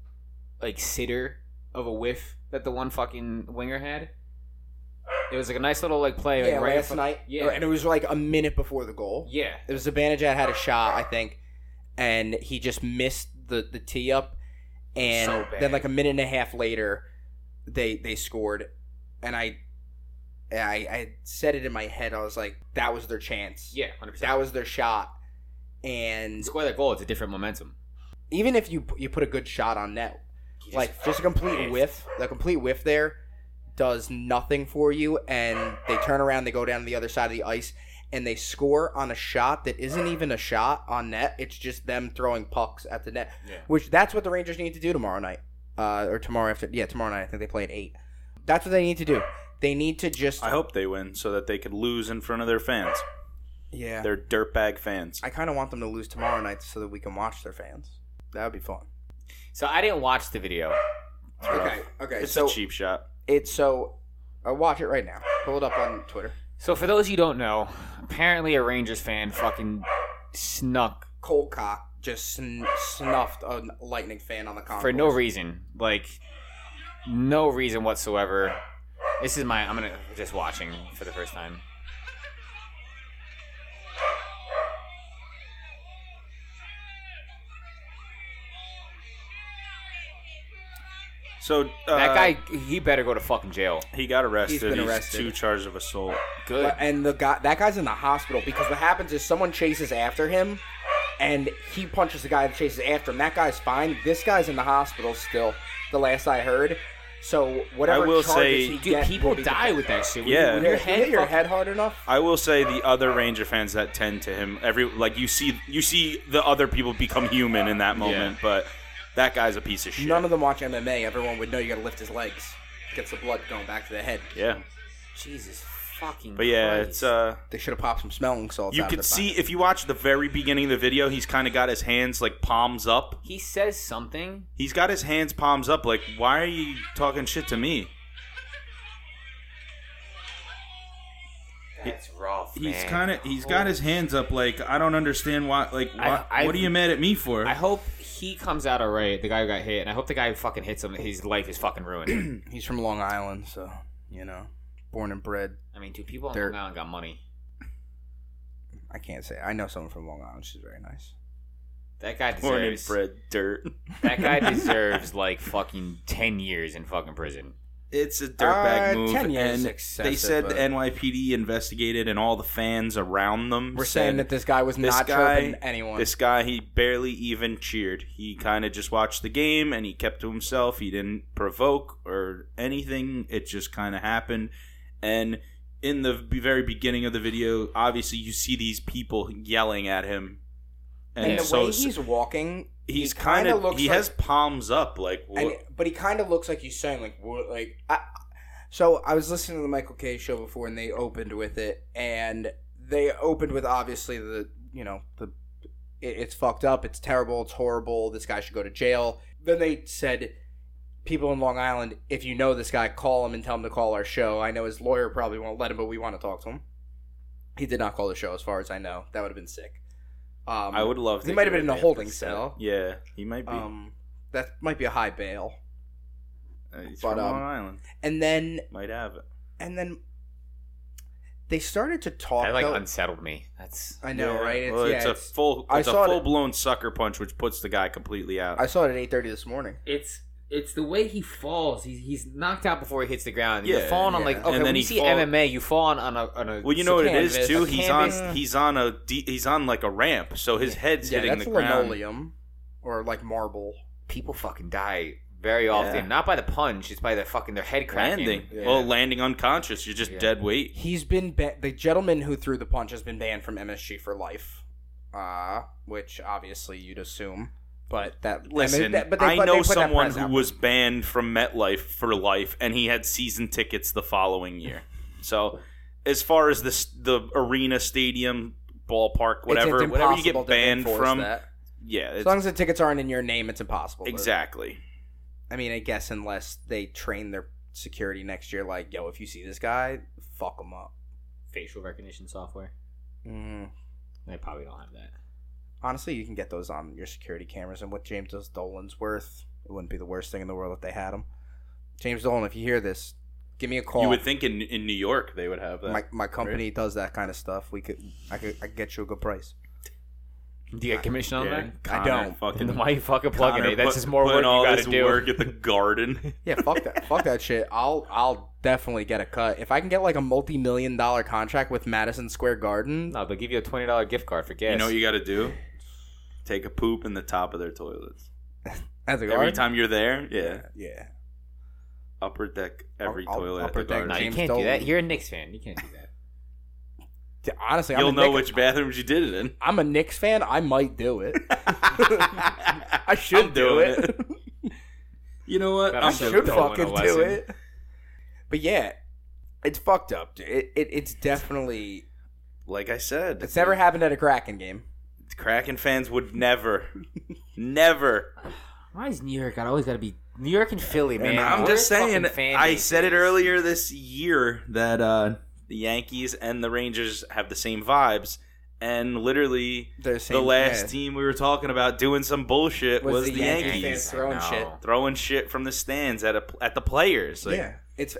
Speaker 3: like sitter of a whiff that the one fucking winger had? It was like a nice little like play. like,
Speaker 1: yeah,
Speaker 3: right
Speaker 1: last
Speaker 3: up-
Speaker 1: night.
Speaker 3: yeah.
Speaker 1: and it was like a minute before the goal.
Speaker 3: Yeah,
Speaker 1: It was Zibanejad had a shot, I think, and he just missed the, the tee up, and
Speaker 3: So bad.
Speaker 1: then like a minute and a half later, they they scored, and I, I I said it in my head. I was like, that was their chance.
Speaker 3: yeah, hundred percent.
Speaker 1: that was their shot, and
Speaker 3: Score that goal. It's a different momentum.
Speaker 1: even if you you put a good shot on net, like just a complete whiff, the complete whiff there does nothing for you, and they turn around, they go down to the other side of the ice, and they score on a shot that isn't even a shot on net. It's just them throwing pucks at the net,
Speaker 2: Yeah.
Speaker 1: which that's what the Rangers need to do tomorrow night, uh, or tomorrow after. Yeah, tomorrow night. I think they play at eight. That's what they need to do. They need to just
Speaker 2: I hope they win so that they could lose in front of their fans,
Speaker 1: yeah.
Speaker 2: their dirtbag fans.
Speaker 1: I kind of want them to lose tomorrow night so that we can watch their fans. That would be fun.
Speaker 3: So I didn't watch the video.
Speaker 1: Okay. Okay.
Speaker 2: It's
Speaker 1: so
Speaker 2: a cheap shot.
Speaker 1: It's so. Uh, watch it right now. Pull it up on Twitter.
Speaker 3: So for those you don't know, apparently a Rangers fan fucking snuck
Speaker 1: Colcock just sn- snuffed a lightning fan on the concourse.
Speaker 3: for no reason, like no reason whatsoever. This is my I'm gonna just watching for the first time.
Speaker 2: So uh,
Speaker 3: That guy, he better go to fucking jail.
Speaker 2: he got arrested. He's,
Speaker 1: been arrested.
Speaker 2: two charges of assault.
Speaker 3: Good.
Speaker 1: But- And the guy, that guy's in the hospital because what happens is someone chases after him, and he punches the guy that chases after him. That guy's fine. This guy's in the hospital still. The last I heard. So whatever
Speaker 2: I will
Speaker 1: charges he
Speaker 2: say-
Speaker 3: Dude,
Speaker 1: get
Speaker 3: people
Speaker 1: will be
Speaker 3: die
Speaker 1: defended.
Speaker 3: with that shit.
Speaker 2: Yeah.
Speaker 3: When
Speaker 1: Yeah,
Speaker 3: your
Speaker 1: if you hit
Speaker 3: head,
Speaker 1: your
Speaker 3: fuck-
Speaker 1: head hard enough.
Speaker 2: I will say the other Ranger fans that tend to him every like you see you see the other people become human in that moment, but that guy's a piece of shit.
Speaker 1: None of them watch MMA. Everyone would know you got to lift his legs. Gets the blood going back to the head.
Speaker 2: yeah,
Speaker 3: Jesus fucking.
Speaker 2: but yeah,
Speaker 3: Christ.
Speaker 2: it's uh.
Speaker 1: They should have popped some smelling salts.
Speaker 2: You
Speaker 1: out of
Speaker 2: could
Speaker 1: the
Speaker 2: see if you watch the very beginning of the video, he's kind of got his hands like palms up.
Speaker 3: He says something.
Speaker 2: He's got his hands palms up. Like, why are you talking shit to me?
Speaker 3: That's rough.
Speaker 2: He's kind of he's got his hands up. Like, I don't understand why. Like,
Speaker 3: I-
Speaker 2: why,
Speaker 3: I've-
Speaker 2: what are you mad at me for? [laughs]
Speaker 3: I hope he comes out alright. The guy who got hit, and I hope the guy who fucking hits him, his life is
Speaker 2: [clears throat]
Speaker 3: fucking ruined.
Speaker 1: He's from Long Island, so you know, born and bred.
Speaker 3: I mean, dude, people on
Speaker 1: They're-
Speaker 3: Long Island got money.
Speaker 1: I can't say. I know someone from Long Island. She's very nice.
Speaker 3: That guy
Speaker 2: Born and
Speaker 3: deserves.
Speaker 2: bred dirt.
Speaker 3: That guy deserves like fucking ten years in fucking prison.
Speaker 2: [laughs] It's a dirtbag
Speaker 1: Uh,
Speaker 2: move,
Speaker 1: 10 years
Speaker 2: and
Speaker 1: is
Speaker 2: they
Speaker 1: excessive, uh,
Speaker 2: said
Speaker 1: but-
Speaker 2: the NYPD investigated, and all the fans around them
Speaker 1: We're
Speaker 2: said,
Speaker 1: saying that this guy was
Speaker 2: this
Speaker 1: not
Speaker 2: guy-
Speaker 1: chirping anyone.
Speaker 2: This guy, he barely even cheered. He kind of just watched the game and he kept to himself. He didn't provoke or anything. It just kind of happened. And in the b- very beginning of the video, obviously you see these people yelling at him. And,
Speaker 1: and the
Speaker 2: so
Speaker 1: way
Speaker 2: s-
Speaker 1: he's walking,
Speaker 2: he's
Speaker 1: he kinda
Speaker 2: kind of
Speaker 1: looks
Speaker 2: he
Speaker 1: like-
Speaker 2: has palms up like what,
Speaker 1: and, but he kind of looks like he's saying like, what, like. I, so I was listening to the Michael K show before, and they opened with it, and they opened with obviously the you know the it, it's fucked up, it's terrible, it's horrible. This guy should go to jail. Then they said. People in Long Island, if you know this guy, call him and tell him to call our show. I know his lawyer probably won't let him, but we want to talk to him. He did not call the show, as far as I know. That would have been sick. Um,
Speaker 2: I would love.
Speaker 1: he
Speaker 2: to
Speaker 1: might have
Speaker 2: hear
Speaker 1: been in a
Speaker 2: what they
Speaker 1: holding
Speaker 2: to say.
Speaker 1: cell.
Speaker 2: Yeah, he might be.
Speaker 1: Um, that might be a high bail.
Speaker 2: Uh, he's
Speaker 1: but,
Speaker 2: from
Speaker 1: um,
Speaker 2: Long Island.
Speaker 1: And then
Speaker 2: Might have it.
Speaker 1: and then they started to talk.
Speaker 3: That like
Speaker 1: though-
Speaker 3: unsettled me. That's
Speaker 1: I know,
Speaker 2: Yeah.
Speaker 1: right? It's,
Speaker 2: Well,
Speaker 1: yeah,
Speaker 2: it's a
Speaker 1: it's-
Speaker 2: full,
Speaker 1: I
Speaker 2: it's a
Speaker 1: saw it-
Speaker 2: full blown sucker punch, which puts the guy completely out.
Speaker 1: I saw it at eight thirty this morning.
Speaker 3: it's it's the way he falls. He's he's knocked out before he hits the ground. You're
Speaker 2: Yeah,
Speaker 3: falling on
Speaker 1: yeah.
Speaker 3: like
Speaker 1: And
Speaker 3: okay.
Speaker 2: then
Speaker 3: when you
Speaker 2: he
Speaker 3: see
Speaker 2: fall-
Speaker 3: MMA, you fall on, on a on a.
Speaker 2: Well, you know what it is
Speaker 3: canvas.
Speaker 2: too.
Speaker 3: A
Speaker 2: He's
Speaker 3: canvas.
Speaker 2: on he's on a de- he's on like a ramp, so his head's
Speaker 1: yeah,
Speaker 2: hitting
Speaker 1: that's
Speaker 2: the ground.
Speaker 1: linoleum or like marble.
Speaker 3: People fucking die very often,
Speaker 2: Yeah.
Speaker 3: not by the punch, it's by the fucking their head cracking.
Speaker 2: Landing,
Speaker 1: Yeah.
Speaker 2: well, landing unconscious. You're just
Speaker 3: Yeah.
Speaker 2: dead weight.
Speaker 1: He's been ba- the gentleman who threw the punch has been banned from MSG for life. Uh, which obviously you'd assume, but that
Speaker 2: Listen,
Speaker 1: that- but they
Speaker 2: I
Speaker 1: put- they
Speaker 2: know
Speaker 1: put that
Speaker 2: someone
Speaker 1: press
Speaker 2: who
Speaker 1: out.
Speaker 2: was banned from MetLife for life, and he had season tickets the following year. So, as far as this the arena, stadium,
Speaker 1: It's-
Speaker 2: ballpark,
Speaker 1: it's
Speaker 2: whatever, whatever you
Speaker 1: impossible
Speaker 2: get
Speaker 1: to
Speaker 2: banned
Speaker 1: enforce
Speaker 2: from,
Speaker 1: that.
Speaker 2: Yeah,
Speaker 1: As
Speaker 2: it's,
Speaker 1: long as the tickets aren't in your name, it's impossible. but-
Speaker 2: exactly.
Speaker 1: I mean, I guess unless they train their security next year, like, yo, if you see this guy, fuck him up.
Speaker 3: facial recognition software.
Speaker 1: Mm.
Speaker 3: They probably don't have that.
Speaker 1: Honestly, you can get those on your security cameras, and what James Dolan's worth, it wouldn't be the worst thing in the world if they had him. James Dolan, if you hear this, give me a call.
Speaker 2: You would think in in New York they would have that.
Speaker 1: my my company does that kind of stuff. We could, I could, I could get you a good price.
Speaker 3: Do you get commission on
Speaker 2: Yeah,
Speaker 3: that?
Speaker 2: Connor
Speaker 1: I don't.
Speaker 2: fucking
Speaker 3: Then why you fucking plugging
Speaker 2: Connor
Speaker 3: it? That's
Speaker 2: put-
Speaker 3: just more
Speaker 2: putting
Speaker 3: work you
Speaker 2: all
Speaker 3: gotta
Speaker 2: this
Speaker 3: do.
Speaker 2: work
Speaker 3: [laughs]
Speaker 2: at the garden. [laughs]
Speaker 1: Yeah, fuck that, fuck that shit. I'll, I'll definitely get a cut if I can get like a multi-million dollar contract with Madison Square Garden.
Speaker 3: No, they'll give you a twenty dollar gift card for gas.
Speaker 2: You know what you got to do? Take a poop in the top of their toilets.
Speaker 1: At the
Speaker 2: Every
Speaker 1: garden?
Speaker 2: time you're there, yeah.
Speaker 1: yeah.
Speaker 2: Upper deck every
Speaker 1: I'll- I'll-
Speaker 2: toilet
Speaker 1: upper
Speaker 2: at the
Speaker 1: deck
Speaker 2: garden.
Speaker 3: no, you
Speaker 1: James
Speaker 3: can't
Speaker 1: Dolan.
Speaker 3: do that. You're a Knicks fan. You can't do that.
Speaker 1: D- Honestly,
Speaker 2: You'll
Speaker 1: I'm a
Speaker 2: know
Speaker 1: Knick-
Speaker 2: which bathrooms you did it
Speaker 3: [laughs]
Speaker 2: in.
Speaker 1: I'm a Knicks fan. I might do
Speaker 2: [laughs]
Speaker 1: it.
Speaker 2: I
Speaker 1: I should
Speaker 2: I'm
Speaker 1: do
Speaker 2: doing
Speaker 1: it.
Speaker 2: You know what?
Speaker 3: That
Speaker 1: I
Speaker 2: I'm
Speaker 3: should-
Speaker 1: should
Speaker 3: don't want a
Speaker 1: fucking do
Speaker 3: lesson.
Speaker 1: it. But yeah, it's fucked up. dude. It, it it's definitely
Speaker 2: like I said,
Speaker 1: it's never happened at a Kraken game.
Speaker 2: Kraken fans would never, [laughs] never.
Speaker 3: Why is New York? I always got to be New York and Philly, man.
Speaker 2: And I'm
Speaker 3: We're
Speaker 2: just
Speaker 3: fucking
Speaker 2: saying.
Speaker 3: fan
Speaker 2: I
Speaker 3: bases.
Speaker 2: said it earlier this year that uh, the Yankees and the Rangers have the same vibes, and literally
Speaker 1: They're
Speaker 2: the
Speaker 1: saying,
Speaker 2: last
Speaker 1: yeah,
Speaker 2: team we were talking about doing some bullshit was, the, Yankees,
Speaker 1: Yankees. throwing
Speaker 3: I know.
Speaker 1: shit.
Speaker 2: throwing shit from the stands at a, at the players, like,
Speaker 1: yeah, it's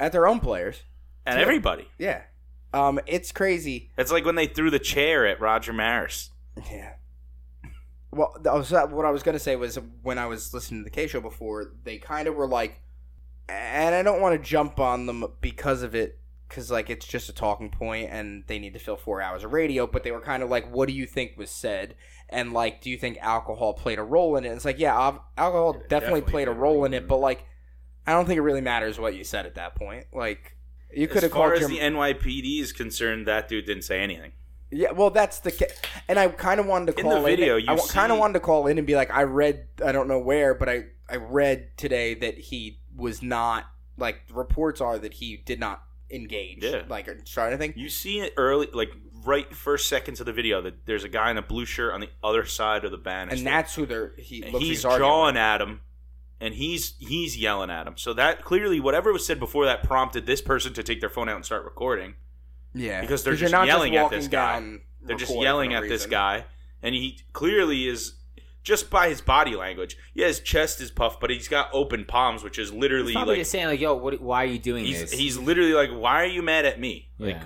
Speaker 1: at their own players.
Speaker 2: and everybody.
Speaker 1: Yeah, um, it's crazy.
Speaker 2: It's like when they threw the chair at Roger Maris.
Speaker 1: Yeah. Well, th- I was- uh, what I was gonna say was when I was listening to the K show before, they kind of were like, and I don't want to jump on them because of it, because like it's just a talking point, and they need to fill four hours of radio. But they were kind of like, what do you think was said, and like, do you think alcohol played a role in it? And it's like, yeah, ob- alcohol definitely,
Speaker 2: definitely
Speaker 1: played a
Speaker 2: did. mm-hmm.
Speaker 1: role in it, but like, I don't think it really matters what you said at that point. Like, you could
Speaker 2: As
Speaker 1: have
Speaker 2: far
Speaker 1: called your
Speaker 2: as the NYPD is concerned, that dude didn't say anything.
Speaker 1: yeah, well, that's the ca- and I kind of wanted to
Speaker 2: In
Speaker 1: call
Speaker 2: the video,
Speaker 1: In.
Speaker 2: you
Speaker 1: I
Speaker 2: see-
Speaker 1: kind of wanted to call in and be like, I read, I don't know where, but I I read today that he was not like reports are that he did not engage,
Speaker 2: Yeah.
Speaker 1: like or start anything.
Speaker 2: You see it early, like right first seconds of the video, that there's a guy in a blue shirt on the other side of the banister,
Speaker 1: And that's who they're he
Speaker 2: And
Speaker 1: looks
Speaker 2: he's
Speaker 1: arguing with.
Speaker 2: drawing at him, and he's he's yelling at him. So that clearly, whatever was said before that prompted this person to take their phone out and start recording.
Speaker 1: yeah,
Speaker 2: because they're
Speaker 1: 'Cause you're
Speaker 2: just
Speaker 1: not
Speaker 2: yelling at this
Speaker 1: walking
Speaker 2: guy.
Speaker 1: down
Speaker 2: They're just
Speaker 1: recording
Speaker 2: yelling
Speaker 1: for
Speaker 2: at
Speaker 1: no
Speaker 2: this
Speaker 1: reason.
Speaker 2: guy, and he clearly is just by his body language. Yeah, his chest is puffed, but he's got open palms, which is
Speaker 3: He's
Speaker 2: literally
Speaker 3: probably
Speaker 2: like
Speaker 3: just saying like, "Yo, what, why are you doing
Speaker 2: he's
Speaker 3: this?"
Speaker 2: he's literally like, "Why are you mad at me?"
Speaker 3: yeah.
Speaker 2: Like,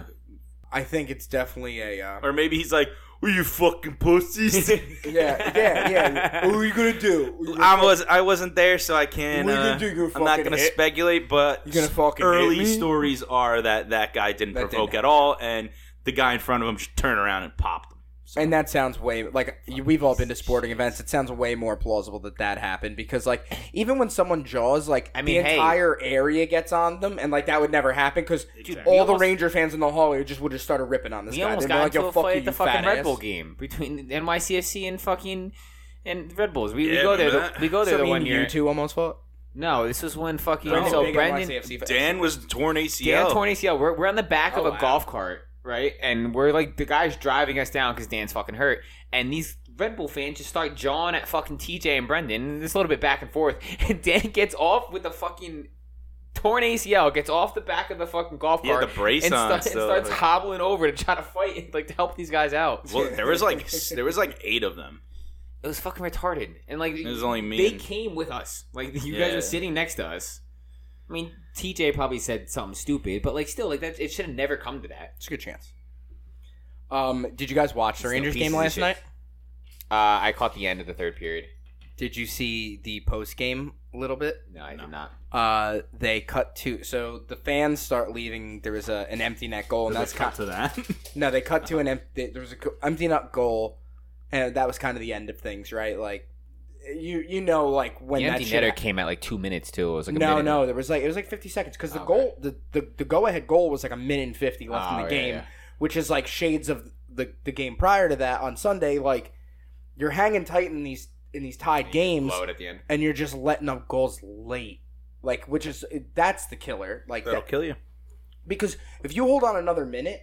Speaker 1: I think it's definitely a
Speaker 2: [laughs]
Speaker 1: uh,
Speaker 2: or maybe he's like, "Were you fucking pussies?"
Speaker 1: [laughs] yeah, yeah,
Speaker 2: [laughs]
Speaker 1: yeah. what are you gonna do? What are you gonna
Speaker 2: I
Speaker 1: fuck-
Speaker 2: was I wasn't there, so I can't.
Speaker 1: What are you
Speaker 2: Uh,
Speaker 1: gonna do? You gonna
Speaker 2: I'm not
Speaker 1: fucking
Speaker 2: gonna
Speaker 1: hit-
Speaker 2: speculate, but
Speaker 1: You gonna fucking hit
Speaker 2: early
Speaker 1: me?
Speaker 2: stories are that that guy didn't
Speaker 1: That
Speaker 2: provoke
Speaker 1: didn't
Speaker 2: at all, and the guy in front of him just turned around and popped him. So,
Speaker 1: And that sounds way like you- we've all been to sporting events. It sounds way more plausible that that happened because, like, even when someone jaws, like
Speaker 3: I mean,
Speaker 1: the
Speaker 3: hey.
Speaker 1: entire area gets on them, and like that would never happen because
Speaker 2: Exactly.
Speaker 1: all
Speaker 3: we
Speaker 1: the
Speaker 3: almost-
Speaker 1: Ranger fans in the hallway just would have started ripping on this
Speaker 3: We
Speaker 1: guy.
Speaker 3: almost
Speaker 1: They'd be
Speaker 3: got
Speaker 1: like,
Speaker 3: into
Speaker 1: "Yo,
Speaker 3: a
Speaker 1: fuck
Speaker 3: fight
Speaker 1: you,
Speaker 3: at the
Speaker 1: you fat
Speaker 3: fucking Red
Speaker 1: ass."
Speaker 3: Bull game between NYCFC and fucking and Red Bulls. We,
Speaker 2: Yeah,
Speaker 3: we go there.
Speaker 2: remember
Speaker 3: The,
Speaker 2: that?
Speaker 3: we go there
Speaker 1: So
Speaker 3: the
Speaker 1: me
Speaker 3: one
Speaker 1: and
Speaker 3: year.
Speaker 1: you two almost fought.
Speaker 3: No, this was when fucking
Speaker 2: Brendan-
Speaker 3: so
Speaker 1: Big
Speaker 3: Brendan
Speaker 1: NYCFC fan.
Speaker 2: Dan was torn ACL.
Speaker 3: Dan torn ACL. We're, we're on the back of
Speaker 1: Oh,
Speaker 3: a
Speaker 1: wow.
Speaker 3: golf cart, right? And we're like the guy's driving us down because Dan's fucking hurt. And these Red Bull fans just start jawing at fucking TJ and Brendan. And it's a little bit back and forth. [laughs] And Dan gets off with the fucking torn ACL. Gets off the back of the fucking golf
Speaker 2: He had
Speaker 3: cart.
Speaker 2: the brace
Speaker 3: and,
Speaker 2: on
Speaker 3: sta- and
Speaker 2: still,
Speaker 3: starts
Speaker 2: like-
Speaker 3: hobbling over to try to fight [laughs] and like to help these guys out.
Speaker 1: [laughs]
Speaker 2: Well, there was like s- there was like eight of them.
Speaker 3: It was fucking retarded. And like
Speaker 2: It was only me.
Speaker 3: they
Speaker 2: and-
Speaker 3: came with us. Like you guys
Speaker 2: Yeah.
Speaker 3: were sitting next to us. I mean, TJ probably said something stupid, but like still, like that it should have never come to that.
Speaker 1: It's a good chance. Um, did you guys watch the
Speaker 3: Still
Speaker 1: Rangers
Speaker 3: pieces
Speaker 1: game
Speaker 3: of
Speaker 1: last
Speaker 3: shit.
Speaker 1: night?
Speaker 3: Uh, I caught the end of the third period.
Speaker 1: Did you see the post game a little bit?
Speaker 3: No, I did not.
Speaker 1: Uh, they cut to so the fans start leaving. There was a, an empty net goal, and that's
Speaker 4: Let's
Speaker 1: kind
Speaker 4: cut to that.
Speaker 1: [laughs] No, they cut to
Speaker 3: Uh-huh.
Speaker 1: an empty. There was a co- empty net goal, and that was kind of the end of things, right? Like you you know, like when
Speaker 3: the
Speaker 1: that
Speaker 3: empty
Speaker 1: shit.
Speaker 3: netter came at like two minutes too. It was like a
Speaker 1: no,
Speaker 3: minute.
Speaker 1: no, there was like it was like fifty seconds because the
Speaker 3: Okay.
Speaker 1: goal, the the, the go ahead goal was like a minute and fifty left
Speaker 3: Oh,
Speaker 1: in the
Speaker 3: yeah,
Speaker 1: game,
Speaker 3: yeah.
Speaker 1: which is like shades of the the game prior to that on Sunday. Like you're hanging tight in these in these tied games,
Speaker 3: Blow it at the end.
Speaker 1: and you're just letting up goals late, like which is that's the killer. Like
Speaker 2: That'll
Speaker 1: that-
Speaker 2: kill you.
Speaker 1: because if you hold on another minute,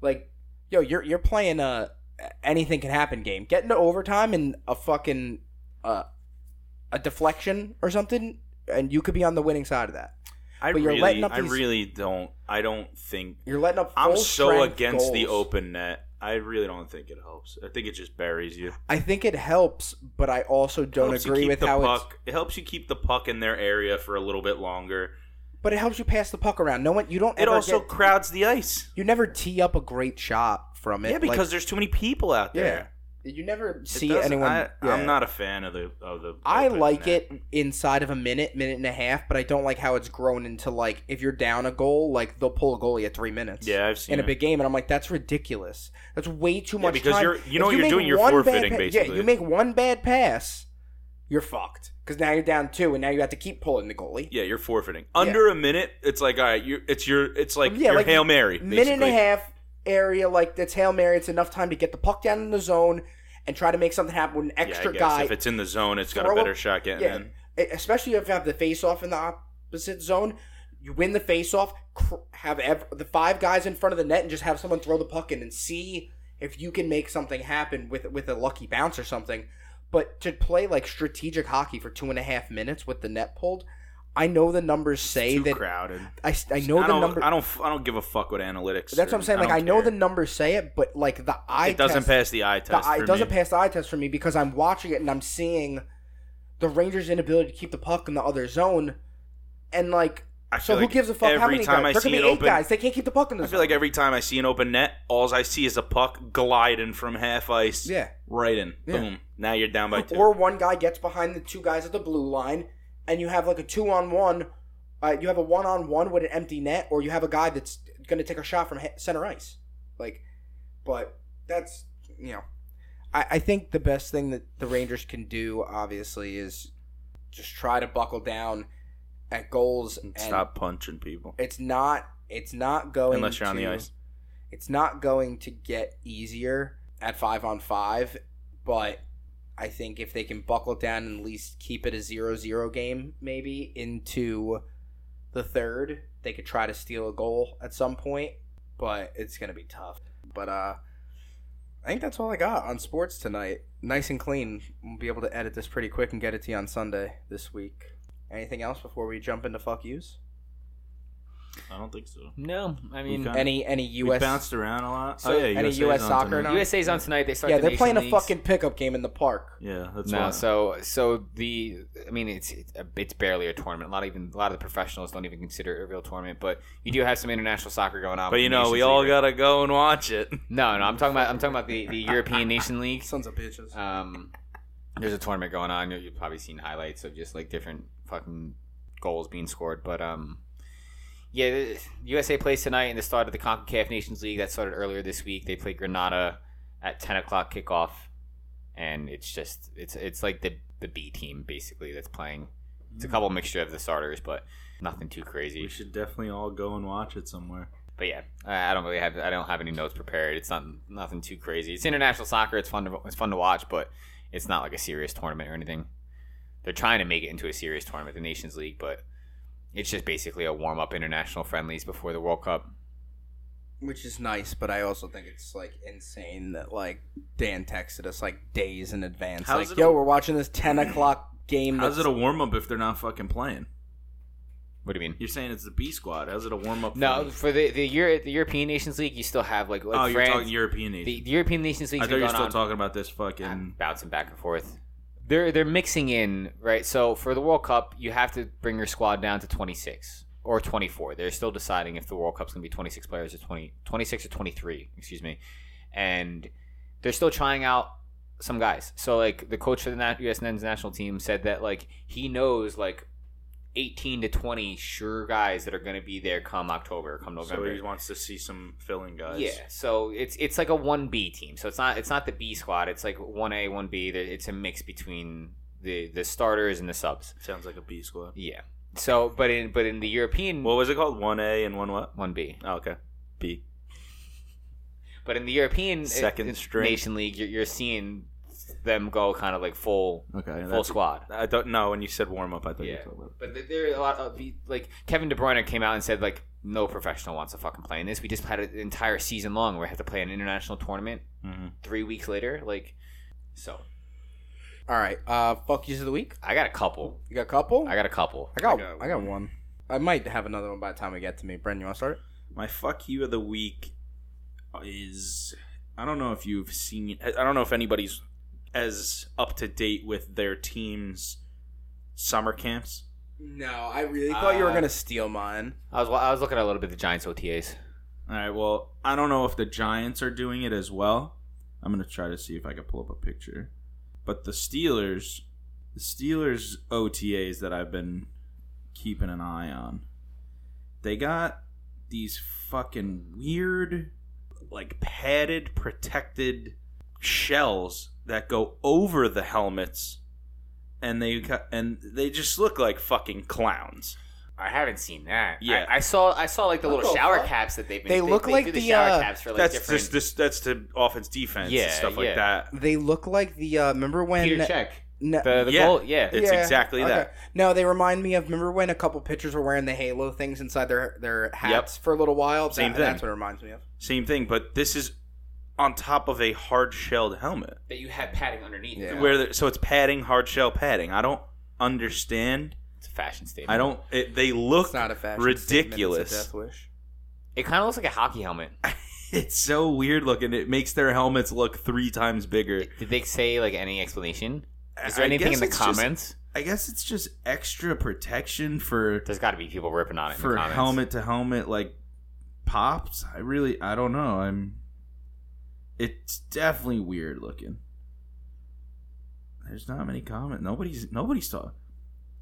Speaker 1: like yo, you're you're playing a anything can happen game. Get into overtime and a fucking uh, a deflection or something, and you could be on the winning side of that.
Speaker 2: I
Speaker 1: But you're
Speaker 2: really,
Speaker 1: letting up
Speaker 2: I
Speaker 1: these-
Speaker 2: really don't. I don't think
Speaker 1: You're letting up.
Speaker 2: I'm
Speaker 1: full
Speaker 2: so
Speaker 1: strength
Speaker 2: against the
Speaker 1: goals.
Speaker 2: open net. I really don't think it helps. I think it just buries you.
Speaker 1: I think it helps, but I also don't
Speaker 2: Helps you
Speaker 1: agree
Speaker 2: keep
Speaker 1: with
Speaker 2: the
Speaker 1: how it's.
Speaker 2: puck. It helps you keep the puck in their area for a little bit longer.
Speaker 1: But it helps you pass the puck around. No one, you don't.
Speaker 2: It
Speaker 1: ever
Speaker 2: also
Speaker 1: get-
Speaker 2: crowds the ice.
Speaker 1: you never tee up a great shot from it.
Speaker 2: Yeah, because there's too many people out there.
Speaker 1: yeah, you never
Speaker 2: It
Speaker 1: see
Speaker 2: doesn't-
Speaker 1: anyone.
Speaker 2: I,
Speaker 1: yeah.
Speaker 2: I'm not a fan of the of the.
Speaker 1: I
Speaker 2: open
Speaker 1: like
Speaker 2: net.
Speaker 1: it inside of a minute, minute and a half, but I don't like how it's grown into like if you're down a goal, like they'll pull a goalie at three minutes.
Speaker 2: Yeah, I've seen
Speaker 1: in a
Speaker 2: it.
Speaker 1: big game, and I'm like, that's ridiculous. That's way too
Speaker 2: Yeah,
Speaker 1: much.
Speaker 2: because
Speaker 1: time.
Speaker 2: you're- you
Speaker 1: If
Speaker 2: know what you're
Speaker 1: make
Speaker 2: doing, you're
Speaker 1: one bad
Speaker 2: forfeiting,
Speaker 1: pa- Yeah,
Speaker 2: basically.
Speaker 1: you make one bad pass, you're fucked because now you're down two, and now you have to keep pulling the goalie.
Speaker 2: Yeah, you're forfeiting under a minute. It's like all right, you it's your it's like
Speaker 1: Yeah,
Speaker 2: your
Speaker 1: like,
Speaker 2: hail mary.
Speaker 1: minute and a
Speaker 2: basically.
Speaker 1: half area, like that's hail mary. It's enough time to get the puck down in the zone and try to make something happen with an
Speaker 2: Yeah, I
Speaker 1: extra
Speaker 2: guess
Speaker 1: guy
Speaker 2: If it's in the zone, it's got
Speaker 1: Throw
Speaker 2: a
Speaker 1: a-
Speaker 2: better shot getting
Speaker 1: Yeah,
Speaker 2: in.
Speaker 1: e, especially if you have the face off in the opposite zone. You win the face off, cr- have ev- the five guys in front of the net, and just have someone throw the puck in and see if you can make something happen with with a lucky bounce or something. But to play like strategic hockey for two and a half minutes with the net pulled, I know the numbers say
Speaker 2: Too
Speaker 1: that
Speaker 2: crowded.
Speaker 1: I, s- I know
Speaker 2: I
Speaker 1: the
Speaker 2: don't,
Speaker 1: number.
Speaker 2: I don't. f- I don't give a fuck what analytics.
Speaker 1: that's what I'm
Speaker 2: are.
Speaker 1: saying. Like
Speaker 2: don't
Speaker 1: I, know the
Speaker 2: care.
Speaker 1: numbers say it, but like the eye
Speaker 2: It doesn't
Speaker 1: test-
Speaker 2: pass the eye test.
Speaker 1: the, eye-
Speaker 2: for
Speaker 1: it doesn't
Speaker 2: me.
Speaker 1: pass the eye test for me because I'm watching it and I'm seeing the Rangers' inability to keep the puck in the other zone, and like,
Speaker 2: I
Speaker 1: so
Speaker 2: feel
Speaker 1: who
Speaker 2: like
Speaker 1: gives a fuck?
Speaker 2: Every
Speaker 1: how many
Speaker 2: time
Speaker 1: guys?
Speaker 2: I
Speaker 1: there could
Speaker 2: see
Speaker 1: be
Speaker 2: it
Speaker 1: eight
Speaker 2: open,
Speaker 1: guys. They can't keep the puck in the
Speaker 2: I
Speaker 1: zone.
Speaker 2: feel like every time I see an open net, all I see is a puck gliding from half ice.
Speaker 1: yeah.
Speaker 2: Right in.
Speaker 1: Yeah.
Speaker 2: Boom. Now you're
Speaker 1: [laughs]
Speaker 2: down by two.
Speaker 1: Or one guy gets behind the two guys at the blue line, and you have like a two on one. Uh, you have a one on one with an empty net, or you have a guy that's going to take a shot from he- center ice. Like, but that's you know, I, I think the best thing that the Rangers can do, obviously, is just try to buckle down at goals. And
Speaker 2: Stop punching people.
Speaker 1: It's not. It's not going
Speaker 2: Unless you're on the
Speaker 1: to-
Speaker 2: ice.
Speaker 1: it's not going to get easier at five on five, but I think if they can buckle down and at least keep it a zero-zero game, maybe into the third, they could try to steal a goal at some point, but it's going to be tough. But uh, I think that's all I got on sports tonight. Nice and clean. We'll be able to edit this pretty quick and get it to you on Sunday this week. Anything else before we jump into fuck yous?
Speaker 4: I don't think so.
Speaker 3: No, I mean
Speaker 4: got-
Speaker 1: Any any
Speaker 4: We
Speaker 1: US
Speaker 4: bounced around a lot.
Speaker 3: So,
Speaker 4: oh yeah,
Speaker 1: any
Speaker 4: USA's
Speaker 1: US
Speaker 4: on
Speaker 1: soccer
Speaker 4: tonight.
Speaker 1: now?
Speaker 3: USA's on tonight. They start.
Speaker 1: Yeah,
Speaker 3: the
Speaker 1: they're
Speaker 3: Nation
Speaker 1: playing a
Speaker 3: Leagues.
Speaker 1: fucking pickup game in the park.
Speaker 4: Yeah, that's
Speaker 3: No,
Speaker 4: why.
Speaker 3: so so the I mean it's it's, a, it's barely a tournament. A lot of even a lot of the professionals don't even consider it a real tournament, but you do have some international soccer going on.
Speaker 2: But
Speaker 3: with
Speaker 2: you
Speaker 3: the
Speaker 2: know, we
Speaker 3: Nations
Speaker 2: all
Speaker 3: League.
Speaker 2: gotta go and watch it.
Speaker 3: no, no. I'm talking about I'm talking about the, the European Nation League.
Speaker 1: Sons of bitches.
Speaker 3: Um, there's a tournament going on. You- You've probably seen highlights of just like different fucking goals being scored. But um, yeah, the- USA plays tonight in the start of the Concacaf Nations League that started earlier this week. They play Granada at 10 o'clock kickoff, and it's just it's it's like the the B team basically that's playing. It's a
Speaker 2: Mm.
Speaker 3: couple mixture of the starters, but nothing too
Speaker 4: we
Speaker 3: crazy.
Speaker 4: should definitely all go and watch it somewhere.
Speaker 3: But yeah, I I don't really have I don't have any notes prepared. It's not nothing too crazy. It's international soccer. It's fun to it's fun to watch, but it's not like a serious tournament or anything. They're trying to make it into a serious tournament, the Nations League, but it's just basically a warm up international friendlies before the World Cup.
Speaker 1: Which is nice, but I also think it's like insane that like Dan texted us like days in advance.
Speaker 2: How's
Speaker 1: like,
Speaker 2: it a-
Speaker 1: yo, we're watching this ten o'clock game.
Speaker 4: How's it
Speaker 1: that's-
Speaker 4: a warm up if they're not fucking playing?
Speaker 3: What do you mean?
Speaker 4: You're saying it's the B squad. How's it a warm up?
Speaker 3: No, for the the, Euro, the European Nations League, you still have like, like
Speaker 4: oh, you're
Speaker 3: France.
Speaker 4: talking European Nation.
Speaker 3: the, the European Nations League.
Speaker 4: I thought you were still talking about this fucking.
Speaker 3: bouncing back and forth. They're they're mixing in right. So for the World Cup, you have to bring your squad down to 26 or 24. They're still deciding if the World Cup's going to be 26 players or 20 26 or 23. Excuse me, and they're still trying out some guys. So like the coach for the na- U.S. men's national team said that like he knows like 18 to 20 sure guys that are going to be there come October, come
Speaker 2: So
Speaker 3: November.
Speaker 2: he wants to see some filling guys.
Speaker 3: Yeah, so it's it's like a one B team. So it's not it's not the B squad. It's like one A, one B. It's a mix between the the starters and the subs.
Speaker 2: Sounds like a B squad.
Speaker 3: Yeah. So, but in but in the European
Speaker 2: What was it called? One A and one what?
Speaker 3: one Mm. B,
Speaker 2: Oh, okay. B.
Speaker 3: but in the European
Speaker 2: Second
Speaker 3: uh,
Speaker 2: string.
Speaker 3: Nation League, you're, you're seeing them go kind of like full
Speaker 4: Okay.
Speaker 3: full
Speaker 4: that's-
Speaker 3: squad.
Speaker 2: I don't know. When you said warm up, I thought you
Speaker 3: Yeah.
Speaker 2: were talking about.
Speaker 3: But th- there are a lot of the- like Kevin De Bruyne came out and said like no professional wants to fucking play in this. We just had an entire season long where I had to play an international tournament
Speaker 2: hmm
Speaker 3: three weeks later. Like, so
Speaker 1: All right. Uh, fuck yous of the week.
Speaker 3: I got a couple.
Speaker 1: You got a couple?
Speaker 3: I got a couple.
Speaker 1: I got,
Speaker 2: I got
Speaker 1: I got one. I might have another one by the time we get to me. Brendan, you want to start?
Speaker 2: My fuck you of the week is I don't know if you've seen I I don't know if anybody's as up to date with their team's summer camps.
Speaker 1: No, I really
Speaker 3: thought you were gonna
Speaker 1: steal mine.
Speaker 3: I was wa- I was looking at a little bit of the Giants OTAs.
Speaker 2: All right, well, I don't know if the Giants are doing it as well. I'm going to try to see if I can pull up a picture. But the Steelers, the Steelers OTAs that I've been keeping an eye on. They got these fucking weird like padded protected shells that go over the helmets and they got, and they just look like fucking clowns.
Speaker 3: I haven't seen that.
Speaker 2: Yeah.
Speaker 3: I, I saw I saw like the little
Speaker 1: Oh,
Speaker 3: shower
Speaker 1: fuck.
Speaker 3: caps that they've been.
Speaker 1: They look
Speaker 3: they
Speaker 1: like
Speaker 3: do the,
Speaker 1: the,
Speaker 3: shower
Speaker 1: uh,
Speaker 3: caps for like
Speaker 2: that's
Speaker 3: different.
Speaker 2: just this, that's the offense defense
Speaker 3: Yeah,
Speaker 2: and stuff
Speaker 3: yeah.
Speaker 2: like that.
Speaker 1: They look like the uh, remember when
Speaker 3: Peter check
Speaker 1: No-
Speaker 3: the, the
Speaker 2: Yeah.
Speaker 3: goal. Yeah,
Speaker 2: It's
Speaker 1: Yeah,
Speaker 2: exactly
Speaker 1: okay.
Speaker 2: that.
Speaker 1: No, they remind me of remember when a couple pitchers were wearing the halo things inside their their hats for a little while.
Speaker 2: Same
Speaker 1: That-
Speaker 2: thing.
Speaker 1: That's what it reminds me of.
Speaker 2: Same thing, but this is on top of a hard shelled helmet.
Speaker 3: that you have padding underneath.
Speaker 1: Yeah.
Speaker 3: Where
Speaker 2: Where the, so it's padding, hard shell padding. I don't understand.
Speaker 3: it's a fashion statement.
Speaker 2: I don't. It, they look.
Speaker 1: It's not a fashion
Speaker 2: ridiculous.
Speaker 1: statement, It's a death wish.
Speaker 3: It kind of looks like a hockey helmet.
Speaker 2: [laughs] It's so weird looking. It makes their helmets look three times bigger.
Speaker 3: Did they say like any explanation? Is there
Speaker 2: I
Speaker 3: anything
Speaker 2: guess
Speaker 3: in the
Speaker 2: it's just-
Speaker 3: comments?
Speaker 2: I guess it's just extra protection for
Speaker 3: There's got to be people ripping on it in
Speaker 2: for
Speaker 3: the comments.
Speaker 2: helmet to helmet like pops. I really. I don't know. I'm. It's definitely weird looking. There's not many comment. Nobody's nobody's talking.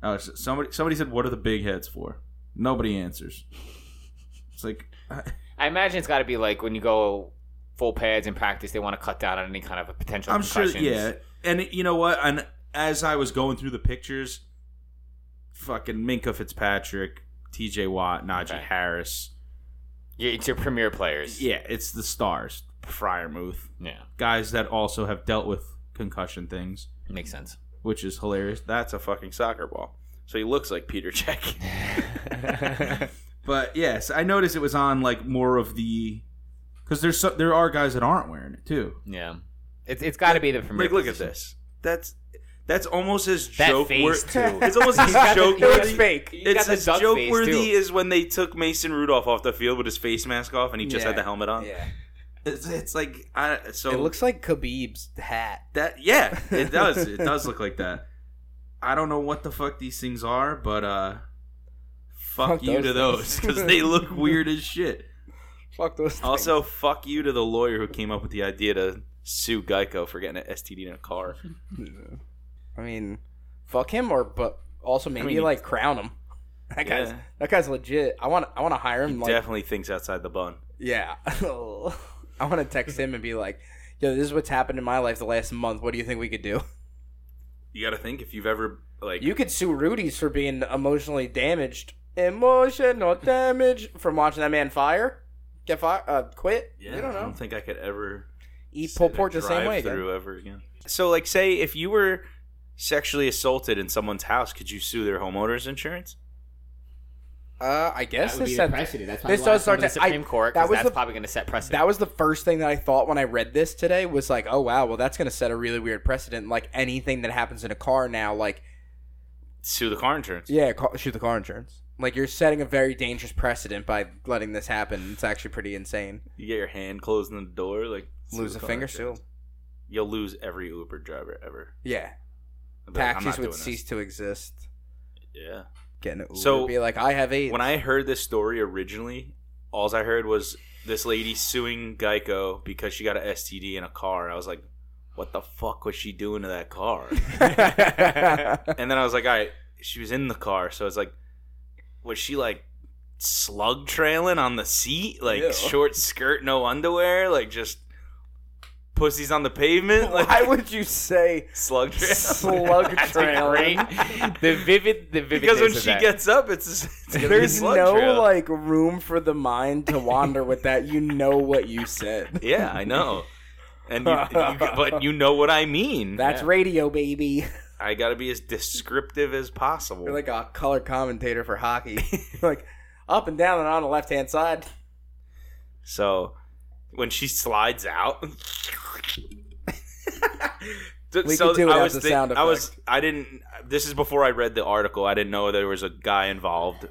Speaker 2: Oh, s- somebody somebody said, "What are the big heads for?" Nobody answers. It's like
Speaker 3: I imagine it's got to be like when you go full pads in practice, they want to cut down on any kind of a potential.
Speaker 2: I'm sure,
Speaker 3: concussions.
Speaker 2: yeah. And you know what? And as I was going through the pictures, fucking Minka Fitzpatrick, T.J. Watt, Najee
Speaker 3: Okay.
Speaker 2: Harris.
Speaker 3: Yeah, it's your premier players.
Speaker 2: Yeah, it's the stars. Fryermuth,
Speaker 3: yeah,
Speaker 2: guys that also have dealt with concussion things, [laughs]
Speaker 3: makes sense.
Speaker 2: which is hilarious. That's a fucking soccer ball. So he looks like Peter [laughs] Check. but yes, I noticed it was on like more of the because there's so, there are guys that aren't wearing it too.
Speaker 3: yeah, it's it's got to be the premier.
Speaker 2: Like, look at
Speaker 3: position. [laughs]
Speaker 2: this. That's that's almost as
Speaker 3: That
Speaker 2: joke
Speaker 3: face
Speaker 2: wor-
Speaker 3: too.
Speaker 2: [laughs] It's almost as
Speaker 3: [laughs] He's got the-
Speaker 2: joke
Speaker 3: he got
Speaker 2: worthy.
Speaker 3: the-
Speaker 1: fake.
Speaker 3: He's got
Speaker 2: It's
Speaker 3: the
Speaker 2: as
Speaker 3: duck
Speaker 2: joke
Speaker 3: face,
Speaker 2: worthy
Speaker 3: too.
Speaker 2: is when they took Mason Rudolph off the field with his face mask off and he just
Speaker 1: Yeah.
Speaker 2: had the helmet on.
Speaker 1: Yeah.
Speaker 2: It's, it's like I, Uh, so
Speaker 1: It looks like Khabib's hat.
Speaker 2: that yeah,
Speaker 1: [laughs]
Speaker 2: it does. it does look like that. I don't know what the fuck these things are, but uh fuck,
Speaker 1: Fuck
Speaker 2: you to
Speaker 1: those
Speaker 2: those
Speaker 1: things.
Speaker 2: cuz they
Speaker 1: [laughs]
Speaker 2: look weird as shit.
Speaker 1: Fuck those. Things.
Speaker 2: Also fuck you to the lawyer who came up with the idea to sue Geico for getting an STD in a car.
Speaker 1: I mean, fuck him, or but also maybe
Speaker 2: mean,
Speaker 1: like crown him. [laughs] That guy's
Speaker 2: Yeah.
Speaker 1: that guy's legit. I want I want to hire him. Like,
Speaker 2: Definitely thinks outside the bun.
Speaker 1: yeah. [laughs] I want to text him and be like, "Yo, this is what's happened in my life the last month. What do you think we could do?"
Speaker 2: You got to think if you've ever like
Speaker 1: You could sue Rudy's for being emotionally damaged. Emotional damage from watching that man fire, get fire, uh, quit.
Speaker 2: yeah,
Speaker 1: you don't
Speaker 2: I
Speaker 1: know.
Speaker 2: don't think I could ever
Speaker 1: Eat
Speaker 2: sit
Speaker 1: pulled
Speaker 2: in a
Speaker 1: pork the same way again.
Speaker 2: drive-thru ever again. So, like, say if you were sexually assaulted in someone's house, could you sue their homeowners insurance?
Speaker 1: Uh, I
Speaker 3: That
Speaker 1: guess
Speaker 3: would
Speaker 1: this
Speaker 3: be the
Speaker 1: said-
Speaker 3: precedent. That's why
Speaker 1: this
Speaker 3: this
Speaker 1: does
Speaker 3: does
Speaker 1: start
Speaker 3: the
Speaker 1: to- I-
Speaker 3: Supreme Court. 'cause
Speaker 1: that was
Speaker 3: that's
Speaker 1: the-
Speaker 3: probably going to set precedent.
Speaker 1: that was the first thing that I thought when I read this today was like, oh wow, well that's gonna set a really weird precedent. Like anything that happens in a car now, like
Speaker 2: Sue the car insurance.
Speaker 1: yeah, call, shoot the car insurance. Like you're setting a very dangerous precedent by letting this happen. It's actually pretty insane.
Speaker 2: You get your hand closed in the door, like sue
Speaker 1: Lose
Speaker 2: the
Speaker 1: a
Speaker 2: car
Speaker 1: finger,
Speaker 2: insurance.
Speaker 1: still.
Speaker 2: You'll lose every Uber driver ever.
Speaker 1: Yeah,
Speaker 2: They'll be like, "I'm
Speaker 1: taxis
Speaker 2: not
Speaker 1: would
Speaker 2: doing
Speaker 1: cease to exist.
Speaker 2: This. Yeah.
Speaker 1: Getting an Uber,
Speaker 2: So,
Speaker 1: be like, I have AIDS.
Speaker 2: When I heard this story originally, all I heard was this lady suing Geico because she got an STD in a car. I was like, what the fuck was she doing to that car?
Speaker 1: [laughs]
Speaker 2: and then I was like, all right, she was in the car, so it's like, was she like slug trailing on the seat, like
Speaker 1: Ew.
Speaker 2: short skirt, no underwear, like just pussies on
Speaker 1: [laughs]
Speaker 2: the pavement, like
Speaker 1: Why would you say [laughs]
Speaker 2: slug trail? [laughs]
Speaker 1: slug
Speaker 3: That's a
Speaker 1: trail? [laughs]
Speaker 3: great- [laughs] the vivid, the vivid.
Speaker 2: because when she gets up, it's, it's gonna be
Speaker 1: There's
Speaker 2: slug
Speaker 1: no
Speaker 2: trail.
Speaker 1: like room for the mind to wander with that. You know what you said.
Speaker 2: yeah, I know. and
Speaker 1: [laughs]
Speaker 2: you, you, but you know what I mean.
Speaker 1: That's
Speaker 3: Yeah.
Speaker 1: radio, baby.
Speaker 2: I got to be as descriptive as possible.
Speaker 1: You're like a color commentator for hockey. [laughs] like up and down and on the left hand side.
Speaker 2: so when she slides out, [laughs]
Speaker 1: We could do without the sound
Speaker 2: I was I didn't. This is before I read the article. I didn't know there was a guy involved,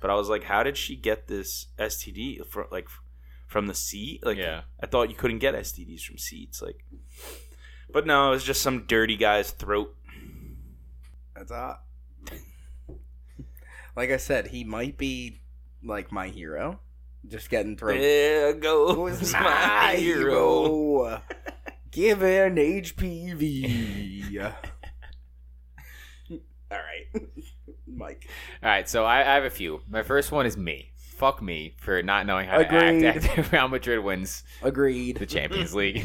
Speaker 2: but I was like, how did she get this STD from like from the sea? Like,
Speaker 3: Yeah.
Speaker 2: I thought you couldn't get STDs from seeds. Like, but no, it was just some dirty guy's throat.
Speaker 1: That's hot. Like I said, he might be like my hero. Just getting through.
Speaker 2: There [laughs] goes
Speaker 1: Who's
Speaker 2: my hero.
Speaker 1: Give an
Speaker 2: [laughs]
Speaker 1: HPV. All right, Mike.
Speaker 3: All right, so I, I have a few. My first one is me. Fuck me for not knowing how
Speaker 1: Agreed.
Speaker 3: to act after [laughs] Real Madrid wins
Speaker 2: [laughs]
Speaker 3: the
Speaker 1: Agreed.
Speaker 3: Champions League.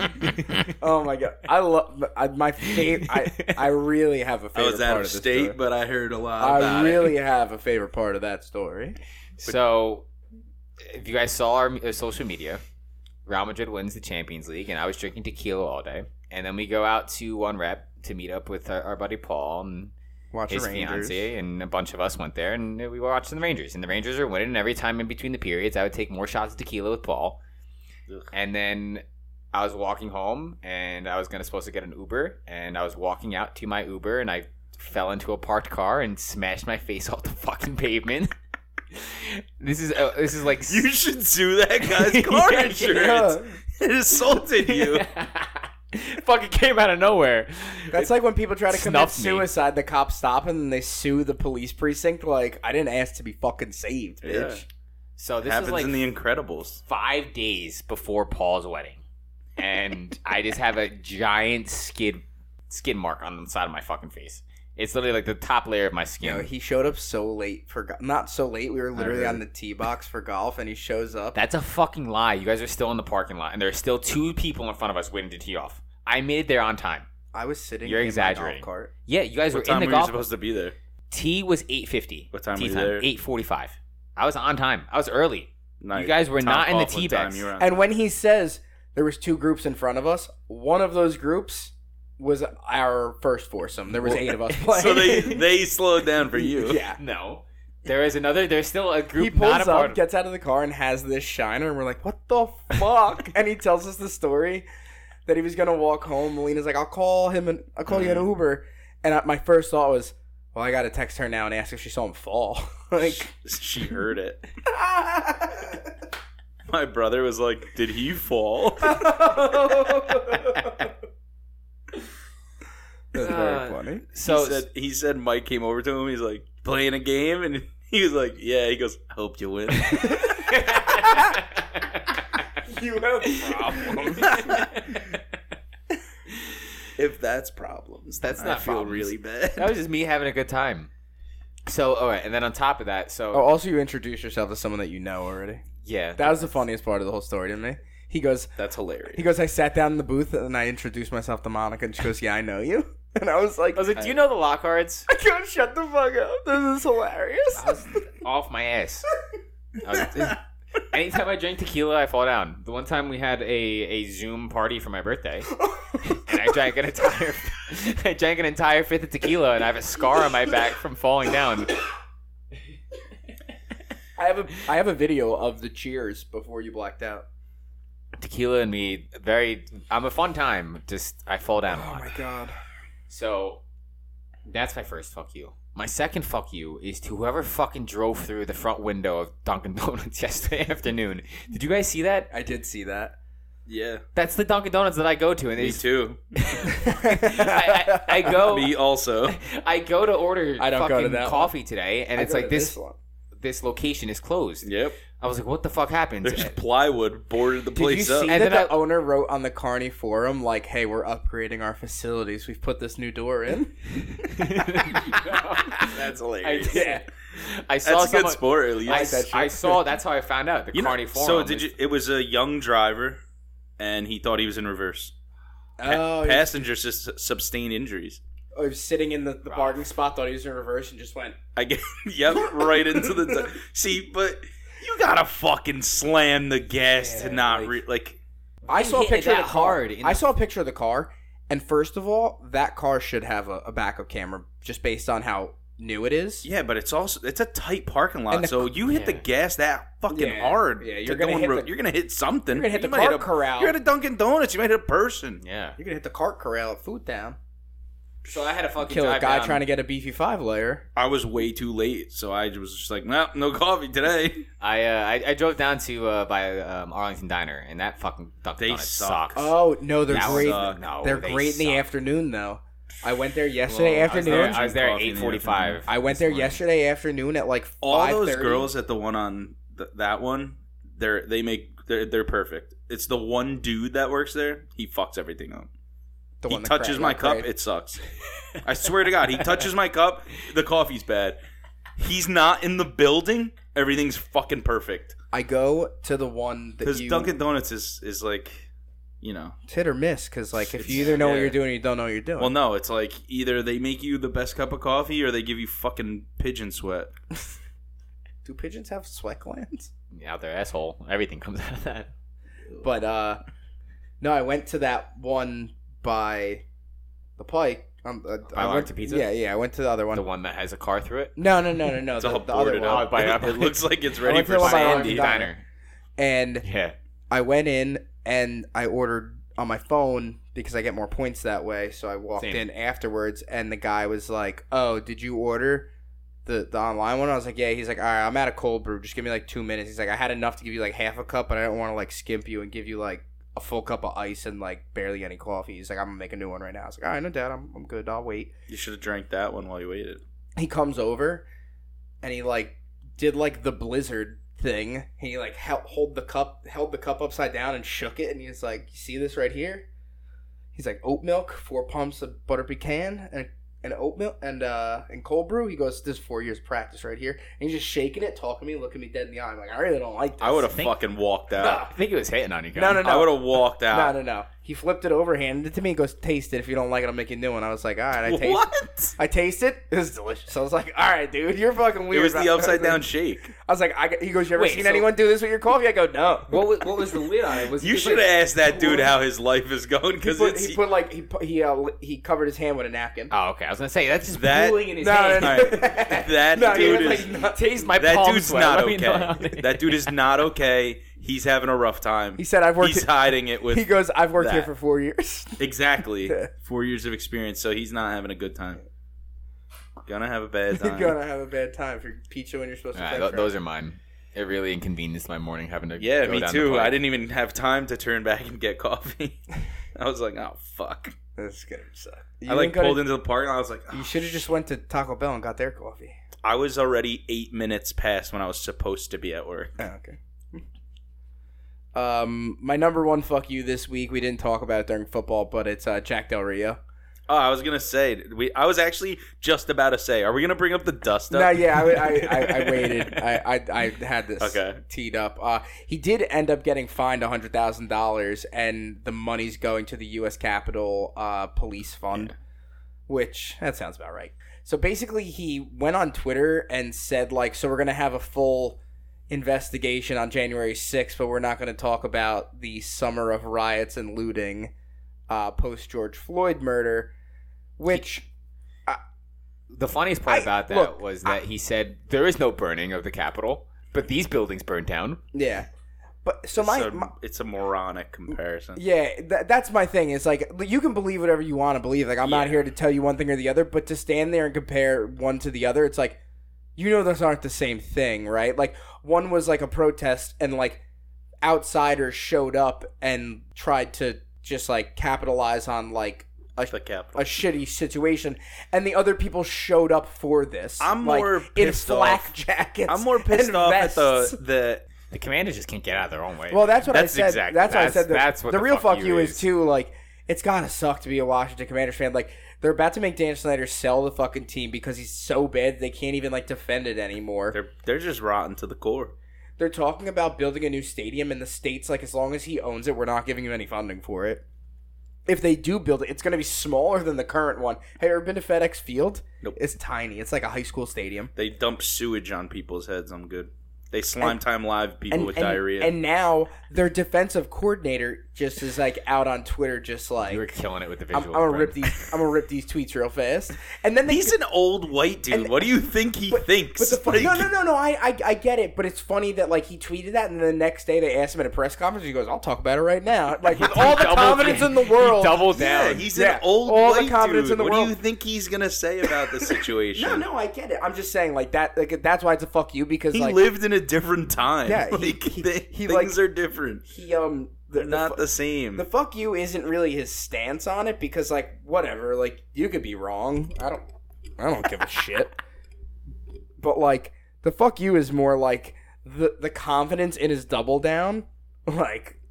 Speaker 1: Oh my god, I love I, my favorite. I,
Speaker 3: [laughs]
Speaker 1: I really have a
Speaker 2: [laughs] I
Speaker 1: favorite
Speaker 2: was
Speaker 1: part
Speaker 2: out of
Speaker 1: of this
Speaker 2: state,
Speaker 1: story.
Speaker 2: but I heard a lot
Speaker 1: I
Speaker 2: about it.
Speaker 1: really have a favorite part of that story.
Speaker 3: so, if you guys saw our uh, social media, Real Madrid wins the Champions League, and I was drinking tequila all day. And then we go out to One Rep to meet up with our, our buddy Paul and
Speaker 1: Watch
Speaker 3: his
Speaker 1: the Rangers.
Speaker 2: [laughs]
Speaker 1: [laughs]
Speaker 3: fiance, and a bunch of us went there, and we were watching the Rangers. And the Rangers are winning. And every time in between the periods, I would take more shots of tequila with Paul.
Speaker 2: Ugh.
Speaker 3: And then I was walking home, and I was gonna supposed to get an Uber, and I was walking out to my Uber, and I fell into a parked car and smashed my face [laughs] off the fucking pavement. [laughs] this is uh, this is like
Speaker 2: You should sue that
Speaker 3: [laughs]
Speaker 2: guy's car
Speaker 3: Yeah,
Speaker 2: insurance. [laughs] It
Speaker 3: [laughs]
Speaker 2: assaulted you.
Speaker 3: fucking came out of nowhere.
Speaker 1: That's like when people try to commit
Speaker 3: Snuff me.
Speaker 1: suicide, the cops stop 'em, and then they sue the police precinct. Like, I didn't ask to be fucking saved, bitch.
Speaker 3: So this
Speaker 2: Happens
Speaker 3: is like
Speaker 2: in The Incredibles.
Speaker 3: five days before Paul's wedding, and I just have a giant skid skid mark on the side of my fucking face. It's literally like the top layer of my
Speaker 1: You
Speaker 3: skin.
Speaker 1: know, he showed up so late for go- not so late. We were literally
Speaker 4: heard.
Speaker 2: Uh-huh.
Speaker 1: on the tee box for golf, and he shows up.
Speaker 3: That's a fucking lie. You guys are still in the parking lot, and there are still two people in front of us waiting to tee off. I made it there on time.
Speaker 1: I was sitting.
Speaker 3: You're
Speaker 1: in my
Speaker 3: exaggerating.
Speaker 1: golf cart.
Speaker 3: Yeah, you guys
Speaker 2: What
Speaker 3: were
Speaker 2: time
Speaker 3: in the
Speaker 2: were you
Speaker 3: golf.
Speaker 2: supposed to be there?
Speaker 3: tee was eight fifty.
Speaker 2: What time
Speaker 3: tee
Speaker 2: were you there?
Speaker 3: Eight forty five. I was on time. I was early.
Speaker 2: Night.
Speaker 3: You guys were
Speaker 2: Tom
Speaker 3: not in the
Speaker 2: Coughlin
Speaker 3: tee
Speaker 2: time,
Speaker 3: bags.
Speaker 2: you were on-
Speaker 1: And when he says there was two groups in front of us, one of those groups was our first foursome. There was eight of us playing.
Speaker 2: [laughs]
Speaker 1: [laughs]
Speaker 2: so they they slowed down for you.
Speaker 1: yeah.
Speaker 3: [laughs] No, there is another. There's still a group.
Speaker 1: He
Speaker 3: not
Speaker 1: pulls
Speaker 3: a part
Speaker 1: up,
Speaker 3: of-
Speaker 1: gets out of the car, and has this shiner, and we're like, "What the
Speaker 3: [laughs]
Speaker 1: fuck?" and he tells us the story that he was gonna walk home. Lena's like, "I'll call him and I'll call you
Speaker 3: Mm.
Speaker 1: an Uber." And I, my first thought was, "Well, I gotta text her now and ask if she saw him fall." [laughs] like,
Speaker 2: [laughs] She heard it. My brother was like, "Did he fall?"
Speaker 1: That's
Speaker 3: Uh,
Speaker 1: very funny.
Speaker 3: so
Speaker 2: he said, he said Mike came over to him. He's like playing a game, and [laughs] he was like, "Yeah." He goes, "I "Hope you
Speaker 1: [laughs]
Speaker 2: win." [laughs]
Speaker 3: [laughs]
Speaker 1: You have problems.
Speaker 2: if that's problems,
Speaker 3: That's
Speaker 2: then I
Speaker 3: not
Speaker 2: feel
Speaker 3: problems.
Speaker 2: really bad.
Speaker 3: that was just me having a good time. So, all right, and then on top of that, so
Speaker 1: Oh, also, you introduced yourself to someone that you know already.
Speaker 3: yeah,
Speaker 1: That was the funniest part of the whole story to me. He goes,
Speaker 2: That's hilarious.
Speaker 1: he goes. I sat down in the booth and I introduced myself to Monica, and she goes, "Yeah, I know you." [laughs] And I was like,
Speaker 3: I was like, "Do you know the Lockharts?"
Speaker 1: [laughs] I can't shut the fuck up. This is hilarious.
Speaker 3: I was off my ass. I was- anytime I drink tequila, I fall down. The one time we had a, a Zoom party for my birthday, and I drank an entire [laughs] I drank an entire fifth of tequila, and I have a scar on my back from falling down.
Speaker 1: [laughs] I have a I have a video of the cheers before you blacked out.
Speaker 3: Tequila and me, very. I'm a fun time. Just I fall down a lot.
Speaker 1: Oh god.
Speaker 3: So that's my first fuck you. My second fuck you is to whoever fucking drove through the front window of Dunkin' Donuts [laughs] yesterday afternoon. Did you guys see that?
Speaker 1: I did see [laughs] that.
Speaker 2: yeah,
Speaker 3: That's the Dunkin' Donuts that I go to, and they
Speaker 2: me
Speaker 3: just,
Speaker 2: too.
Speaker 3: [laughs] I, I, I
Speaker 1: [laughs]
Speaker 3: go. [laughs]
Speaker 2: Me also.
Speaker 3: I go to order
Speaker 1: I don't go to
Speaker 3: fucking
Speaker 1: that one.
Speaker 3: coffee today, and
Speaker 1: I
Speaker 3: it's
Speaker 1: go
Speaker 3: like
Speaker 1: to
Speaker 3: this
Speaker 1: one.
Speaker 3: this location is closed.
Speaker 2: Yep.
Speaker 3: I was like, what the fuck happened? [laughs]
Speaker 2: There's
Speaker 1: [laughs]
Speaker 2: plywood boarded the
Speaker 1: Did you
Speaker 2: place
Speaker 1: see [laughs]
Speaker 2: up.
Speaker 1: that
Speaker 3: And then
Speaker 1: the
Speaker 3: I-
Speaker 1: owner wrote on the Carney forum like, "Hey, we're upgrading our facilities. We've put this new door in."
Speaker 2: That's
Speaker 3: I,
Speaker 2: hilarious.
Speaker 3: yeah. I saw
Speaker 2: That's a
Speaker 3: someone.
Speaker 2: good sport, at least.
Speaker 3: I,
Speaker 1: like that shit.
Speaker 3: I saw. That's how I found out the
Speaker 2: You know,
Speaker 3: Carney Forum.
Speaker 2: so did
Speaker 3: is-
Speaker 2: you? It was a young driver, and he thought he was in reverse.
Speaker 1: [laughs] oh, he-
Speaker 2: Passengers just sustained injuries.
Speaker 1: oh, he was sitting in the, the parking spot, thought he was in reverse, and just went.
Speaker 2: I get [laughs] yep right into the
Speaker 1: [laughs]
Speaker 2: see, but you gotta fucking slam the gas
Speaker 1: Yeah,
Speaker 2: to not
Speaker 1: like-
Speaker 2: re- like
Speaker 1: I
Speaker 3: Him
Speaker 1: saw a
Speaker 3: hitting it
Speaker 1: picture of
Speaker 3: that
Speaker 1: the car.
Speaker 3: hard in
Speaker 1: I
Speaker 3: the-
Speaker 1: saw a picture of the car, and first of all, that car should have a, a backup camera just based on how new it is.
Speaker 2: Yeah, but it's also it's a tight parking lot,
Speaker 1: And the-
Speaker 2: so you hit the
Speaker 3: Yeah.
Speaker 2: gas that fucking
Speaker 1: Yeah.
Speaker 2: hard.
Speaker 1: Yeah,
Speaker 2: to
Speaker 1: you're gonna
Speaker 2: go in
Speaker 1: hit
Speaker 2: ro-
Speaker 1: the-
Speaker 2: you're gonna hit something.
Speaker 1: You're gonna hit
Speaker 2: You
Speaker 1: the
Speaker 2: might
Speaker 1: cart
Speaker 2: hit a-
Speaker 1: corral.
Speaker 2: You're at a Dunkin' Donuts. You might hit a person.
Speaker 3: Yeah.
Speaker 1: You're gonna hit the cart corral at Food Town.
Speaker 3: So I had a fucking
Speaker 1: Kill a
Speaker 3: drive
Speaker 1: guy
Speaker 3: down-
Speaker 1: trying to get a beefy five layer.
Speaker 2: I was way too late, so I was just like, nope, no coffee today.
Speaker 1: [laughs]
Speaker 3: I, uh, I I drove down to uh, by um, Arlington Diner, and that fucking Dunkin'
Speaker 2: They
Speaker 3: Donut
Speaker 2: suck.
Speaker 3: sucks.
Speaker 1: Oh no, they're
Speaker 3: That was,
Speaker 1: great.
Speaker 2: uh,
Speaker 3: no,
Speaker 1: they're
Speaker 3: they
Speaker 1: great in the
Speaker 3: suck.
Speaker 1: afternoon though. I went there yesterday
Speaker 2: Well, I was
Speaker 1: afternoon.
Speaker 3: I was there at
Speaker 2: Coffee in
Speaker 3: eight
Speaker 2: the
Speaker 3: forty-five.
Speaker 1: I went there
Speaker 2: This morning.
Speaker 1: yesterday afternoon at like
Speaker 2: All those
Speaker 1: 5:30.
Speaker 2: girls at the one on th- that one, they're they make they're they're perfect. It's the one dude that works there. He fucks everything up.
Speaker 1: The
Speaker 2: he
Speaker 1: one that
Speaker 2: touches
Speaker 1: cracked
Speaker 2: my
Speaker 1: that
Speaker 2: cup,
Speaker 1: grade.
Speaker 2: it sucks. I swear to God, he touches my cup, the coffee's bad. He's not in the building, everything's fucking perfect.
Speaker 1: I go to the one that
Speaker 2: Because
Speaker 1: you
Speaker 2: Dunkin' Donuts is is like, you know,
Speaker 1: it's hit or miss because like if
Speaker 2: It's-
Speaker 1: you either know what
Speaker 2: yeah.
Speaker 1: you're doing or you don't know what you're doing.
Speaker 2: well, no, it's like either they make you the best cup of coffee or they give you fucking pigeon sweat.
Speaker 1: Do pigeons have sweat glands?
Speaker 3: out their asshole. Everything comes out of that.
Speaker 1: But uh, no, I went to that one by the Pike. Um, uh, I
Speaker 3: By
Speaker 1: went
Speaker 3: Arlington Pizza?
Speaker 1: Yeah, yeah, I went to the other one.
Speaker 3: The one that has a car through it.
Speaker 1: No, no, no, no, no.
Speaker 3: [laughs]
Speaker 2: It's
Speaker 1: the,
Speaker 2: all
Speaker 1: the other
Speaker 2: boarded
Speaker 1: one. [laughs]
Speaker 2: up.
Speaker 3: by-
Speaker 2: it looks like it's ready
Speaker 1: went to
Speaker 2: for
Speaker 1: the one by
Speaker 2: Sandy.
Speaker 1: Arlington Diner. And
Speaker 3: Yeah.
Speaker 1: I went in and I ordered on my phone because I get more points that way. So I walked
Speaker 3: Same.
Speaker 1: in afterwards, and the guy was like, "Oh, did you order?" The, the online one, I was like, yeah. He's like, all right, I'm out of cold brew. Just give me like two minutes. He's like, I had enough to give you like half a cup, but I don't want to like skimp you and give you like a full cup of ice and like barely any coffee. He's like, I'm gonna make a new one right now. I was like, all right, no doubt, I'm, I'm good. I'll wait
Speaker 2: You should have drank that one while you waited.
Speaker 1: he comes over and he like did like the blizzard thing he like held, hold the cup held the cup upside down and shook it and he's like you see this right here he's like oat milk four pumps of butter pecan and and oat milk and uh and cold brew he goes this is four years of practice right here and he's just shaking it talking to me looking me dead in the eye i'm like i really don't like this
Speaker 2: I would have
Speaker 3: think-
Speaker 2: fucking walked
Speaker 1: no,
Speaker 2: out.
Speaker 3: I think it was hitting on you.
Speaker 1: No, no,
Speaker 2: I would have walked out.
Speaker 1: no no no he flipped it over handed it to me and goes taste it if you don't like it i'll make you a new one i was like all right i taste
Speaker 2: What?
Speaker 1: i taste it it was delicious i was like all right dude you're fucking
Speaker 2: It
Speaker 1: weird
Speaker 2: was the
Speaker 1: I was
Speaker 2: upside
Speaker 1: like- [laughs]
Speaker 2: down shake.
Speaker 1: I was like, I, he goes, you ever
Speaker 3: Wait,
Speaker 1: seen
Speaker 3: so-
Speaker 1: anyone do this with your coffee? I go, no.
Speaker 3: What was, what was the lid on it? Was it
Speaker 2: You
Speaker 3: just
Speaker 2: should have
Speaker 3: like-
Speaker 2: asked that dude how his life is going
Speaker 1: He
Speaker 2: because
Speaker 1: put,
Speaker 2: it's
Speaker 1: he put like he put, he uh, li- he covered his hand with a napkin.
Speaker 3: [laughs]
Speaker 1: [laughs]
Speaker 3: Oh, okay. I was gonna say that's just
Speaker 2: That-
Speaker 3: pooling in his
Speaker 1: no, no,
Speaker 3: hand.
Speaker 1: no,
Speaker 2: Alright. [laughs] that
Speaker 1: No, he
Speaker 2: dude
Speaker 1: was
Speaker 2: is
Speaker 1: like, [laughs] no.
Speaker 3: Taste my
Speaker 2: that
Speaker 3: palm
Speaker 2: dude's
Speaker 3: sweat.
Speaker 2: not
Speaker 3: Let me know
Speaker 1: [laughs]
Speaker 3: how
Speaker 2: okay.
Speaker 3: they-
Speaker 2: That dude is not okay. He's having a rough time.
Speaker 1: He said, I've worked.
Speaker 2: He's
Speaker 1: he-
Speaker 2: hiding it with
Speaker 1: he goes, I've worked here
Speaker 2: that.
Speaker 1: for four years. [laughs]
Speaker 2: exactly four years of experience, so he's not having a good time. Gonna have
Speaker 1: [laughs]
Speaker 2: a bad
Speaker 1: You're
Speaker 2: time.
Speaker 1: gonna have a bad time if you're peachy when you're supposed to.
Speaker 3: Alright,
Speaker 1: text
Speaker 3: th-
Speaker 1: her.
Speaker 3: those are mine. It really inconvenienced my morning having to.
Speaker 2: yeah,
Speaker 3: go
Speaker 2: me
Speaker 3: down the
Speaker 2: too.
Speaker 3: pike.
Speaker 2: I didn't even have time to turn back and get coffee. [laughs] I was like, oh fuck.
Speaker 1: That's gonna suck. You
Speaker 2: I like
Speaker 1: didn't go to-
Speaker 2: pulled into the park and I was like,
Speaker 1: You
Speaker 2: "Oh."
Speaker 1: should have just went to Taco Bell and got their coffee.
Speaker 2: I was already eight minutes past when I was supposed to be at work.
Speaker 1: Oh, okay. Um, my number one fuck you this week. We didn't talk about it during football, but it's uh, Jack Del Rio.
Speaker 2: Oh, I was gonna say we. I was actually just about to say, are we gonna bring up the dust up?
Speaker 1: No, yeah, I, I,
Speaker 2: [laughs]
Speaker 1: I, I waited. I, I, I had this
Speaker 2: Okay.
Speaker 1: teed up. Uh, he did end up getting fined hundred thousand dollars, and the money's going to the U.S. Capitol uh, Police Fund, which that sounds about right. So basically, he went on Twitter and said like, "So we're gonna have a full." investigation on January 6th, but we're not going to talk about the summer of riots and looting uh, post George Floyd murder, which
Speaker 3: The funniest part
Speaker 1: I-
Speaker 3: about that
Speaker 1: look,
Speaker 3: was that he said there is no burning of the Capitol, but these buildings burned down.
Speaker 1: yeah. But so
Speaker 2: It's
Speaker 1: my,
Speaker 2: a-
Speaker 1: my
Speaker 2: it's a moronic comparison.
Speaker 1: Yeah, tha that's my thing. It's like you can believe whatever you want to believe. Like I'm not
Speaker 2: Yeah.
Speaker 1: here to tell you one thing or the other, but to stand there and compare one to the other, it's like you know those aren't the same thing, right? Like one was like a protest and like outsiders showed up and tried to just like capitalize on like
Speaker 2: The capital.
Speaker 1: a shitty situation and the other people showed up for this.
Speaker 2: I'm
Speaker 1: like,
Speaker 2: more
Speaker 1: in
Speaker 2: pissed
Speaker 1: flak
Speaker 2: off-
Speaker 1: jackets.
Speaker 2: I'm more pissed
Speaker 1: and
Speaker 2: off
Speaker 1: vests.
Speaker 2: at the the.
Speaker 3: The commanders just can't get out of their own way.
Speaker 1: Well, that's what
Speaker 2: That's
Speaker 1: I said.
Speaker 2: exactly-
Speaker 1: that's what I
Speaker 3: that's-
Speaker 1: said. The,
Speaker 3: that's what
Speaker 1: the,
Speaker 3: the
Speaker 1: real
Speaker 3: fuck
Speaker 1: fuck
Speaker 3: you
Speaker 1: you is.
Speaker 3: is.
Speaker 1: too. Like, it's gotta suck to be a Washington Commanders fan. Like, they're about to make Dan Snyder sell the fucking team because he's so bad they can't even like defend it anymore. They're,
Speaker 2: They're they're just rotten to the core.
Speaker 1: talking about building a new stadium in the states. Like, as long as he owns it, we're not giving him any funding for it. If they do build it, it's gonna be smaller than the current one. Have you ever been to FedEx Field?
Speaker 2: Nope.
Speaker 1: It's tiny. It's like a high school stadium.
Speaker 2: They dump sewage on people's heads. I'm good. They slime time live people
Speaker 1: and,
Speaker 2: with
Speaker 1: and-
Speaker 2: diarrhea.
Speaker 1: and now their defensive coordinator just is like out on Twitter, just
Speaker 3: You were
Speaker 1: like
Speaker 3: killing it with the
Speaker 1: I'm, I'm
Speaker 3: visual.
Speaker 1: gonna
Speaker 3: [laughs]
Speaker 1: rip these, I'm gonna rip these tweets real fast. And then they,
Speaker 2: He's an old white dude.
Speaker 1: and-
Speaker 2: what do you think he thinks?
Speaker 1: But the fun- no,
Speaker 2: Like,
Speaker 1: no, no, no. I, I, I get it. But it's funny that like he tweeted that, and the next day they asked him at a press conference. He goes, "I'll talk about it right now," like with all the
Speaker 3: Double-
Speaker 1: confidence [laughs] in the
Speaker 3: [laughs] he
Speaker 1: world.
Speaker 3: doubled
Speaker 2: Yeah,
Speaker 3: down.
Speaker 2: he's
Speaker 1: Yeah,
Speaker 2: an old
Speaker 1: all the
Speaker 2: white
Speaker 1: confidence
Speaker 2: dude.
Speaker 1: in the
Speaker 2: what do you
Speaker 1: world.
Speaker 2: think he's gonna say
Speaker 1: [laughs]
Speaker 2: about the situation?
Speaker 1: No, no, I get it. I'm just saying like that. Like that's why it's a fuck you because
Speaker 2: He
Speaker 1: like
Speaker 2: lived in a different time. [laughs]
Speaker 1: Yeah, he-
Speaker 2: like,
Speaker 1: he-
Speaker 2: thi-
Speaker 1: he,
Speaker 2: things
Speaker 1: like-
Speaker 2: are different.
Speaker 1: he um the,
Speaker 2: They're not
Speaker 1: fu-
Speaker 2: the same.
Speaker 1: The fuck you isn't really his stance on it because like whatever, like you could be wrong. I don't I don't
Speaker 2: [laughs]
Speaker 1: give a shit. But like the fuck you is more like the the confidence in his double down. [laughs] Like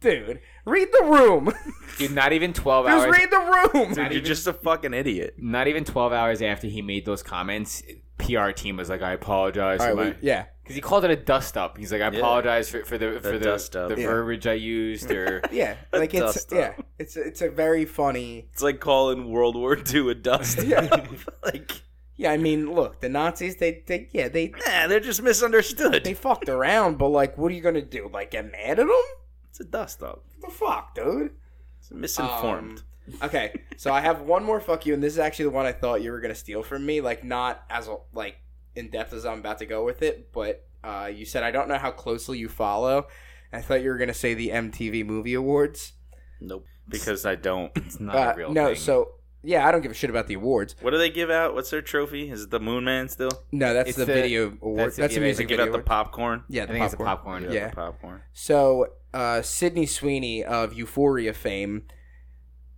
Speaker 1: dude, read the room. [laughs]
Speaker 3: Dude, not even 12
Speaker 1: Just
Speaker 3: hours.
Speaker 1: read the room.
Speaker 2: Dude, you're just a fucking idiot.
Speaker 3: Not even 12 hours after he made those comments, PR team was like, "I apologize."
Speaker 1: All
Speaker 3: for
Speaker 1: right,
Speaker 3: my-"
Speaker 1: we, yeah.
Speaker 3: because he called it a dust up. He's like, I
Speaker 2: Yeah.
Speaker 3: apologize for, for the for the
Speaker 2: dust up.
Speaker 3: the
Speaker 1: Yeah.
Speaker 3: verbiage I used
Speaker 1: [laughs]
Speaker 3: or
Speaker 2: [laughs]
Speaker 1: Yeah. Like it's
Speaker 2: Dust up.
Speaker 1: yeah. It's it's a very funny
Speaker 2: It's like calling World War II a dust.
Speaker 1: [laughs] Yeah.
Speaker 2: [laughs] like,
Speaker 1: Yeah, I mean, look, the Nazis they they yeah, they
Speaker 2: nah, they're just misunderstood.
Speaker 1: they fucked around, but like what are you going to do? Like get mad at them? What
Speaker 2: It's a dust up.
Speaker 1: the fuck, dude?
Speaker 2: It's misinformed.
Speaker 1: Um, okay, so I have one more fuck you, and this is actually the one I thought you were gonna steal from me. Like not as like in depth as I'm about to go with it, but uh, you said I don't know how closely you follow. I thought you were gonna say the MTV Movie Awards.
Speaker 2: nope. Because I don't.
Speaker 3: it's not
Speaker 1: Uh,
Speaker 3: a real
Speaker 1: no,
Speaker 3: thing.
Speaker 1: so yeah, I don't give a shit about the awards.
Speaker 2: What do they give out? What's their trophy? Is it the Moon Man still?
Speaker 1: No, that's
Speaker 3: It's
Speaker 1: the,
Speaker 3: the-
Speaker 1: video award.
Speaker 3: that's
Speaker 1: That's the
Speaker 3: the- yeah, they
Speaker 2: They
Speaker 1: music
Speaker 2: give
Speaker 1: video.
Speaker 2: out the
Speaker 1: award.
Speaker 2: popcorn.
Speaker 1: yeah,
Speaker 3: I
Speaker 1: the
Speaker 3: think it's a
Speaker 1: popcorn.
Speaker 3: popcorn.
Speaker 2: They give out the popcorn.
Speaker 1: So uh, Sydney Sweeney of Euphoria fame.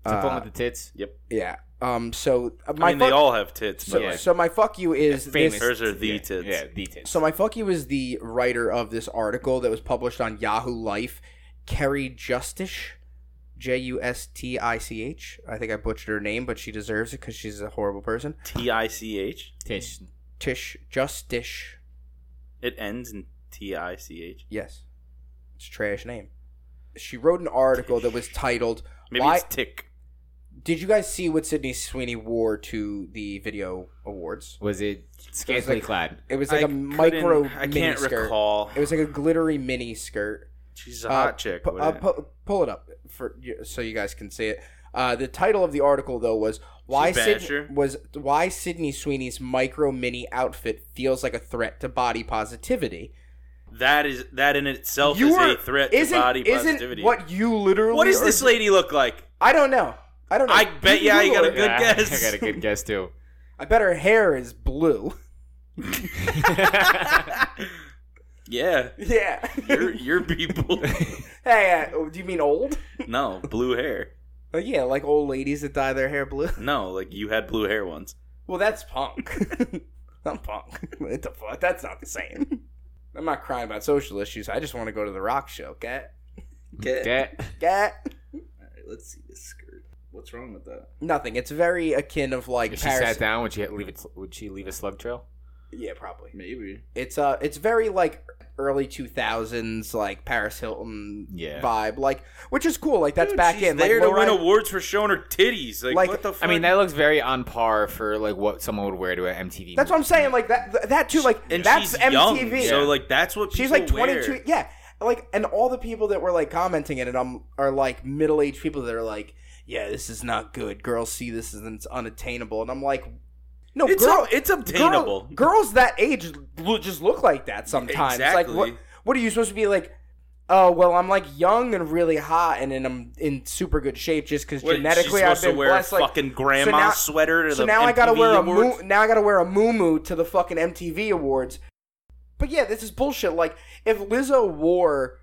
Speaker 3: It's the
Speaker 1: uh,
Speaker 3: phone with the tits.
Speaker 1: yeah. Um. So uh,
Speaker 2: I
Speaker 1: my
Speaker 2: mean,
Speaker 1: fuck,
Speaker 2: they all have tits,
Speaker 1: so,
Speaker 2: but like,
Speaker 1: so my fuck you is
Speaker 3: Famous.
Speaker 1: this,
Speaker 2: hers are the
Speaker 3: yeah,
Speaker 2: tits.
Speaker 3: Yeah, the tits.
Speaker 1: So my fuck you is the writer of this article that was published on Yahoo Life, Kerry Justish, J U S T I C H. I think I butchered her name, but she deserves it because she's a horrible person.
Speaker 2: T I C H.
Speaker 3: Tish.
Speaker 1: Tish Justish.
Speaker 2: It ends in T I C H.
Speaker 1: Yes, it's a trash name. She wrote an article that was titled.
Speaker 2: Maybe
Speaker 1: Why-
Speaker 2: it's tick.
Speaker 1: Did you guys see what Sydney Sweeney wore to the video awards?
Speaker 3: Was it scantily clad?
Speaker 1: It was like a
Speaker 2: I
Speaker 1: micro.
Speaker 2: couldn't- I can't
Speaker 1: miniskirt.
Speaker 2: recall.
Speaker 1: It was like a glittery mini skirt.
Speaker 2: She's a
Speaker 1: Uh,
Speaker 2: hot chick.
Speaker 1: Pu- uh,
Speaker 2: wouldn't it?
Speaker 1: pu- pull it up for so you guys can see it. Uh, the title of the article though was why
Speaker 2: Basher?
Speaker 1: Sid- was why Sydney Sweeney's micro mini outfit feels like a threat to body positivity.
Speaker 2: that is that in itself is
Speaker 1: You're-
Speaker 2: a threat
Speaker 1: isn't,
Speaker 2: to body
Speaker 1: isn't
Speaker 2: positivity.
Speaker 1: what you literally?
Speaker 2: what does
Speaker 1: are-
Speaker 2: this lady look like?
Speaker 1: I don't know. I don't know.
Speaker 2: I bet- yeah, you
Speaker 1: Google
Speaker 2: got a
Speaker 1: it.
Speaker 2: [laughs] Good
Speaker 3: Yeah,
Speaker 2: guess.
Speaker 3: I got a good
Speaker 1: [laughs]
Speaker 3: guess too.
Speaker 1: I bet her hair is blue.
Speaker 2: [laughs] yeah,
Speaker 1: [laughs] yeah.
Speaker 2: your
Speaker 1: [laughs]
Speaker 2: your people.
Speaker 1: hey, uh, do you mean old?
Speaker 2: no, blue hair.
Speaker 1: Uh, yeah, like old ladies that dye their hair blue.
Speaker 2: No, like you had blue hair once.
Speaker 1: Well, that's punk. [laughs] I'm punk. [laughs] what the fuck? That's not the same. I'm not crying about social issues. I just want to go to the rock show. Get,
Speaker 3: Get-
Speaker 1: get
Speaker 2: let's see this skirt. What's wrong with that?
Speaker 1: nothing. It's very akin of like
Speaker 3: if she
Speaker 1: Paris.
Speaker 3: sat down, would she leave it? Would she leave a slug trail?
Speaker 1: Yeah, probably.
Speaker 2: Maybe.
Speaker 1: It's uh, it's very like early 2000s like Paris Hilton
Speaker 3: Yeah.
Speaker 1: vibe, like which is cool. Like that's back
Speaker 2: she's
Speaker 1: in.
Speaker 2: there
Speaker 1: like,
Speaker 2: to win
Speaker 1: low-rise-
Speaker 2: awards for showing her titties. Like,
Speaker 1: Like-
Speaker 2: what the? Fuck?
Speaker 3: I mean, that looks very on par for like what someone would wear to an MTV.
Speaker 1: That's what I'm saying. Like that, th- that too. Like
Speaker 2: and
Speaker 1: that's
Speaker 2: she's
Speaker 1: MTV.
Speaker 2: young, so like that's what
Speaker 1: She's
Speaker 2: people
Speaker 1: like 22.
Speaker 2: wear.
Speaker 1: Yeah. Like, and all the people that were like commenting it and um, are like middle aged people that are like, yeah, this is not good. Girls see this and it's unattainable. And I'm like, no,
Speaker 2: It's
Speaker 1: girl,
Speaker 2: ob- it's
Speaker 1: girl-
Speaker 2: obtainable.
Speaker 1: girls that age lo- just look like that sometimes.
Speaker 2: Exactly.
Speaker 1: Like, what, what are you supposed to be like? Oh, well, I'm like young and really hot and, and I'm in super good shape just because
Speaker 2: What,
Speaker 1: genetically
Speaker 2: she's
Speaker 1: I've
Speaker 2: supposed
Speaker 1: been
Speaker 2: to wear
Speaker 1: blessed.
Speaker 2: a
Speaker 1: Like,
Speaker 2: fucking grandma
Speaker 1: now-
Speaker 2: sweater to
Speaker 1: so
Speaker 2: the
Speaker 1: now I gotta
Speaker 2: MTV
Speaker 1: wear a
Speaker 2: awards?
Speaker 1: moo- now I gotta wear a moo to the fucking MTV awards. But yeah, this is bullshit. Like if Lizzo wore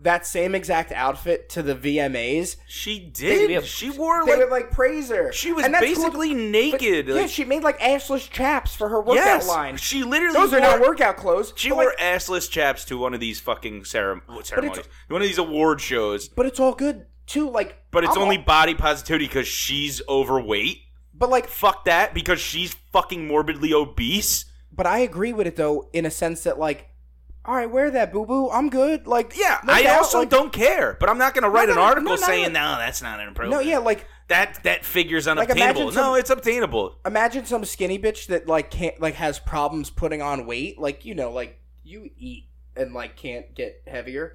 Speaker 1: that same exact outfit to the VMAs,
Speaker 2: She
Speaker 3: They- yeah.
Speaker 2: did. She wore
Speaker 1: they
Speaker 2: like
Speaker 1: would like praise her.
Speaker 2: she was
Speaker 1: And that's cool
Speaker 2: basically
Speaker 1: to- but,
Speaker 2: naked.
Speaker 1: yeah,
Speaker 2: like,
Speaker 1: she made like assless chaps for her workout
Speaker 2: yes,
Speaker 1: line.
Speaker 2: she literally.
Speaker 1: Those
Speaker 2: wore,
Speaker 1: are not workout clothes.
Speaker 2: She
Speaker 1: but,
Speaker 2: wore
Speaker 1: like,
Speaker 2: assless chaps to one of these fucking cerem- ceremonies, one of these award shows.
Speaker 1: but it's all good too. Like,
Speaker 2: But it's
Speaker 1: I'm
Speaker 2: only
Speaker 1: all-
Speaker 2: body positivity because she's overweight.
Speaker 1: but like
Speaker 2: Fuck that, because she's fucking morbidly obese.
Speaker 1: but I agree with it though in a sense that like, all right, wear that boo boo. I'm good. Like,
Speaker 2: Yeah,
Speaker 1: no
Speaker 2: I
Speaker 1: doubt,
Speaker 2: also
Speaker 1: like-
Speaker 2: don't care. But I'm not gonna write
Speaker 1: No,
Speaker 2: an
Speaker 1: no, no,
Speaker 2: article
Speaker 1: no, no,
Speaker 2: saying no, that's not an improvement.
Speaker 1: No, yeah, like
Speaker 2: that that figure's
Speaker 1: Like,
Speaker 2: unobtainable.
Speaker 1: imagine
Speaker 2: no,
Speaker 1: some-
Speaker 2: it's obtainable.
Speaker 1: imagine some skinny bitch that like can't like has problems putting on weight like you know like you eat and like can't get heavier,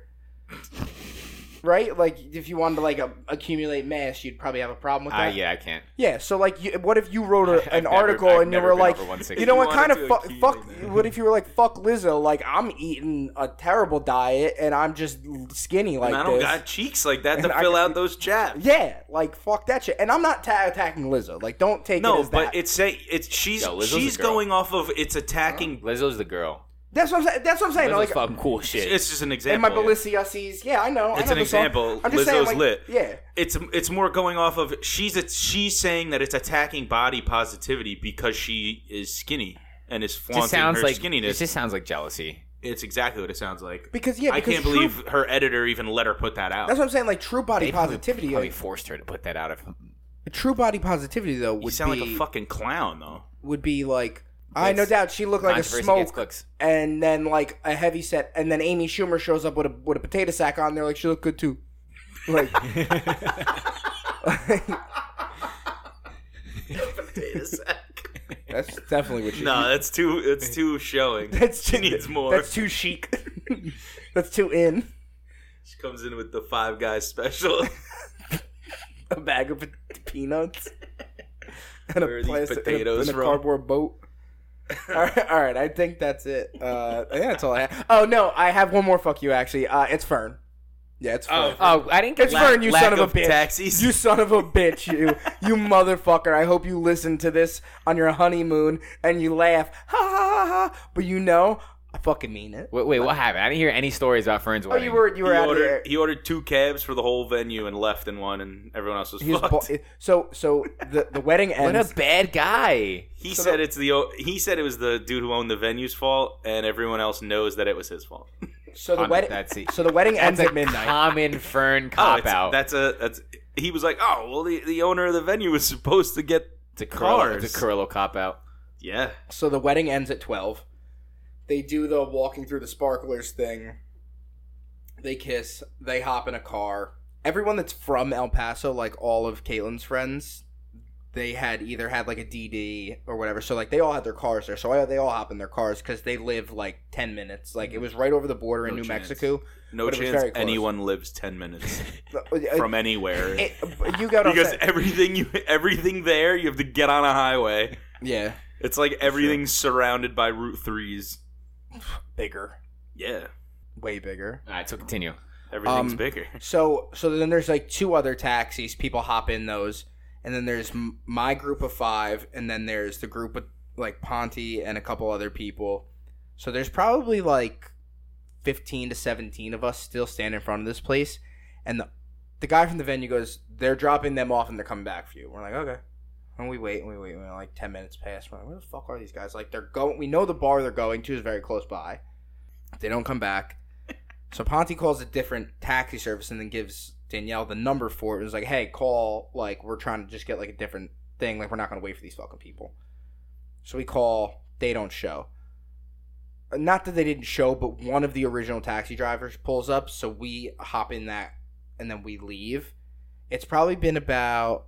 Speaker 1: right? Like if you wanted to like a, accumulate mass, you'd probably have a problem with
Speaker 3: Ah,
Speaker 1: that.
Speaker 3: yeah, I can't.
Speaker 1: Yeah, so like, you, what if you wrote a,
Speaker 3: [laughs] I've
Speaker 1: an
Speaker 3: never-
Speaker 1: article
Speaker 3: I've
Speaker 1: and you
Speaker 3: never
Speaker 1: were
Speaker 3: been
Speaker 1: like,
Speaker 3: over 160.
Speaker 1: you know what
Speaker 2: You
Speaker 1: kind of
Speaker 2: wanted
Speaker 1: fuck,
Speaker 2: to
Speaker 1: fuck?
Speaker 2: accumulate that.
Speaker 1: What if you were like, fuck Lizzo? Like I'm eating a terrible diet and I'm just skinny like
Speaker 2: and I don't
Speaker 1: this.
Speaker 2: got cheeks like that
Speaker 1: And
Speaker 2: to
Speaker 1: I-
Speaker 2: fill out those chaps.
Speaker 1: yeah, like fuck that shit. And I'm not ta- attacking Lizzo. Like don't take it
Speaker 2: No,
Speaker 1: as
Speaker 2: but
Speaker 1: that.
Speaker 2: it's say it's she's
Speaker 3: Yo, Lizzo's a
Speaker 2: she's
Speaker 3: girl.
Speaker 2: going off of it's
Speaker 1: Oh,
Speaker 2: attacking.
Speaker 3: Lizzo's the girl.
Speaker 1: that's what I'm saying. That's what I'm saying.
Speaker 3: Lizzo's
Speaker 1: Like,
Speaker 3: fucking cool shit.
Speaker 2: It's just an example.
Speaker 1: and my Balenciaga's. Yeah, I know. I
Speaker 2: It's
Speaker 1: know
Speaker 2: an
Speaker 1: the song.
Speaker 2: example.
Speaker 1: I'm just saying,
Speaker 2: Lizzo's
Speaker 1: like,
Speaker 2: lit.
Speaker 1: Yeah.
Speaker 2: it's it's more going off of she's a, she's saying that it's attacking body positivity because she is skinny and is
Speaker 3: It just
Speaker 2: flaunting
Speaker 3: sounds
Speaker 2: her
Speaker 3: like
Speaker 2: skinniness.
Speaker 3: it just sounds like jealousy.
Speaker 2: it's exactly what it sounds like.
Speaker 1: Because yeah,
Speaker 2: I
Speaker 1: because
Speaker 2: can't
Speaker 1: true-
Speaker 2: believe her editor even let her put that out.
Speaker 1: that's what I'm saying. Like true body
Speaker 3: They probably-
Speaker 1: positivity.
Speaker 3: Probably
Speaker 1: like,
Speaker 3: forced her to put that out of him.
Speaker 1: true body positivity though would
Speaker 2: you sound
Speaker 1: be
Speaker 2: like a fucking
Speaker 1: [laughs]
Speaker 2: clown though.
Speaker 1: would be like. I no
Speaker 3: It's-
Speaker 1: doubt she looked like a
Speaker 3: Controversy gets
Speaker 1: smoke,
Speaker 3: clicks.
Speaker 1: and then like a heavy set, and then Amy Schumer shows up with a with a potato sack on. They're like, she looked good too. Like,
Speaker 2: [laughs] [laughs]
Speaker 1: that's definitely what she.
Speaker 2: no, that's too it's too
Speaker 1: [laughs]
Speaker 2: showing.
Speaker 1: that's
Speaker 2: she
Speaker 1: too, [laughs]
Speaker 2: needs more.
Speaker 1: That's too chic. [laughs] that's too in.
Speaker 2: she comes in with the five
Speaker 1: [laughs]
Speaker 2: guys special.
Speaker 1: a bag of
Speaker 2: [laughs]
Speaker 1: peanuts and
Speaker 2: Where are
Speaker 1: a
Speaker 2: these
Speaker 1: plastic and a-
Speaker 2: potatoes
Speaker 1: and a,
Speaker 2: from?
Speaker 1: cardboard
Speaker 2: [laughs]
Speaker 1: boat. all, right, all right, I think that's it. Uh, yeah, that's all I have. Oh no, I have one more. Fuck you, actually. Uh, it's Fern. Yeah, it's Fern.
Speaker 3: Oh, I didn't get
Speaker 1: it's Fern, you
Speaker 2: lack
Speaker 1: son of,
Speaker 2: of
Speaker 1: a bitch.
Speaker 2: taxis.
Speaker 1: [laughs] You son of a bitch, you you motherfucker. I hope you listen to this on your honeymoon and you laugh. Ha ha ha ha. But you know, I fucking mean it.
Speaker 3: Wait, wait, what happened? I didn't hear any stories about Fern's
Speaker 1: Oh,
Speaker 3: wedding.
Speaker 1: you were you were
Speaker 2: he
Speaker 1: out
Speaker 2: ordered
Speaker 1: there.
Speaker 2: he ordered two cabs for the whole venue and left in one, and everyone else was
Speaker 1: He was
Speaker 2: fucked.
Speaker 1: bald- so so the the wedding
Speaker 3: what a
Speaker 1: ends.
Speaker 3: bad guy.
Speaker 2: [laughs] He
Speaker 1: So
Speaker 2: said
Speaker 1: the-
Speaker 2: it's the o- he said it was the dude who owned the venue's fault, and everyone else knows that it was his fault.
Speaker 1: so the
Speaker 3: Comment
Speaker 1: wedding
Speaker 3: that, [laughs] see.
Speaker 1: so the wedding ends
Speaker 3: That's
Speaker 1: at
Speaker 3: a
Speaker 1: midnight.
Speaker 3: Common Fern
Speaker 2: Oh,
Speaker 3: cop
Speaker 2: it's-
Speaker 3: out.
Speaker 2: That's a that's. He was like, oh well, the, the owner of the venue was supposed to get
Speaker 3: It's a Carlo,
Speaker 2: cars.
Speaker 3: it's a Carlo cop out.
Speaker 2: yeah,
Speaker 1: So the wedding ends at 12. They do the walking through the sparklers thing. They kiss. They hop in a car. Everyone that's from El Paso, like all of Caitlin's friends, they had either had like a DD or whatever. So like they all had their cars there. So I, they all hop in their cars because they live like 10 minutes. Like it was right over the border in
Speaker 2: Mm-hmm. No
Speaker 1: New
Speaker 2: chance.
Speaker 1: Mexico.
Speaker 2: no
Speaker 1: But it was
Speaker 2: chance
Speaker 1: very close.
Speaker 2: anyone lives ten minutes
Speaker 1: [laughs] It-
Speaker 2: from anywhere
Speaker 1: uh, it- but you got what I'm
Speaker 2: [laughs] because
Speaker 1: saying.
Speaker 2: everything you everything there you have to get on a highway.
Speaker 1: yeah,
Speaker 2: It's like everything's surrounded by Route threes.
Speaker 1: bigger,
Speaker 2: Yeah,
Speaker 1: way bigger.
Speaker 3: All right, so continue.
Speaker 2: everything's
Speaker 1: Um,
Speaker 2: bigger.
Speaker 1: So so then there's like two other taxis. People hop in those, and then there's m- my group of five, and then there's the group with like Ponty and a couple other people. So there's probably like fifteen to seventeen of us still standing in front of this place, and the the guy from the venue goes, "They're dropping them off and they're coming back for you." We're like, "Okay." And we wait and we wait and we're like ten minutes pass. We're like, "Where the fuck are these guys?" Like they're going. We know the bar they're going to is very close by. They don't come back. So Ponty calls a different taxi service and then gives Danielle the number for it. It was like, hey, call. Like, we're trying to just get like a different thing. Like, we're not going to wait for these fucking people. So we call. They don't show. Uh, Not that they didn't show, but one of the original taxi drivers pulls up. So we hop in that and then we leave. It's probably been about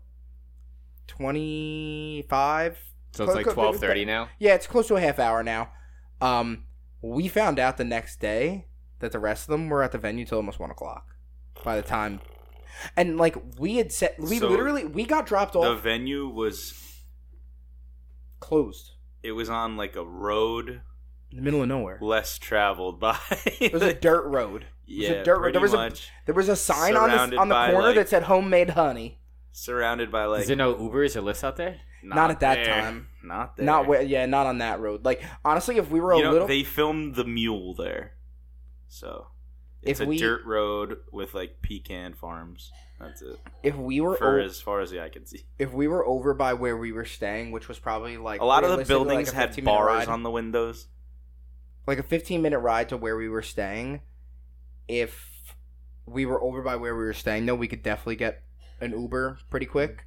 Speaker 1: 25,
Speaker 3: So it's like
Speaker 1: Coco-
Speaker 3: 12:30 now.
Speaker 1: yeah, it's close to a half hour now. Um, we found out the next day that the rest of them were at the venue till almost one o'clock. By the time, and like we had set, we
Speaker 2: So,
Speaker 1: literally we got dropped
Speaker 2: The
Speaker 1: off
Speaker 2: venue was
Speaker 1: closed
Speaker 2: it was on like a road
Speaker 1: in the middle of nowhere.
Speaker 2: less traveled by.
Speaker 1: It was a dirt road.
Speaker 2: [laughs] yeah,
Speaker 1: dirt road.
Speaker 2: pretty
Speaker 1: There was a-
Speaker 2: much.
Speaker 1: There was a sign on
Speaker 2: Surrounded
Speaker 1: the on the
Speaker 2: by,
Speaker 1: corner
Speaker 2: like-
Speaker 1: that said "homemade honey."
Speaker 2: surrounded by like
Speaker 3: Is there no Ubers or Lyfts out there?
Speaker 1: Not, at that
Speaker 2: there.
Speaker 1: time.
Speaker 2: Not there.
Speaker 1: Not Not where- yeah, not on that road. Like honestly, if we were a
Speaker 2: you know,
Speaker 1: little,
Speaker 2: They filmed the mule there, so it's
Speaker 1: If
Speaker 2: a
Speaker 1: we-
Speaker 2: dirt road with like pecan farms. That's it.
Speaker 1: if we were
Speaker 2: For
Speaker 1: o-
Speaker 2: as far as the eye can see,
Speaker 1: if we were over by where we were staying, which was probably like
Speaker 2: a lot of the
Speaker 1: realistically, like,
Speaker 2: buildings
Speaker 1: a
Speaker 2: had
Speaker 1: 15-minute
Speaker 2: bars
Speaker 1: ride.
Speaker 2: on the windows.
Speaker 1: like a 15 minute ride to where we were staying. If we were over by where we were staying, though, we could definitely get an Uber pretty quick.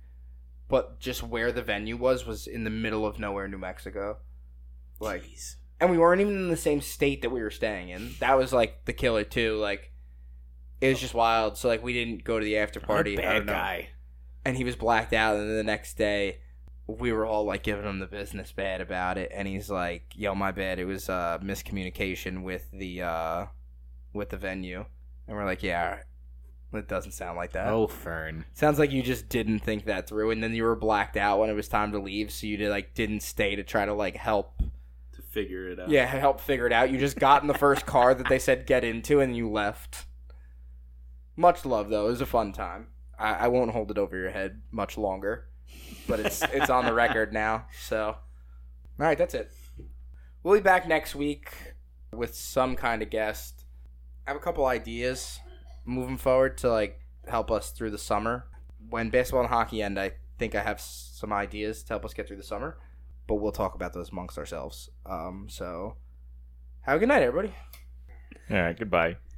Speaker 1: But just where the venue was was in the middle of nowhere, New Mexico. Like, and we weren't even in the same state that we were staying in. That was like the killer too. Like, it was just wild. So like, we didn't go to the after
Speaker 3: What a
Speaker 1: party. I
Speaker 3: bad
Speaker 1: don't know.
Speaker 3: guy.
Speaker 1: And he was blacked out. And then the next day, we were all like giving him the business bad about it, and he's like, "Yo, my bad. It was uh, miscommunication with the uh, with the venue." And we're like, "Yeah, all right. it doesn't sound like that.
Speaker 3: oh, Fern.
Speaker 1: Sounds like you just didn't think that through, and then you were blacked out when it was time to leave, so you did, like didn't stay to try to like help.
Speaker 2: to figure it out.
Speaker 1: Yeah, help figure it out. You just got in the first car that they said get into, and you left. Much love though. It was a fun time. I, I won't hold it over your head much longer, but
Speaker 2: [laughs]
Speaker 1: it's it's on the record now. So, all right, that's it. We'll be back next week with some kind of guest. I have a couple ideas moving forward to like help us through the summer. When basketball and hockey end, I think I have s- some ideas to help us get through the summer, but we'll talk about those amongst ourselves. Um, so, have a good night, everybody.
Speaker 5: All right, goodbye.